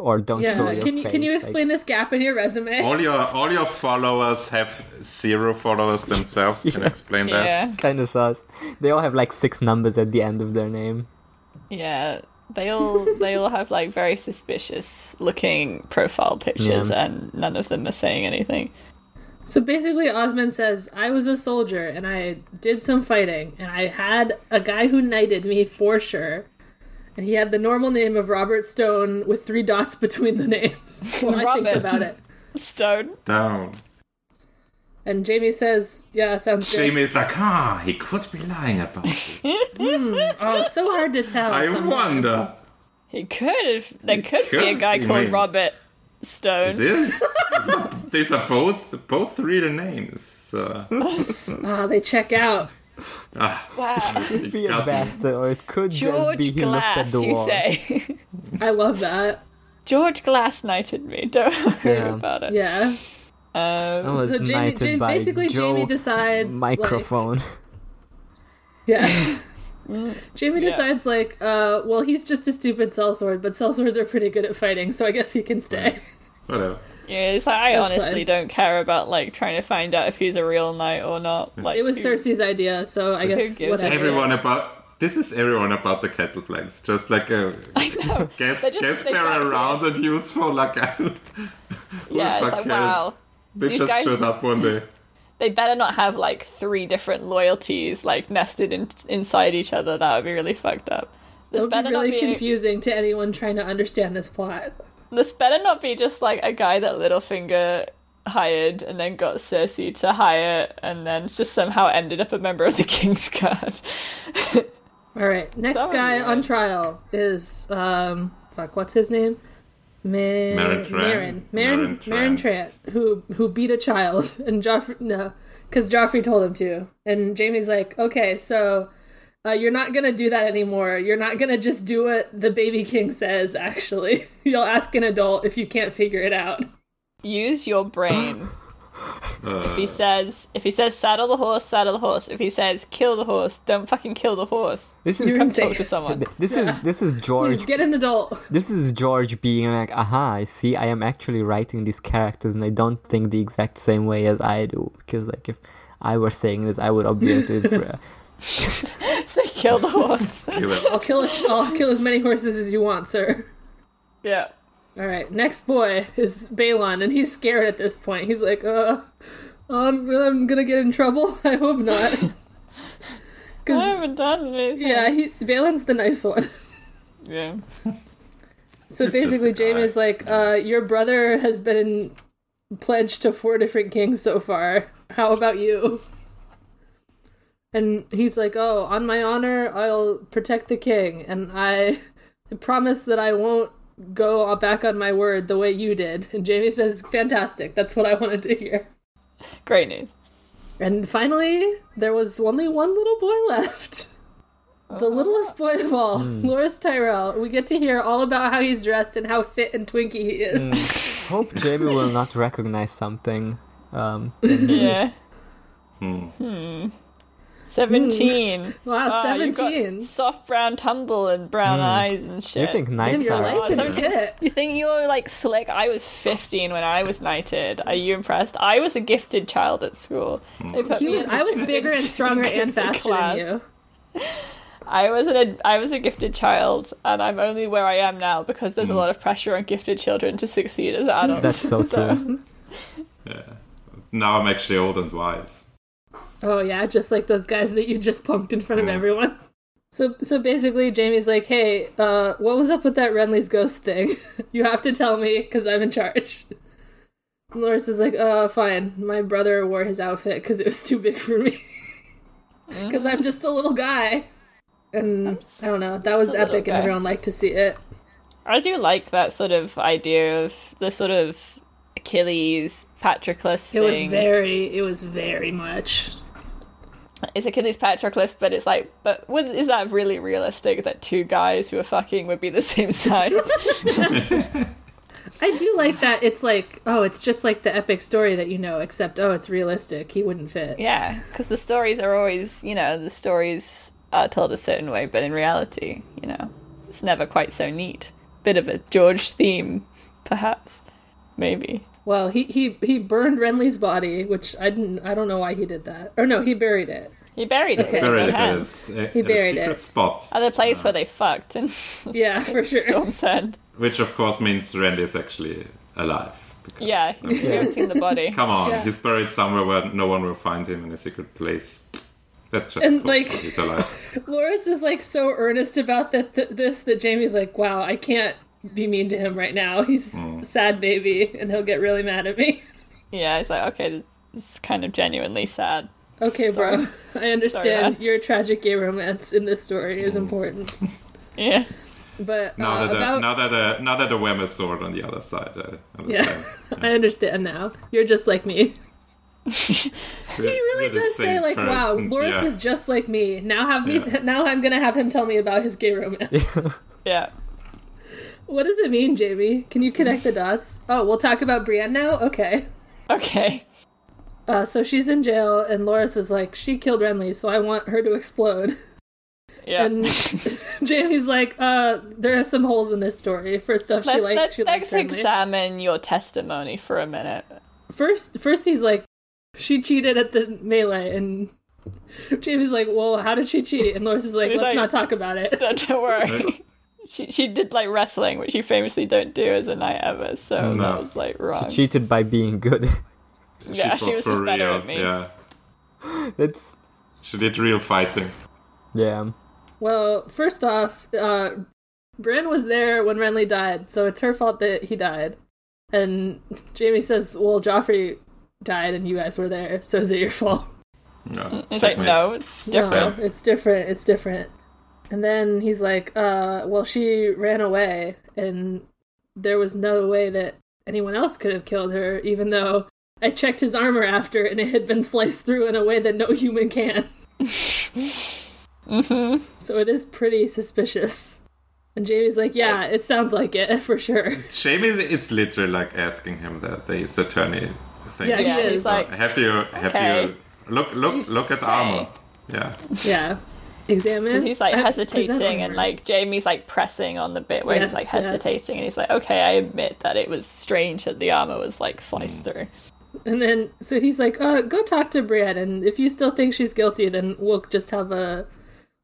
D: or don't show
B: Yeah.
D: your
B: Can you can
D: face,
B: you
D: like-
B: explain this gap in your resume?
E: All your all your followers have zero followers themselves. Can I explain that?
C: yeah,
D: kind of sus. They all have like six numbers at the end of their name.
C: yeah. They all they all have like very suspicious looking profile pictures,
D: Yeah.
C: and none of them are saying anything.
B: So basically, Osmond says, I was a soldier and I did some fighting, and I had a guy who knighted me for sure. And he had the normal name of Robert Stone with three dots between the names. Well, I think
C: Robert.
B: about it.
C: Stone.
E: Down.
B: And Jamie says, Yeah, sounds good.
E: Jamie's like, ah, he could be lying about this.
B: Oh, so hard to tell.
E: I
B: sometimes.
E: wonder.
C: He could have. There could, be a
E: could
C: guy
E: be,
C: called
E: man.
C: Robert Stone.
E: This, these are both both real names. So
B: Oh, they check out.
E: ah,
C: Wow,
E: you
D: Be a
E: got me.
D: bastard, or it could just be
C: George
D: he
C: Glass,
D: looked at the
C: you
D: wall.
C: say?
B: I love that.
C: George Glass knighted me. Don't worry
D: Yeah. Oh.
C: about it.
B: Yeah.
D: I
C: Um,
D: was
B: So Jamie,
D: knighted
B: Jamie
D: by
B: basically
D: Joe
B: Jamie decides like-
D: microphone.
B: yeah. Jamie
C: Yeah.
B: decides like, uh, well, he's just a stupid sellsword, but sellswords are pretty good at fighting, so I guess he can stay.
E: Whatever.
C: yeah, it's like I
B: That's
C: honestly
B: fine.
C: don't care about like trying to find out if he's a real knight or not.
D: Hmm.
C: Like
B: It was
C: who-
B: Cersei's idea, so I guess
C: gives a
B: whatever.
C: shit?
E: Everyone about this is everyone about the kettle planes. Just like a
C: I know.
E: guess
C: They just-
E: guess
C: they
E: they're
C: got-
E: around and useful. Like who the
C: Yeah, it's
E: fuck
C: like
E: cares?
C: wow.
E: They
C: These
E: just
C: guys-
E: showed up one day.
C: they better not have like three different loyalties like nested in, inside each other. That would be really fucked up. This
B: It'll be
C: better
B: really
C: not be
B: confusing to anyone trying to understand this plot.
C: this better not be just like a guy that Littlefinger hired and then got Cersei to hire and then just somehow ended up a member of the King's Guard.
B: All right, next
C: That would
B: guy
C: be
B: on
C: weird.
B: trial is um fuck, what's his name? Ma- Marin
E: Tran.
B: Marin Marin
E: Marin
B: Marin Trant, who who beat a child, and Joffrey no, because Joffrey told him to, and Jamie's like, okay, so. Uh, you're not gonna do that anymore. You're not gonna just do what the baby king says. Actually, you'll ask an adult if you can't figure it out.
C: Use your brain. if
B: Uh.
C: he says if he says saddle the horse, saddle the horse. If he says kill the horse, don't fucking kill the horse.
D: This
B: You're
D: is
C: Come talk
B: insane.
C: to someone.
D: this is this is
B: Please
D: George.
B: get an adult.
D: This is George being like, aha, I see. I am actually writing these characters, and I don't think the exact same way as I do. Because like, if I were saying this, I would obviously. uh,
C: Say kill the horse.
E: You will.
B: I'll kill. A, I'll kill as many horses as you want, sir.
C: yeah.
B: All right, next boy is Balon, and he's scared at this point. He's like, uh, I'm, I'm gonna get in trouble. I hope not.
C: I
B: Because,
C: haven't done anything.
B: yeah, he, Balon's the nice one.
C: Yeah.
B: So basically,
E: a guy.
B: Jamie's like, uh, your brother has been pledged to four different kings so far. How about you? And he's like, oh, on my honor, I'll protect the king, and I promise that I won't go back on my word the way you did. And Jamie says, fantastic, that's what I wanted to hear.
C: Great news.
B: And finally, there was only one little boy left.
C: Oh.
B: The littlest boy of all, Loris Tyrell. We get to hear all about how he's dressed and how fit and twinky he is.
D: hope Jamie will not recognize something. Um,
C: Yeah. hmm. Seventeen.
B: Wow,
C: Wow, Ah, you got
B: 17.
C: soft brown tumble and brown eyes and shit.
D: Hmm. you think
B: Damn,
D: knights
B: your
D: are?
B: life is
C: 17.
B: fit.
C: You think you're like slick? I was 15 when I was knighted. Are you impressed? I was a gifted child at school.
D: Hmm.
C: They put
B: He
C: me
B: was,
C: in
B: I was
C: the
B: bigger and stronger and
C: gifted
B: faster
C: class.
B: than you.
C: I was an ad- I was a gifted child, and I'm only where I am now because there's a lot of pressure on gifted children to succeed
B: Hmm.
C: as adults.
D: Hmm. That's so true.
E: Yeah. Now I'm actually old and wise.
B: Oh yeah, just like those guys that you just punked in front of everyone. So so basically, Jamie's like, "Hey, uh, what was up with that Renly's ghost thing? you have to tell me because I'm in charge." And Loris is like, "Uh, fine. My brother wore his outfit because it was too big for me. Because I'm just a little guy." And I don't know. That was
C: a little
B: epic, and
C: guy.
B: everyone liked to see it.
C: I do like that sort of idea of the sort of Achilles Patroclus
B: It was
C: thing.
B: very, it was very much.
C: it's Achilles Patroclus, but it's like, but would, is that really realistic that two guys who are fucking would be the same size?
B: I do like that. It's like, oh, it's just like the epic story that you know, except oh, it's realistic. He wouldn't fit.
C: yeah, because the stories are always, you know, the stories are told a certain way, but in reality, you know, it's never quite so neat. Bit of a George theme, perhaps, maybe.
B: Well, he he he burned Renly's body, which I didn't. I don't know why he did that. Or no, he buried it.
C: He buried it.
B: Okay.
C: with his own
E: Buried it Ah. at a,
C: hands.
E: s- at
B: He
E: a
B: buried
E: secret
B: it.
E: spot.
C: Other place where they fucked and
B: Yeah, for sure.
C: Storm's End.
E: Which of course means Randy is actually alive. because-
C: Yeah, we haven't seen the body.
E: Come on,
B: Yeah.
E: he's buried somewhere where no one will find him in a secret place. That's just
B: And,
E: cool.
B: like-
E: he's alive.
B: Loris is like so earnest about that th- this that Jamie's like, wow, I can't be mean to him right now. He's
E: Mm.
B: sad baby, and he'll get really mad at me.
C: Yeah, it's like, okay, this is kind of genuinely sad.
B: Okay, bro, I understand
C: Dad.
B: your tragic gay romance in this story is important,
C: Yeah.
B: but
E: Now
B: uh,
E: Mm. that the
B: about
E: now that the now that the Wemmer sword on the other side, I understand.
B: I understand now. You're just like me.
E: We're-
B: He really
E: we're the
B: does say
E: same
B: like, "Wow,
E: person.
B: Loris
E: Yeah.
B: is just like me." Now have me.
E: Yeah.
B: now I'm gonna have him tell me about his gay romance.
C: Yeah.
B: What does it mean, Jamie? Can you connect the dots? Oh, we'll talk about Brienne now? Okay.
C: Okay.
B: Uh, so she's in jail, and Loris is like, she killed Renly, so I want her to explode.
C: Yeah.
B: And Jamie's like, uh, there are some holes in this story. First off, she
C: let's
B: like,
C: let's
B: she likes
C: next
B: Renly.
C: examine your testimony for a minute.
B: First, first he's like, she cheated at the melee, and Jamie's like, well, how did she cheat? And Loris is like,
C: He's
B: let's
C: like-
B: not talk about it.
C: Don't, don't worry. she she did like wrestling, which you famously don't do as a knight ever, so
E: No.
C: that was like wrong.
D: Cheated by being good.
C: Yeah, she
E: fought
C: was
E: for
C: just
E: real.
C: better at me.
E: Yeah,
D: That's
E: she did real fighting.
D: yeah.
B: Well, first off, uh, Bran was there when Renly died, so it's her fault that he died. And Jamie says, "Well, Joffrey died, and you guys were there, so is it your fault?"
E: No,
C: He's like,
E: checkmate.
C: no, Mm, it's different.
E: Yeah.
B: No, it's different. It's different. And then he's like, uh, well, she ran away, and there was no way that anyone else could have killed her, even though I checked his armor after and it had been sliced through in a way that no human can.
C: Mm-hmm.
B: So it is pretty suspicious. And Jamie's like, yeah, it sounds like it, for sure.
E: Jamie is literally like asking him that the his attorney thing.
B: Yeah,
C: Yeah,
B: he
C: he's
B: is.
C: like,
E: Have you? Have
C: Okay.
E: you? Look! Look!
C: You
E: look at
C: say.
E: armor. Yeah.
B: Yeah. Examine.
C: he's like
B: I-
C: hesitating
B: present
C: and
B: armor.
C: like Jamie's like pressing on the bit where
B: Yes,
C: he's like
B: yes.
C: hesitating and he's like, okay, I admit that it was strange that the armor was like sliced
E: Mm.
C: through.
B: And then, so he's like, "Uh, go talk to Brienne, and if you still think she's guilty, then we'll just have a,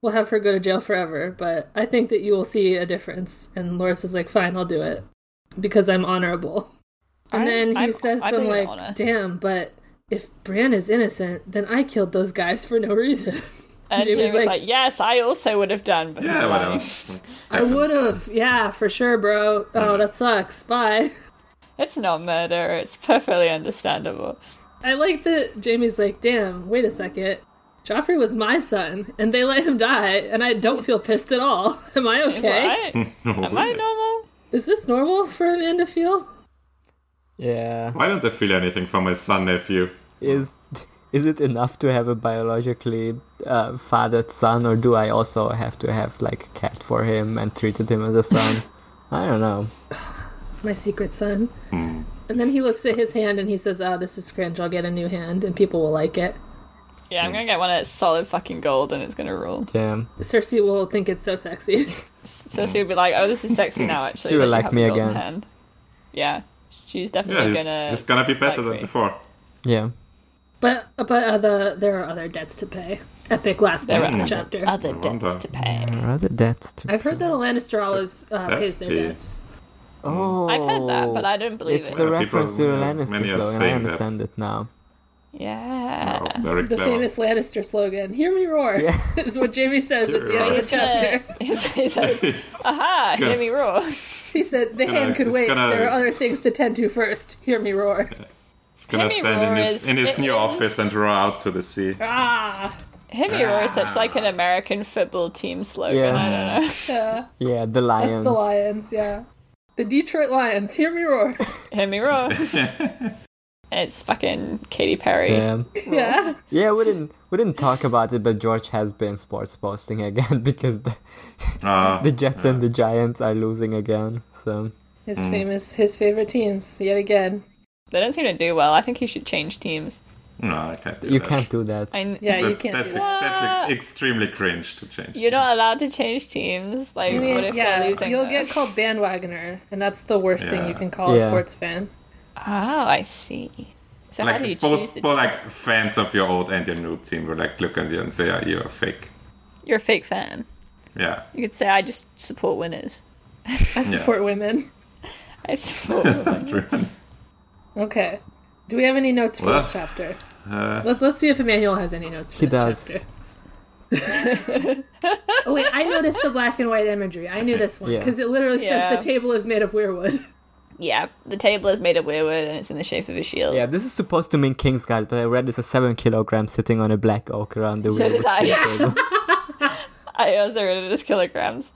B: we'll have her go to jail forever. But I think that you will see a difference." And Loris is like, "Fine, I'll do it, because I'm honorable." And
C: I'm-
B: then he
C: I'm-
B: says
C: I
B: some
C: believe in
B: like,
C: honor.
B: "Damn, but if Brienne is innocent, then I killed those guys for no reason.
C: And
B: Jamie's
C: Jamie's like,
B: like-
C: yes, I also would have done, but
E: Yeah.
C: why?"
E: Whatever.
B: I would have, yeah, for sure, bro. Oh, that sucks. Bye."
C: it's not murder. It's perfectly understandable.
B: I like that Jamie's like, damn, wait a second. Joffrey was my son, and they let him die, and I don't feel pissed at all. Am I
C: It's
B: okay?
C: like, am I normal?
B: Is this normal for a man to feel?
D: Yeah.
E: Why don't I feel anything for my son nephew?
D: Is is it enough to have a biologically uh, fathered son, or do I also have to have like cared for him and treated him as a son? I don't know.
B: My secret son. And then he looks at his hand and he says, oh, this is cringe. I'll get a new hand, and people will like it.
C: Yeah, I'm gonna get one that's solid fucking gold and it's gonna rule.
D: Yeah,
B: Cersei will think it's so sexy.
C: So she would be like, oh, this is sexy now, actually.
D: Mm. She would
C: that you
D: like
C: have
D: me
C: a golden
D: again.
C: Hand. Yeah, she's
E: Yeah,
C: definitely
E: he's,
C: gonna.
E: he's gonna be better
C: like
E: than
C: me.
E: before.
D: yeah.
B: but but uh, the, there are other debts to pay. Epic last
C: There are
B: night
C: other-
B: chapter.
C: Other
E: wonder.
C: debts to pay.
D: Rather that's too.
B: I've heard that Alanis uh,
E: That
B: pays their
E: is-
B: debts.
D: Oh,
C: I've heard that, but I don't believe
D: It's
C: it.
D: the
E: Yeah,
D: reference
E: people-
D: to the
E: yeah,
D: Lannister
E: many are
D: slogan. I
E: saying that.
D: understand it now.
C: Yeah.
E: Oh, very
B: The
E: clever.
B: famous Lannister slogan, "Hear me roar,"
D: Yeah.
B: is what Jamie says
E: Hear
B: at
E: me
B: the end of
E: roar.
B: this chapter.
C: He's- he's like, Aha!
E: gonna-
C: Hear me roar.
B: He said, "The
E: gonna-
B: hand could
E: it's
B: wait.
E: gonna-
B: There are other things to tend to first. Hear me roar."
E: He's gonna
C: Henry
E: stand in
C: Roar
E: his
C: is-
E: in his
C: it
E: new
C: is-
E: office and roar out to the sea.
B: ah,
C: Hear me roar is such like an American football team slogan.
D: Ah. Yeah.
C: I don't know.
B: yeah,
D: Yeah, the
B: Uh, that's
D: lions.
B: the Lions. Yeah, the Detroit Lions. Hear me roar.
C: Hear me roar. it's fucking Katy Perry.
D: yeah,
B: yeah,
D: yeah. We didn't we didn't talk about it, but George has been sports posting again because the,
E: Ah,
D: the Jets and the Giants are losing again. So
B: his
E: Mm.
B: famous, his favorite teams yet again.
C: They don't seem to do well. I think you should change teams.
E: no, I can't do
D: you
E: that.
D: can't do that.
C: I kn-
B: Yeah, you
E: That-
B: can't
E: that's, e-,
B: do that.
E: that's extremely cringe to change.
C: You're not allowed to change teams. Like,
B: I mean,
C: what if
B: yeah,
C: they're losing?
B: you'll
C: though?
B: get called bandwagoner, and that's the worst thing you
E: Yeah.
B: can call a
D: Yeah.
B: sports fan.
C: Oh, I see. So how do you
E: like
C: choose
E: both,
C: the
E: both like fans of your old and your new team will like look at you and say, "Yeah, you're a fake."
C: You're a fake fan.
E: Yeah,
C: You could say I just support winners.
B: I support women.
C: I support. winners.
B: Okay. Do we have any notes for
E: Well,
B: this chapter? Let, let's see if Emmanuel has any notes for
D: He
B: this
D: does.
B: chapter. oh wait, I noticed the black and white imagery. I knew this one
D: Yeah.
B: because it literally
C: Yeah.
B: says the table is made of weirwood.
C: yeah, the table is made of weirwood and it's in the shape of a shield.
D: yeah, this is supposed to mean Kingsguard, but I read this as seven kilograms sitting on a black oak around the
C: So
D: wheel.
C: did I. I also read it as kilograms.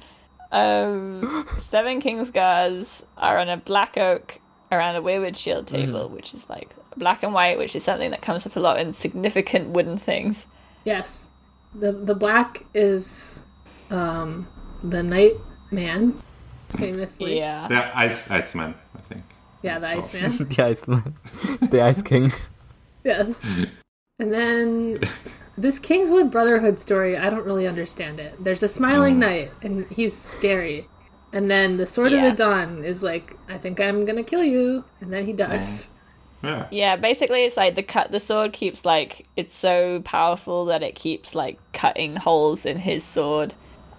C: Um, seven king's guards are on a black oak around a weirwood shield table, which is like black and white, which is something that comes up a lot in significant wooden things.
B: Yes, the the black is um, the night man, famously.
C: Yeah.
E: they're ice iceman, I think.
B: yeah, the Iceman.
D: the Iceman. It's the Ice King.
B: yes. And then this Kingswood Brotherhood story, I don't really understand it. There's a smiling knight, and he's scary. And then the Sword
C: Yeah.
B: of the Dawn is like, I think I'm gonna kill you, and then he does.
E: Yeah,
C: Yeah, basically it's like the cut the sword keeps like it's so powerful that it keeps like cutting holes in his sword.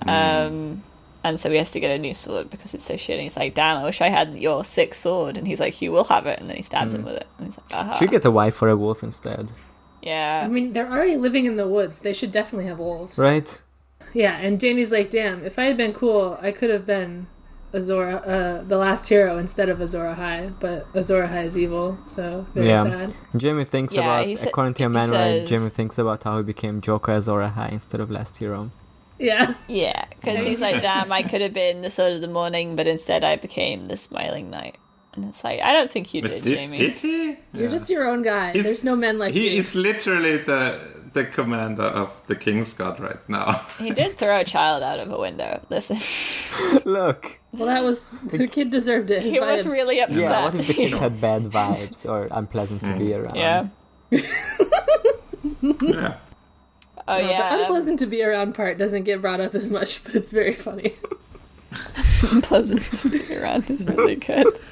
C: Um and so he has to get a new sword because it's so shitty. He's like, "Damn, I wish I had your sick sword." And he's like, "You will have it." And then he stabs him with it. And he's like, "Aha!"
D: Should get a wife for a wolf instead,
B: I
C: yeah,
B: mean, they're already living in the woods. They should definitely have wolves.
D: right?
B: Yeah, and Jamie's like, damn, if I had been cool, I could have been Azora, uh, the last hero instead of Azora High, but Azora High is evil, so very
D: Yeah.
B: sad.
D: Jamie thinks
C: Yeah,
D: about,
C: he sa-
D: according to
C: he
D: Emmanuel,
C: says-
D: Jamie thinks about how he became Joker as Aura High instead of Last Hero.
B: Yeah.
C: yeah. Because he's like, "Damn, I could have been the sword of the morning, but instead I became the smiling knight." And it's like, I don't think you
E: But
C: did,
E: did,
C: Jamie.
E: did he?
B: You're just your own guy.
E: He's-
B: There's no men like
E: He
B: you.
E: is literally the the commander of the King's Guard right now.
C: He did throw a child out of a window. Listen,
D: Look,
B: Well, that was the kid deserved it. His
C: he was
B: vibes.
C: really upset.
D: yeah, what if the kid had bad vibes or unpleasant to be around?
C: Yeah.
E: yeah.
C: Oh
B: Uh,
C: yeah.
B: The unpleasant to be around part doesn't get brought up as much, but it's very funny.
C: unpleasant to be around is really good.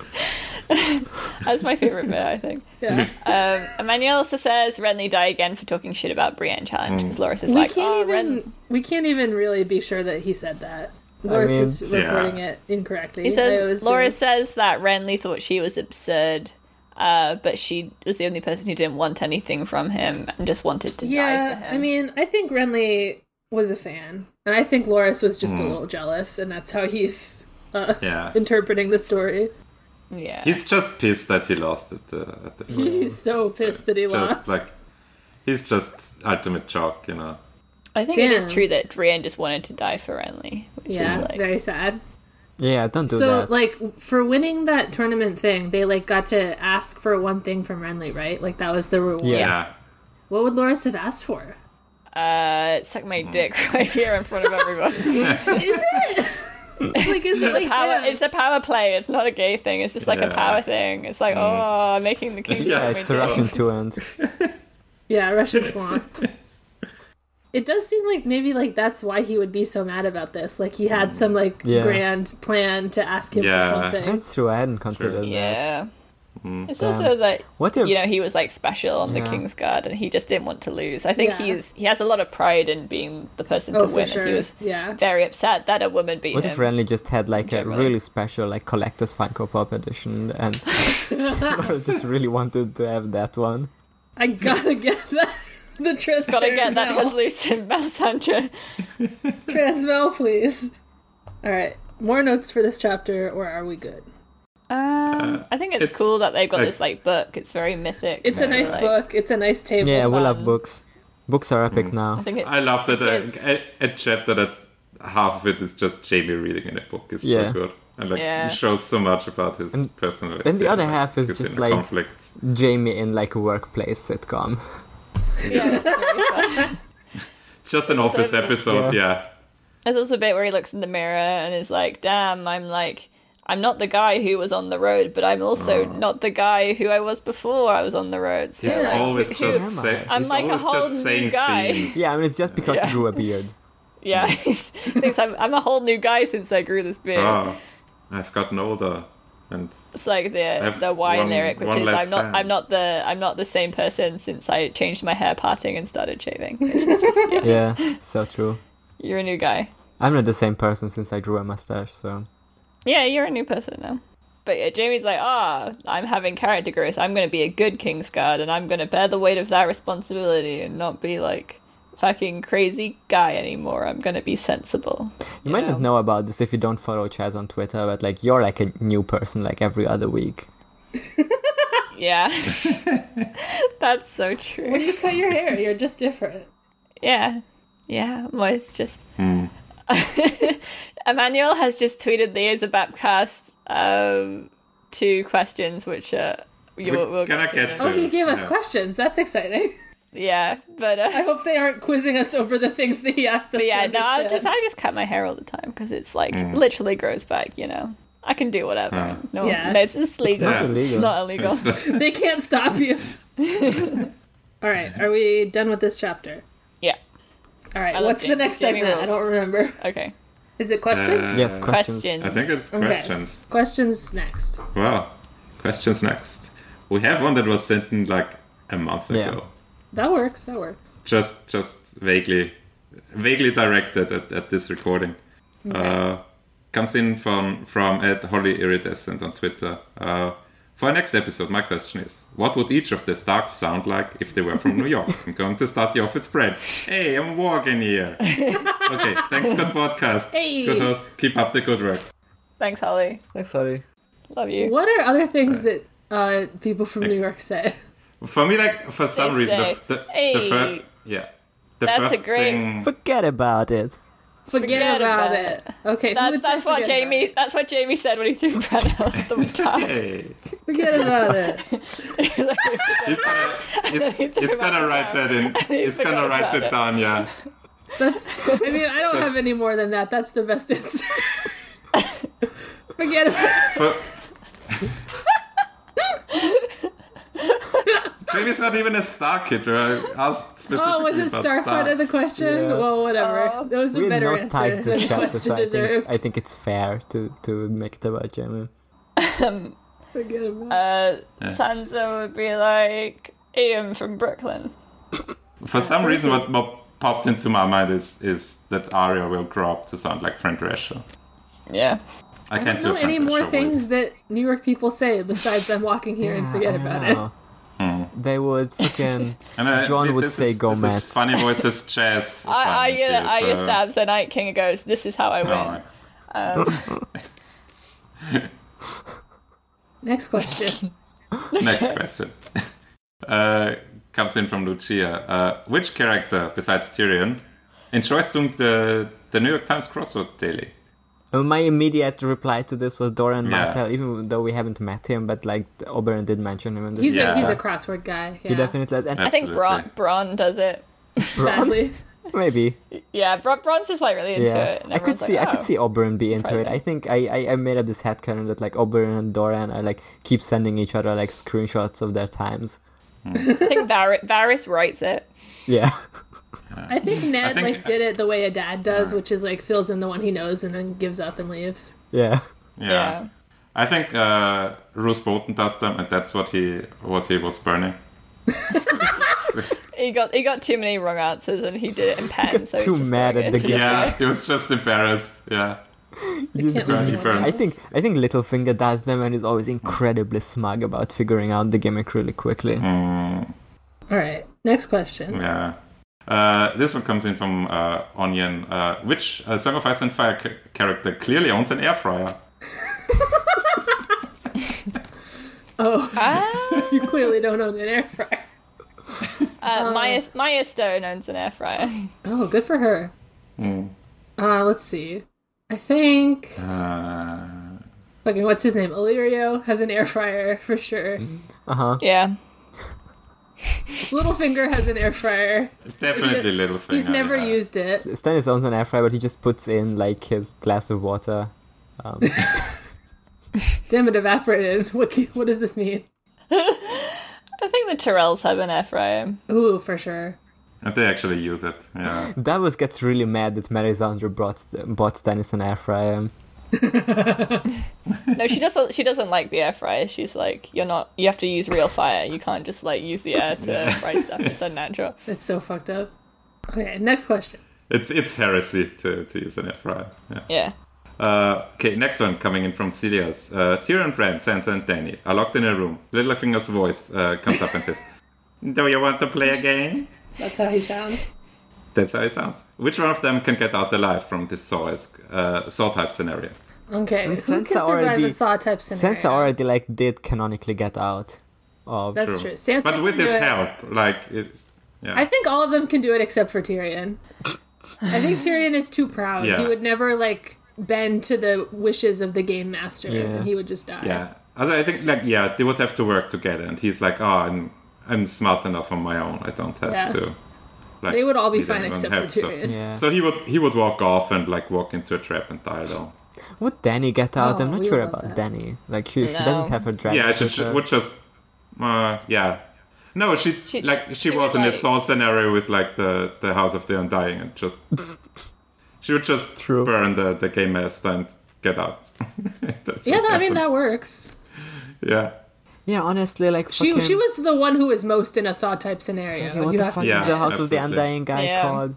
C: That's my favorite bit, I think.
B: Yeah.
E: Hmm.
C: Um, Emmanuel also says Renly die again for talking shit about Brienne challenge because Loris is
B: we
C: like,
B: can't
C: oh,
B: even
C: Ren.
B: we can't even really be sure that he said that. Loris
D: mean-
B: is reporting
E: Yeah.
B: it incorrectly. I
C: He
B: would
C: says
B: assume-
C: Loris says that Renly thought she was absurd, uh, but she was the only person who didn't want anything from him and just wanted to die for
B: Yeah,
C: him.
B: I mean, I think Renly was a fan, and I think Loris was just a little jealous, and that's how he's uh,
E: Hmm. Yeah.
B: interpreting the story.
C: yeah,
E: He's just pissed that he lost at the at the first.
B: He's so pissed that he
E: Hmm.
B: lost.
E: just like he's just ultimate jock, you know.
C: I think it is
B: Damn.
C: true that Brienne just wanted to die for Renly, which
B: yeah,
C: is like,
B: very sad.
D: yeah, don't do
B: so,
D: that.
B: like, for winning that tournament thing, they like got to ask for one thing from Renly, right? Like that was the reward.
D: Yeah.
E: Yeah.
B: What would Loris have asked for?
C: uh, suck my dick right here in front of everyone.
B: Is it? like, is it
C: It's a
B: like
C: power.
B: damn,
C: It's a power play. It's not a gay thing. It's just like a
E: Yeah.
C: power thing. It's like oh, I'm making the king.
E: Yeah,
C: suck my
D: it's a
C: dick.
D: Russian two end.
B: Yeah, Russian Swan. it does seem like maybe like that's why he would be so mad about this. Like he had some like
D: Yeah.
B: grand plan to ask him
E: Yeah.
B: for something.
D: That's true. I hadn't considered that.
C: Yeah. It's
D: Damn.
C: also that
D: What if
C: you know he was like special on
D: Yeah.
C: the King's Guard and he just didn't want to lose. I think
B: Yeah.
C: he's he has a lot of pride in being the person
B: Oh,
C: to
B: for
C: win,
B: sure.
C: and he was
B: Yeah.
C: very upset that a woman beat
D: What
C: him.
D: if Renly just had like a
C: Generally.
D: really special like collector's Funko Pop edition and Loris just really wanted to have that one?
B: I gotta get that. The transmel.
C: Gotta get that because Lucian Melisandre.
B: transmel, please. All right, more notes for this chapter, or are we good?
C: Um, I think it's,
E: it's-
C: cool that they've got
E: like-
C: this like book. It's very mythic.
B: It's a
C: very,
B: nice
C: like-
B: book. It's a nice table.
D: Yeah, we'll have
C: fun.
D: books. Books are epic
C: I
D: now.
C: think it,
E: I love that a,
C: Yes.
E: a, a chapter that's half of it is just Jamie reading in a book is
D: Yeah.
E: so good. And like
C: Yeah.
E: he shows so much about his personality.
D: then the other
E: and,
D: half is
E: his
D: just
E: inner
D: like-
E: conflicts.
D: Jamie in like a workplace sitcom.
C: yeah, it's very fun.
E: It's just an office episode, yeah.
C: There's also a bit where he looks in the mirror and is like, damn, I'm like, I'm not the guy who was on the road, but I'm
E: Oh.
C: also not the guy who I was before I was on the road. So,
E: He's
C: like,
E: always
C: who-
E: just
D: am
E: say,
D: I?
C: I'm
E: he's
C: like a
E: always
C: whole
E: just
C: new
E: saying
C: guy.
E: things.
D: Yeah, I mean it's just because he
C: Yeah.
D: grew a beard.
C: yeah, he thinks I'm, I'm a whole new guy since I grew this beard.
E: Ah, I've gotten older and
C: It's like the
E: have
C: the wine
E: one-
C: lyric, which
E: one
C: is
E: less
C: I'm not
E: fan."
C: I'm not the I'm not the same person since I changed my hair parting and started shaving. It's just, yeah,
D: Yeah, so true.
C: You're a new guy.
D: I'm not the same person since I grew a mustache, so
C: Yeah, you're a new person now. But yeah, Jamie's like, ah, I'm having character growth. I'm going to be a good King's Guard and I'm going to bear the weight of that responsibility and not be like fucking crazy guy anymore. I'm going to be sensible.
D: you might not know about this if you don't follow Chaz on Twitter, but like you're like a new person like every other week.
C: Yeah. That's so true.
B: You cut your hair. You're just different.
C: Yeah. Yeah. Well, it's just.
E: Hmm.
C: Emmanuel has just tweeted the Isabap cast um, two questions, which uh, you,
E: We-
C: will we'll
E: can I get
C: to.
B: Oh, he gave us
E: Yeah.
B: questions. That's exciting.
C: Yeah. But. Uh,
B: I hope they aren't quizzing us over the things that he asked us.
C: But yeah,
B: to
C: no, I just
B: understand.
C: I just cut my hair all the time because it's like literally grows back. You know, I can do whatever. No,
B: Yeah.
C: no, it's just legal.
D: not
C: It's
D: illegal.
C: not illegal.
B: they can't stop you. All right, are we done with this chapter?
C: yeah.
B: All right,
C: love
B: what's the
C: Jamie.
B: next
C: Jamie
B: segment? I
C: rules.
B: don't remember.
C: Okay.
B: Is it questions?
E: Uh,
D: Yes, questions.
C: Questions.
E: I think it's
B: Okay.
E: questions.
B: questions next.
E: Well, questions next. We have one that was sent in like a month
D: Yeah.
E: ago.
B: That works. That works.
E: Just just vaguely vaguely directed at, at this recording. Uh, comes in from from at Holly Iridescent on Twitter. Uh, for our next episode, my question is: What would each of the Starks sound like if they were from New York? I'm going to start you off with Brad. Hey, I'm walking here. okay, thanks. Good podcast.
B: Hey.
E: Good host. Keep up the good work.
C: Thanks, Holly.
D: Thanks, Holly.
C: Love you.
B: What are other things that uh, people from New York say?
E: For me, like for some
C: They
E: reason,
C: say,
E: the, the, the
C: "Hey."
E: first yeah, the
C: That's
E: first
C: a great-
E: thing-
D: Forget about it.
B: Forget,
C: Forget
B: about,
C: about
B: it. Okay, who
C: That's
B: would say
C: that's what
B: forget about
C: Jamie
B: it?
C: that's what Jamie said when he threw Brad out the window.
E: Hey.
B: Forget about it.
E: It's gonna, it's,
C: They threw
E: it's
C: him out
E: gonna
C: the
E: write
C: window.
E: that in.
C: he
E: It's gonna
C: forgot
E: write
C: about
E: that
C: it.
E: down, yeah.
B: That's. I mean, I don't
E: Just-
B: have any more than that. That's the best answer. Forget about it.
E: For... Jamie's not even a star kid. right? I asked specifically
B: Oh, was it
E: about
B: Starfire
E: stars.
B: of the question?
D: Yeah.
B: Well, whatever.
C: Oh.
B: that was a
D: We had
B: better
D: no
B: answer
D: ties
B: than
D: this
B: the
D: chapter,
B: question
D: so I think,
B: deserved.
D: I think it's fair to, to make it about Jamie.
B: Forget about it.
C: Uh, Sansa would be like Ian from Brooklyn.
E: For some reason, what, what popped into my mind is is that Arya will grow up to sound like Friend Rasher.
C: Yeah.
E: I
B: I
E: can't
B: don't
E: do
B: know
E: a Friend
B: any more
E: Rasher
B: things
E: voice.
B: that New York people say besides "I'm walking here" and forget about it.
D: it. They would fucking.
E: And I-
D: John
E: thi-
D: would
E: this
D: say
E: is,
D: go
E: this is
D: mad.
E: Funny voices, jazz.
C: I, I,
E: assignment
C: yeah, I,
E: here,
C: yeah,
E: so-
C: stabs the Night King and goes, "This is how I win." Um,
E: Alright.
B: Next question.
E: Next question. uh, comes in from Lucia. Uh, which character, besides Tyrion, enjoys doing the, the New York Times crossword daily?
D: Uh, My immediate reply to this was Doran
E: Yeah.
D: Martell, even though we haven't met him, but like Oberon did mention him in this.
B: He's a
E: Yeah.
B: he's a crossword guy. Yeah.
D: He definitely does. And
C: I think Bron
E: Absolutely.
C: Bron does it.
B: Sadly.
D: maybe.
C: Yeah, Bron, Bron's just like really into
D: Yeah.
C: it. and
D: I could
C: everyone's
D: see
C: like,
D: I could
C: "Oh."
D: see Oberon be into it.
C: Surprising.
D: I think I, I, I made up this headcanon that like Oberon and Doran are like keep sending each other like screenshots of their times.
C: I think Var- Varys writes it.
D: Yeah.
B: I think Ned
E: think-
B: like did it the way a dad does, which is like fills in the one he knows and then gives up and leaves.
D: Yeah.
E: Yeah.
C: Yeah.
E: I think uh, Bruce Bolton does them, and that's what he what he was burning.
C: He got he got too many wrong answers and he did it in pen. so he's
D: too
C: just
D: mad
C: like,
D: at the
C: "It's
D: Yeah.
E: Yeah, he was just embarrassed. Yeah.
D: He's
B: can't
D: the-
B: live
E: he
B: with
E: burns.
D: I
B: this.
D: think I think Littlefinger does them and is always incredibly smug about figuring out the gimmick really quickly.
E: Mm.
B: All right. Next question.
E: Yeah. Uh, this one comes in from uh, Onion. Uh, which uh, Song of Ice and Fire ca- character clearly owns an air fryer?
B: Oh,
C: Ah,
B: you clearly don't own an air fryer.
C: uh, Maya, Maya Stone owns an air fryer.
B: Oh, good for her.
D: Hmm.
B: Uh, let's see. I think
E: Uh,
B: fucking what's his name? Illyrio has an air fryer for sure.
D: Hmm.
C: Yeah.
B: Littlefinger has an air fryer.
E: definitely little thing.
B: He's never used it.
D: Stannis owns an air fryer, but he just puts in like his glass of water.
B: Damn it, evaporated. What ca- what does this mean?
C: I think the Tyrells have an air fryer.
B: Ooh, for sure.
E: And they actually use it. Yeah.
D: Davos gets really mad that Melisandre brought St- bought Stannis an air fryer.
C: No, she doesn't. She doesn't like the air fryer. She's like, you're not. You have to use real fire. You can't just like use the air to fry stuff. It's unnatural.
B: That's so fucked up. Okay, next question.
E: It's it's heresy to, to use an air fryer. Yeah.
C: Yeah.
E: Uh, okay, next one coming in from Celia's. Uh, Tyrion, Brand, Sansa, and Danny are locked in a room. Littlefinger's voice uh, comes up and says, "Do you want to play a game?"
B: That's how he sounds.
E: That's how it sounds. Which one of them can get out alive from this saw uh, saw type scenario?
B: Okay, who can
D: Sansa
B: survive
D: already-
B: a saw type scenario?
D: Sansa already like did canonically get out of
B: That's true. Sansa
E: But with
B: can
E: his
B: do it.
E: help, like it, yeah.
B: I think all of them can do it except for Tyrion. I think Tyrion is too proud.
E: Yeah.
B: He would never like bend to the wishes of the game master,
D: Yeah.
B: and he would just die.
E: Yeah. Also, I think like yeah, they would have to work together, and he's like, oh, I'm I'm smart enough on my own. I don't have
B: Yeah.
E: to. Like,
B: They would all be
E: need
B: fine
E: anyone
B: except
E: help,
B: for
E: so-
B: Tyrion.
D: Yeah.
E: So he would he would walk off and like walk into a trap and die though.
D: Would Danny get out?
B: Oh,
D: I'm not
B: we
D: sure
B: love
D: about
B: that.
D: Danny. Like she, she
C: No.
D: doesn't have her dragon.
E: Yeah, she
D: with
E: ju-
D: her.
E: would just uh, yeah. No, she,
C: She-
E: like she,
C: she
E: was
C: would,
E: in a
C: like-
E: Saw scenario with like the the House of the Undying and just she would just
D: True.
E: burn the the game master and get out. That's
B: Yeah,
E: what
B: that, I mean
E: happens.
B: that works.
E: Yeah.
D: Yeah, honestly, like
B: She
D: fucking,
B: she was the one who was most in a saw type scenario.
D: Yeah, what
B: you
D: the
B: have
D: fuck
B: to
E: Yeah.
D: is the House of the
E: absolutely.
D: Undying guy
C: Yeah.
D: called?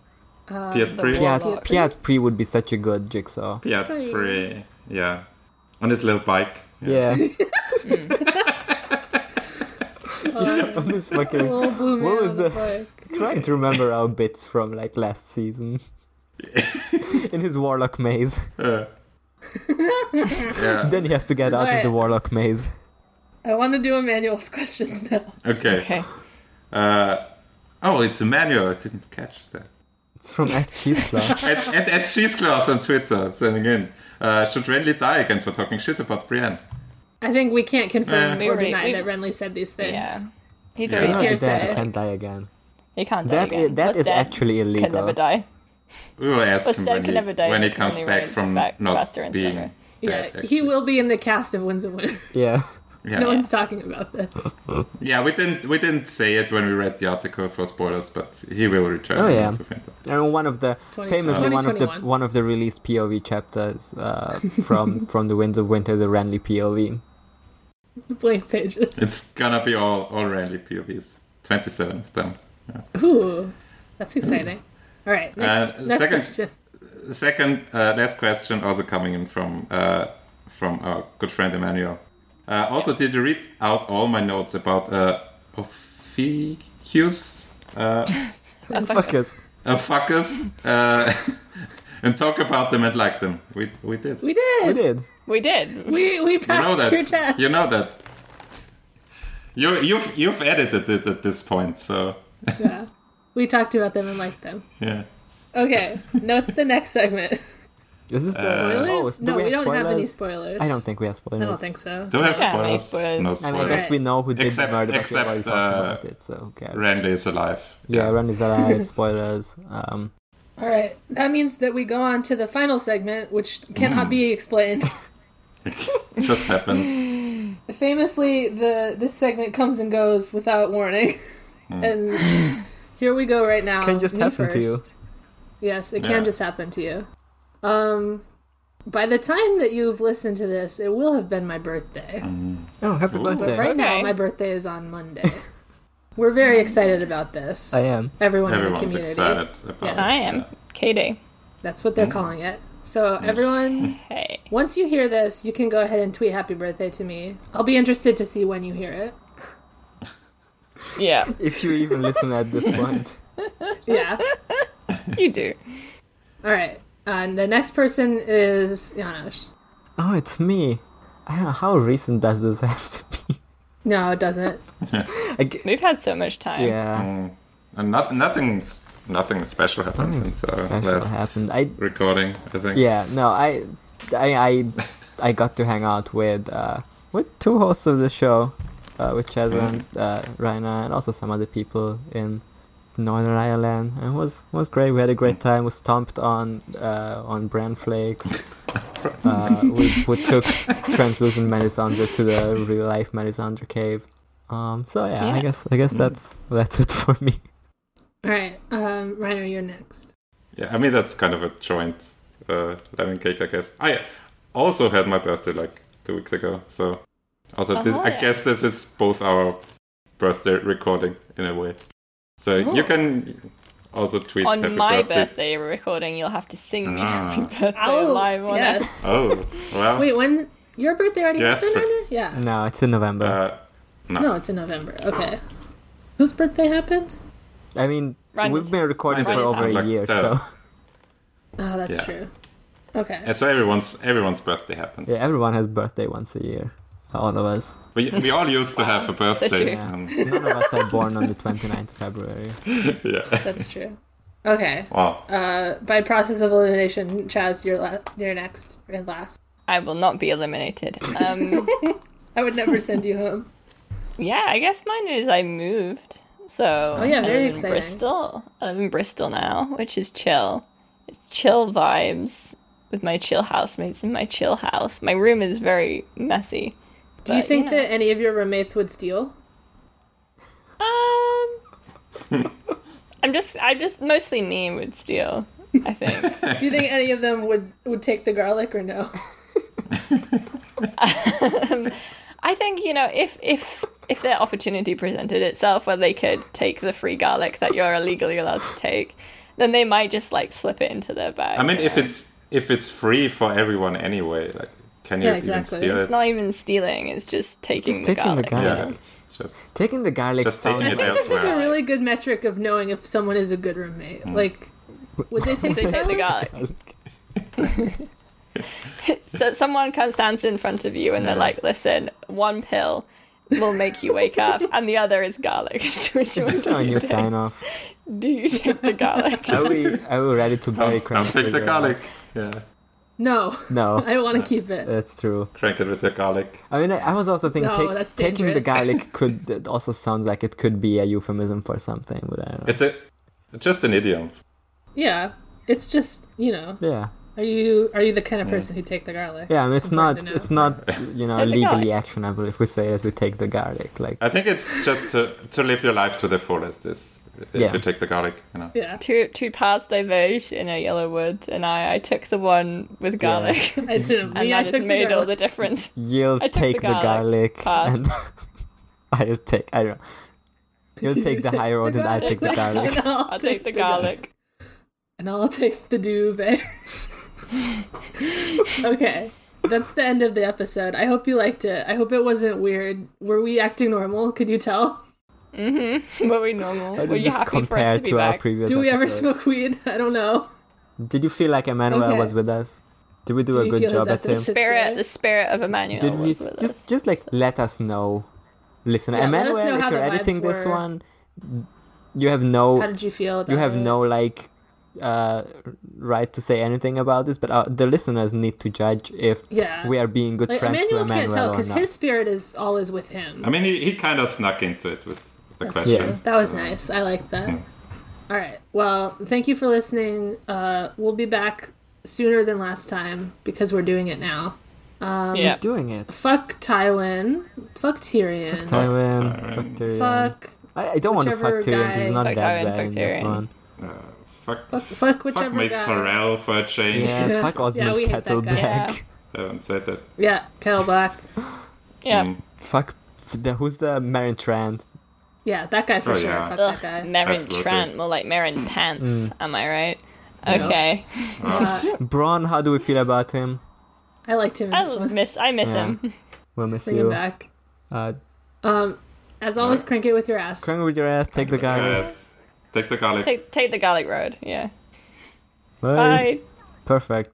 B: Uh,
E: Pietri.
C: wall.
D: Piat,
C: Warlock.
D: Piat Pri would be such a good jigsaw.
E: Pietri. Yeah. On his little bike.
D: Yeah.
B: Um,
D: I'm just fucking
B: little blue man
D: What was
B: on the
D: the-
B: bike.
D: trying to remember our bits from like last season. In his warlock maze.
E: Uh, yeah.
D: Then he has to get out of
B: Right.
D: the warlock maze.
B: I want to do Emmanuel's questions now.
E: Okay.
C: Okay.
E: Uh, oh, it's Emmanuel. I didn't catch that.
D: It's from S. Cheesecloth.
E: at, at, at Cheesecloth on Twitter, sending in. Uh, should Renly die again for talking shit about Brienne?
B: I think we can't confirm
D: Eh.
C: Yeah.
B: or
C: Maybe-
B: deny
C: we-
B: that Renly said these things.
C: Yeah. He's
E: Yeah.
C: already
D: Not
B: here,
D: the dead,
B: so-
D: can't die again.
C: He can't die
D: That
C: again.
D: is, that
C: Was
D: is
C: dead
D: actually
C: Can never
D: illegal.
C: die.
E: We will ask
C: But
E: him
C: Stan
E: when
C: can
E: he,
C: never die
E: when he
C: when
E: comes
C: he
E: back
C: rides
E: from
C: back
E: not
C: faster and
E: being
C: stronger.
B: Yeah,
E: dead, actually.
B: he will be in the cast of Winds of Winter.
D: Yeah.
E: Yeah.
B: No
E: yeah.
B: one's talking about this.
E: we didn't we didn't say it when we read the article for spoilers, but he will return.
D: Oh, yeah.
E: to Winter.
D: And one of the
B: 20-
D: famously one of the
B: 2021.
D: one of the released POV chapters uh, from from the Winds of Winter, the Renly POV.
B: Blank pages.
E: It's gonna be all all Renly POVs, twenty seven of them.
B: Ooh, that's exciting. All right, next,
E: Uh,
B: next
E: second-
B: question.
E: Second, uh, last question also coming in from uh, from our good friend Emmanuel. Uh, also, did you read out all my notes about uh, Ophiuchus? Uh,
D: Fuckers.
E: uh, fuckers uh, and talk about them and like them. We we did.
B: We did. We
D: We did.
C: We did.
B: We,
E: you know
B: passed
E: that.
B: your test.
E: You know that. You you've you've edited it at this point, so
B: Yeah. We talked about them and liked them.
E: yeah.
B: Okay, now it's the next segment.
D: Is this the
E: Uh,
D: oh,
B: Spoilers?
D: do
B: no, we,
D: have
B: don't have any
D: spoilers?
B: spoilers.
D: I don't think we have spoilers.
B: I don't think so.
E: Do I have
C: Yeah, no
E: spoilers?
C: spoilers.
E: No
D: I
E: spoilers.
D: mean, I guess
B: Right.
D: we know who did
E: Except-
D: the murder, but we have
E: except,
D: already talked
E: uh,
D: about it, so who cares?
E: Randy is alive.
D: yeah, Ren is alive, spoilers. Um,
B: All right, that means that we go on to the final segment, which
E: Hmm.
B: cannot be explained.
E: it just happens.
B: Famously, the this segment comes and goes without warning,
E: Hmm.
B: and here we go right now.
D: Can just
B: Me
D: happen to you.
B: first. Yes, it
E: Yeah.
B: can just happen to you. Um, by the time that you've listened to this, it will have been my birthday.
E: Mm.
D: oh, happy
E: Ooh.
B: But
D: birthday!
B: right now,
C: Okay.
B: my birthday is on Monday. We're very excited about this.
D: I am.
B: Everyone in the
E: Everyone's
B: community.
E: excited Mm. about
B: Yeah.
C: I
E: it.
C: am. K Day.
B: That's what they're calling it. So everyone,
C: Hey.
B: once you hear this, you can go ahead and tweet happy birthday to me. I'll be interested to see when you hear it.
C: Yeah,
D: If you even listen at this point,
B: Yeah.
C: you do.
B: All right. And uh, the next person is Janosch.
D: oh, it's me. I don't know how recent does this have to be.
B: No, it doesn't.
D: I g-
C: We've had so much time.
D: yeah,
E: Mm. And not, nothing's nothing special happened
D: Nothing
E: since our
D: that's what
E: last
D: happened. I
E: recording. I think.
D: yeah, no, I, I, I, I got to hang out with uh, with two hosts of the show, uh, with Chesland, uh, Raina, and also some other people in Northern Ireland. And it was was great. We had a great time. We stomped on uh, on bran flakes. uh, we, we took translucent Melisandre to the real life Melisandre cave. Um, so yeah, I
C: Yeah.
D: guess I guess
E: Mm.
D: that's that's it for me.
B: All right. Um, Reiner, you're next.
E: Yeah, I mean that's kind of a joint uh, lemon cake, I guess. I also had my birthday like two weeks ago, so also this,
C: Oh,
E: I
C: yeah.
E: guess this is both our birthday recording in a way. So you can also tweet
C: On
E: happy
C: my
E: birthday.
C: birthday recording, you'll have to sing me
E: Ah.
C: happy birthday live on it.
B: Oh, yes.
E: Oh well,
B: Wait, when your birthday already
E: Yes,
B: happened,
E: for-
B: Reiner? Yeah.
D: No, it's in November.
E: uh,
B: No, it's in November. Okay. Whose birthday happened?
D: I mean,
C: Ryan
D: we've
C: is-
D: been recording
E: Ryan
D: for
C: is
D: over
E: out.
D: a year,
E: Uh, Like, uh,
D: so.
B: Oh, that's
E: Yeah.
B: true. Okay.
E: and so everyone's everyone's birthday happened.
D: Yeah, everyone has birthday once a year. All of us.
E: We we all used to have a birthday. Um,
C: true.
E: and-
D: None of us are born on the 29th of February.
E: yeah.
B: That's true. Okay.
E: Wow.
B: Uh, by process of elimination, Chaz, you're la- you're next and last.
C: I will not be eliminated. Um,
B: I would never send you home.
C: yeah, I guess mine is I moved. So
B: Oh, yeah, very
C: I live
B: exciting.
C: in Bristol. I live in Bristol now, which is chill. It's chill vibes with my chill housemates in my chill house. My room is very messy.
B: Do you
C: but,
B: think
C: know.
B: that any of your roommates would steal?
C: Um, I'm just, I just mostly me would steal. I think.
B: Do you think any of them would would take the garlic or no?
C: I think you know if if if their opportunity presented itself where they could take the free garlic that you're illegally allowed to take, then they might just like slip it into their bag.
E: I mean,
C: you
E: if
C: know?
E: it's if it's free for everyone anyway, like can you
B: Yeah,
E: even
B: exactly.
E: steal
C: it's
E: it?
C: not even stealing, it's just taking, the,
D: taking the
C: garlic.
D: garlic.
E: yeah, it's just
D: Taking the garlic
E: Just
D: sound
E: taking
B: I
E: it
B: think this is a
E: elsewhere.
B: really good metric of knowing if someone is a good roommate.
D: Mm.
B: Like, would they take
C: They
B: the
C: take the
B: garlic?
C: garlic. so someone kind of stands in front of you and they're like, "Listen, one pill will make you wake up, and the other is garlic." Which
D: Is
C: one
D: this
C: do
D: our
C: you
D: new
C: take?
D: sign off?
C: Do you take the garlic?
D: Are we are we ready to bury
E: don't, don't
D: Crank
E: take the
D: Figure
E: garlic.
D: House?
E: Yeah,
B: No,
D: No,
B: I want to keep it.
D: that's true.
E: crank it with the garlic.
D: I mean, I, I was also thinking
B: No,
D: take-
B: that's
D: taking the
B: dangerous.
D: garlic could that also sounds like it could be a euphemism for something, but I don't know.
E: It's a just an idiom.
B: Yeah, it's just you know,
D: yeah,
B: are you are you the kind of person who take the garlic?
D: yeah. I mean, it's
B: Important
D: not
B: to know.
D: it's not you know
C: Take the
D: legally
C: garlic.
D: actionable if we say that we take the garlic. Like
E: I think it's just to to live your life to the fullest. Is if
D: Yeah.
E: you take the garlic, you know.
B: Yeah,
C: Two two paths diverge in a yellow wood, and I I took the one with garlic,
B: I didn't.
C: and
B: yeah, I
C: that
B: took
C: has
B: the
C: made all
B: garlic.
C: the difference.
D: you'll
C: I took the
D: take the
C: garlic
D: garlic,
C: path.
D: and I'll take I don't know. You'll take the
B: take
D: high
B: the
D: road and I'll
B: garlic.
D: take the garlic.
B: And I'll
C: I'll take the garlic.
B: and I'll take the duvet. okay. That's the end of the episode. I hope you liked it. I hope it wasn't weird. Were we acting normal? Could you tell?
C: Were Mm-hmm. we normal?
D: How
C: Were
D: does
C: you
D: this
C: happy for
D: compare
C: us to
D: to,
C: be
D: our
C: back?
D: previous
B: Do we ever
D: episode?
B: smoke weed? I don't know.
D: Did you feel like Emmanuel
B: Okay.
D: was with us? Did we do
B: Did
D: a
B: you
D: good
B: feel
D: job
B: his
D: at him?
B: essence?
C: spirit, the spirit of Emmanuel
D: Did we
C: was with us.
D: just just like let us know, listener
B: Yeah, let us
D: Emmanuel?
B: know how
D: if you're
B: the vibes
D: editing this
B: were.
D: one, you have
B: How
D: no
B: did you feel about
D: you have
B: it?
D: no like uh right to say anything about this. But uh, the listeners need to judge if
B: Yeah.
D: we are being good
B: like,
D: friends
B: Emmanuel,
D: to Emmanuel
B: can't tell
D: or
B: because
D: not.
B: his spirit is always with him.
E: I mean, he, he kind of snuck into it with the
B: That's true.
E: questions.
B: That was
E: so-
B: nice. I like that. All right. Well, thank you for listening. Uh, we'll be back sooner than last time because we're doing it now. Um,
D: um,
C: yeah.
D: Doing it.
B: Fuck Tywin. Fuck Tyrion.
D: Tywin,
E: Tywin.
D: fuck Tyrion.
B: Fuck.
D: I, I don't want to fuck
B: whichever
D: Tyrion. He's
B: guy-
D: not
C: Fuck
D: that
C: Tywin,
D: bad
C: fuck
D: in this
C: Tyrion.
D: one.
E: Uh, fuck,
B: Fuck- fuck whichever
E: Mace
B: guy.
E: Tyrell for a change.
D: Yeah,
B: Yeah.
D: fuck
B: Yeah,
D: Osmond
B: we hate that guy.
D: Kettleback.
C: Yeah.
E: I haven't said that.
B: Yeah, Kettle Black.
C: Yeah.
E: Mm,
D: Fuck. The, who's the Marin Trant?
B: Yeah, that guy for
E: Oh,
B: sure.
E: yeah.
B: Fuck
C: Ugh,
B: that guy.
C: Marin
E: Absolutely.
C: Trant, more like Marin Pants.
D: Mm.
C: Am I right? Okay,
B: Uh,
D: Braun, how do we feel about him?
B: I liked him in this
C: I
B: one.
C: miss I miss
D: Yeah.
C: him.
D: We'll miss
B: Bring
D: you.
B: him back.
D: Uh,
B: Um, as always, crank it with your ass.
D: crank with your ass, take the garlic.
E: Yes. Take the garlic.
C: Take take the garlic road. Yeah.
D: Bye.
C: Bye.
D: Perfect.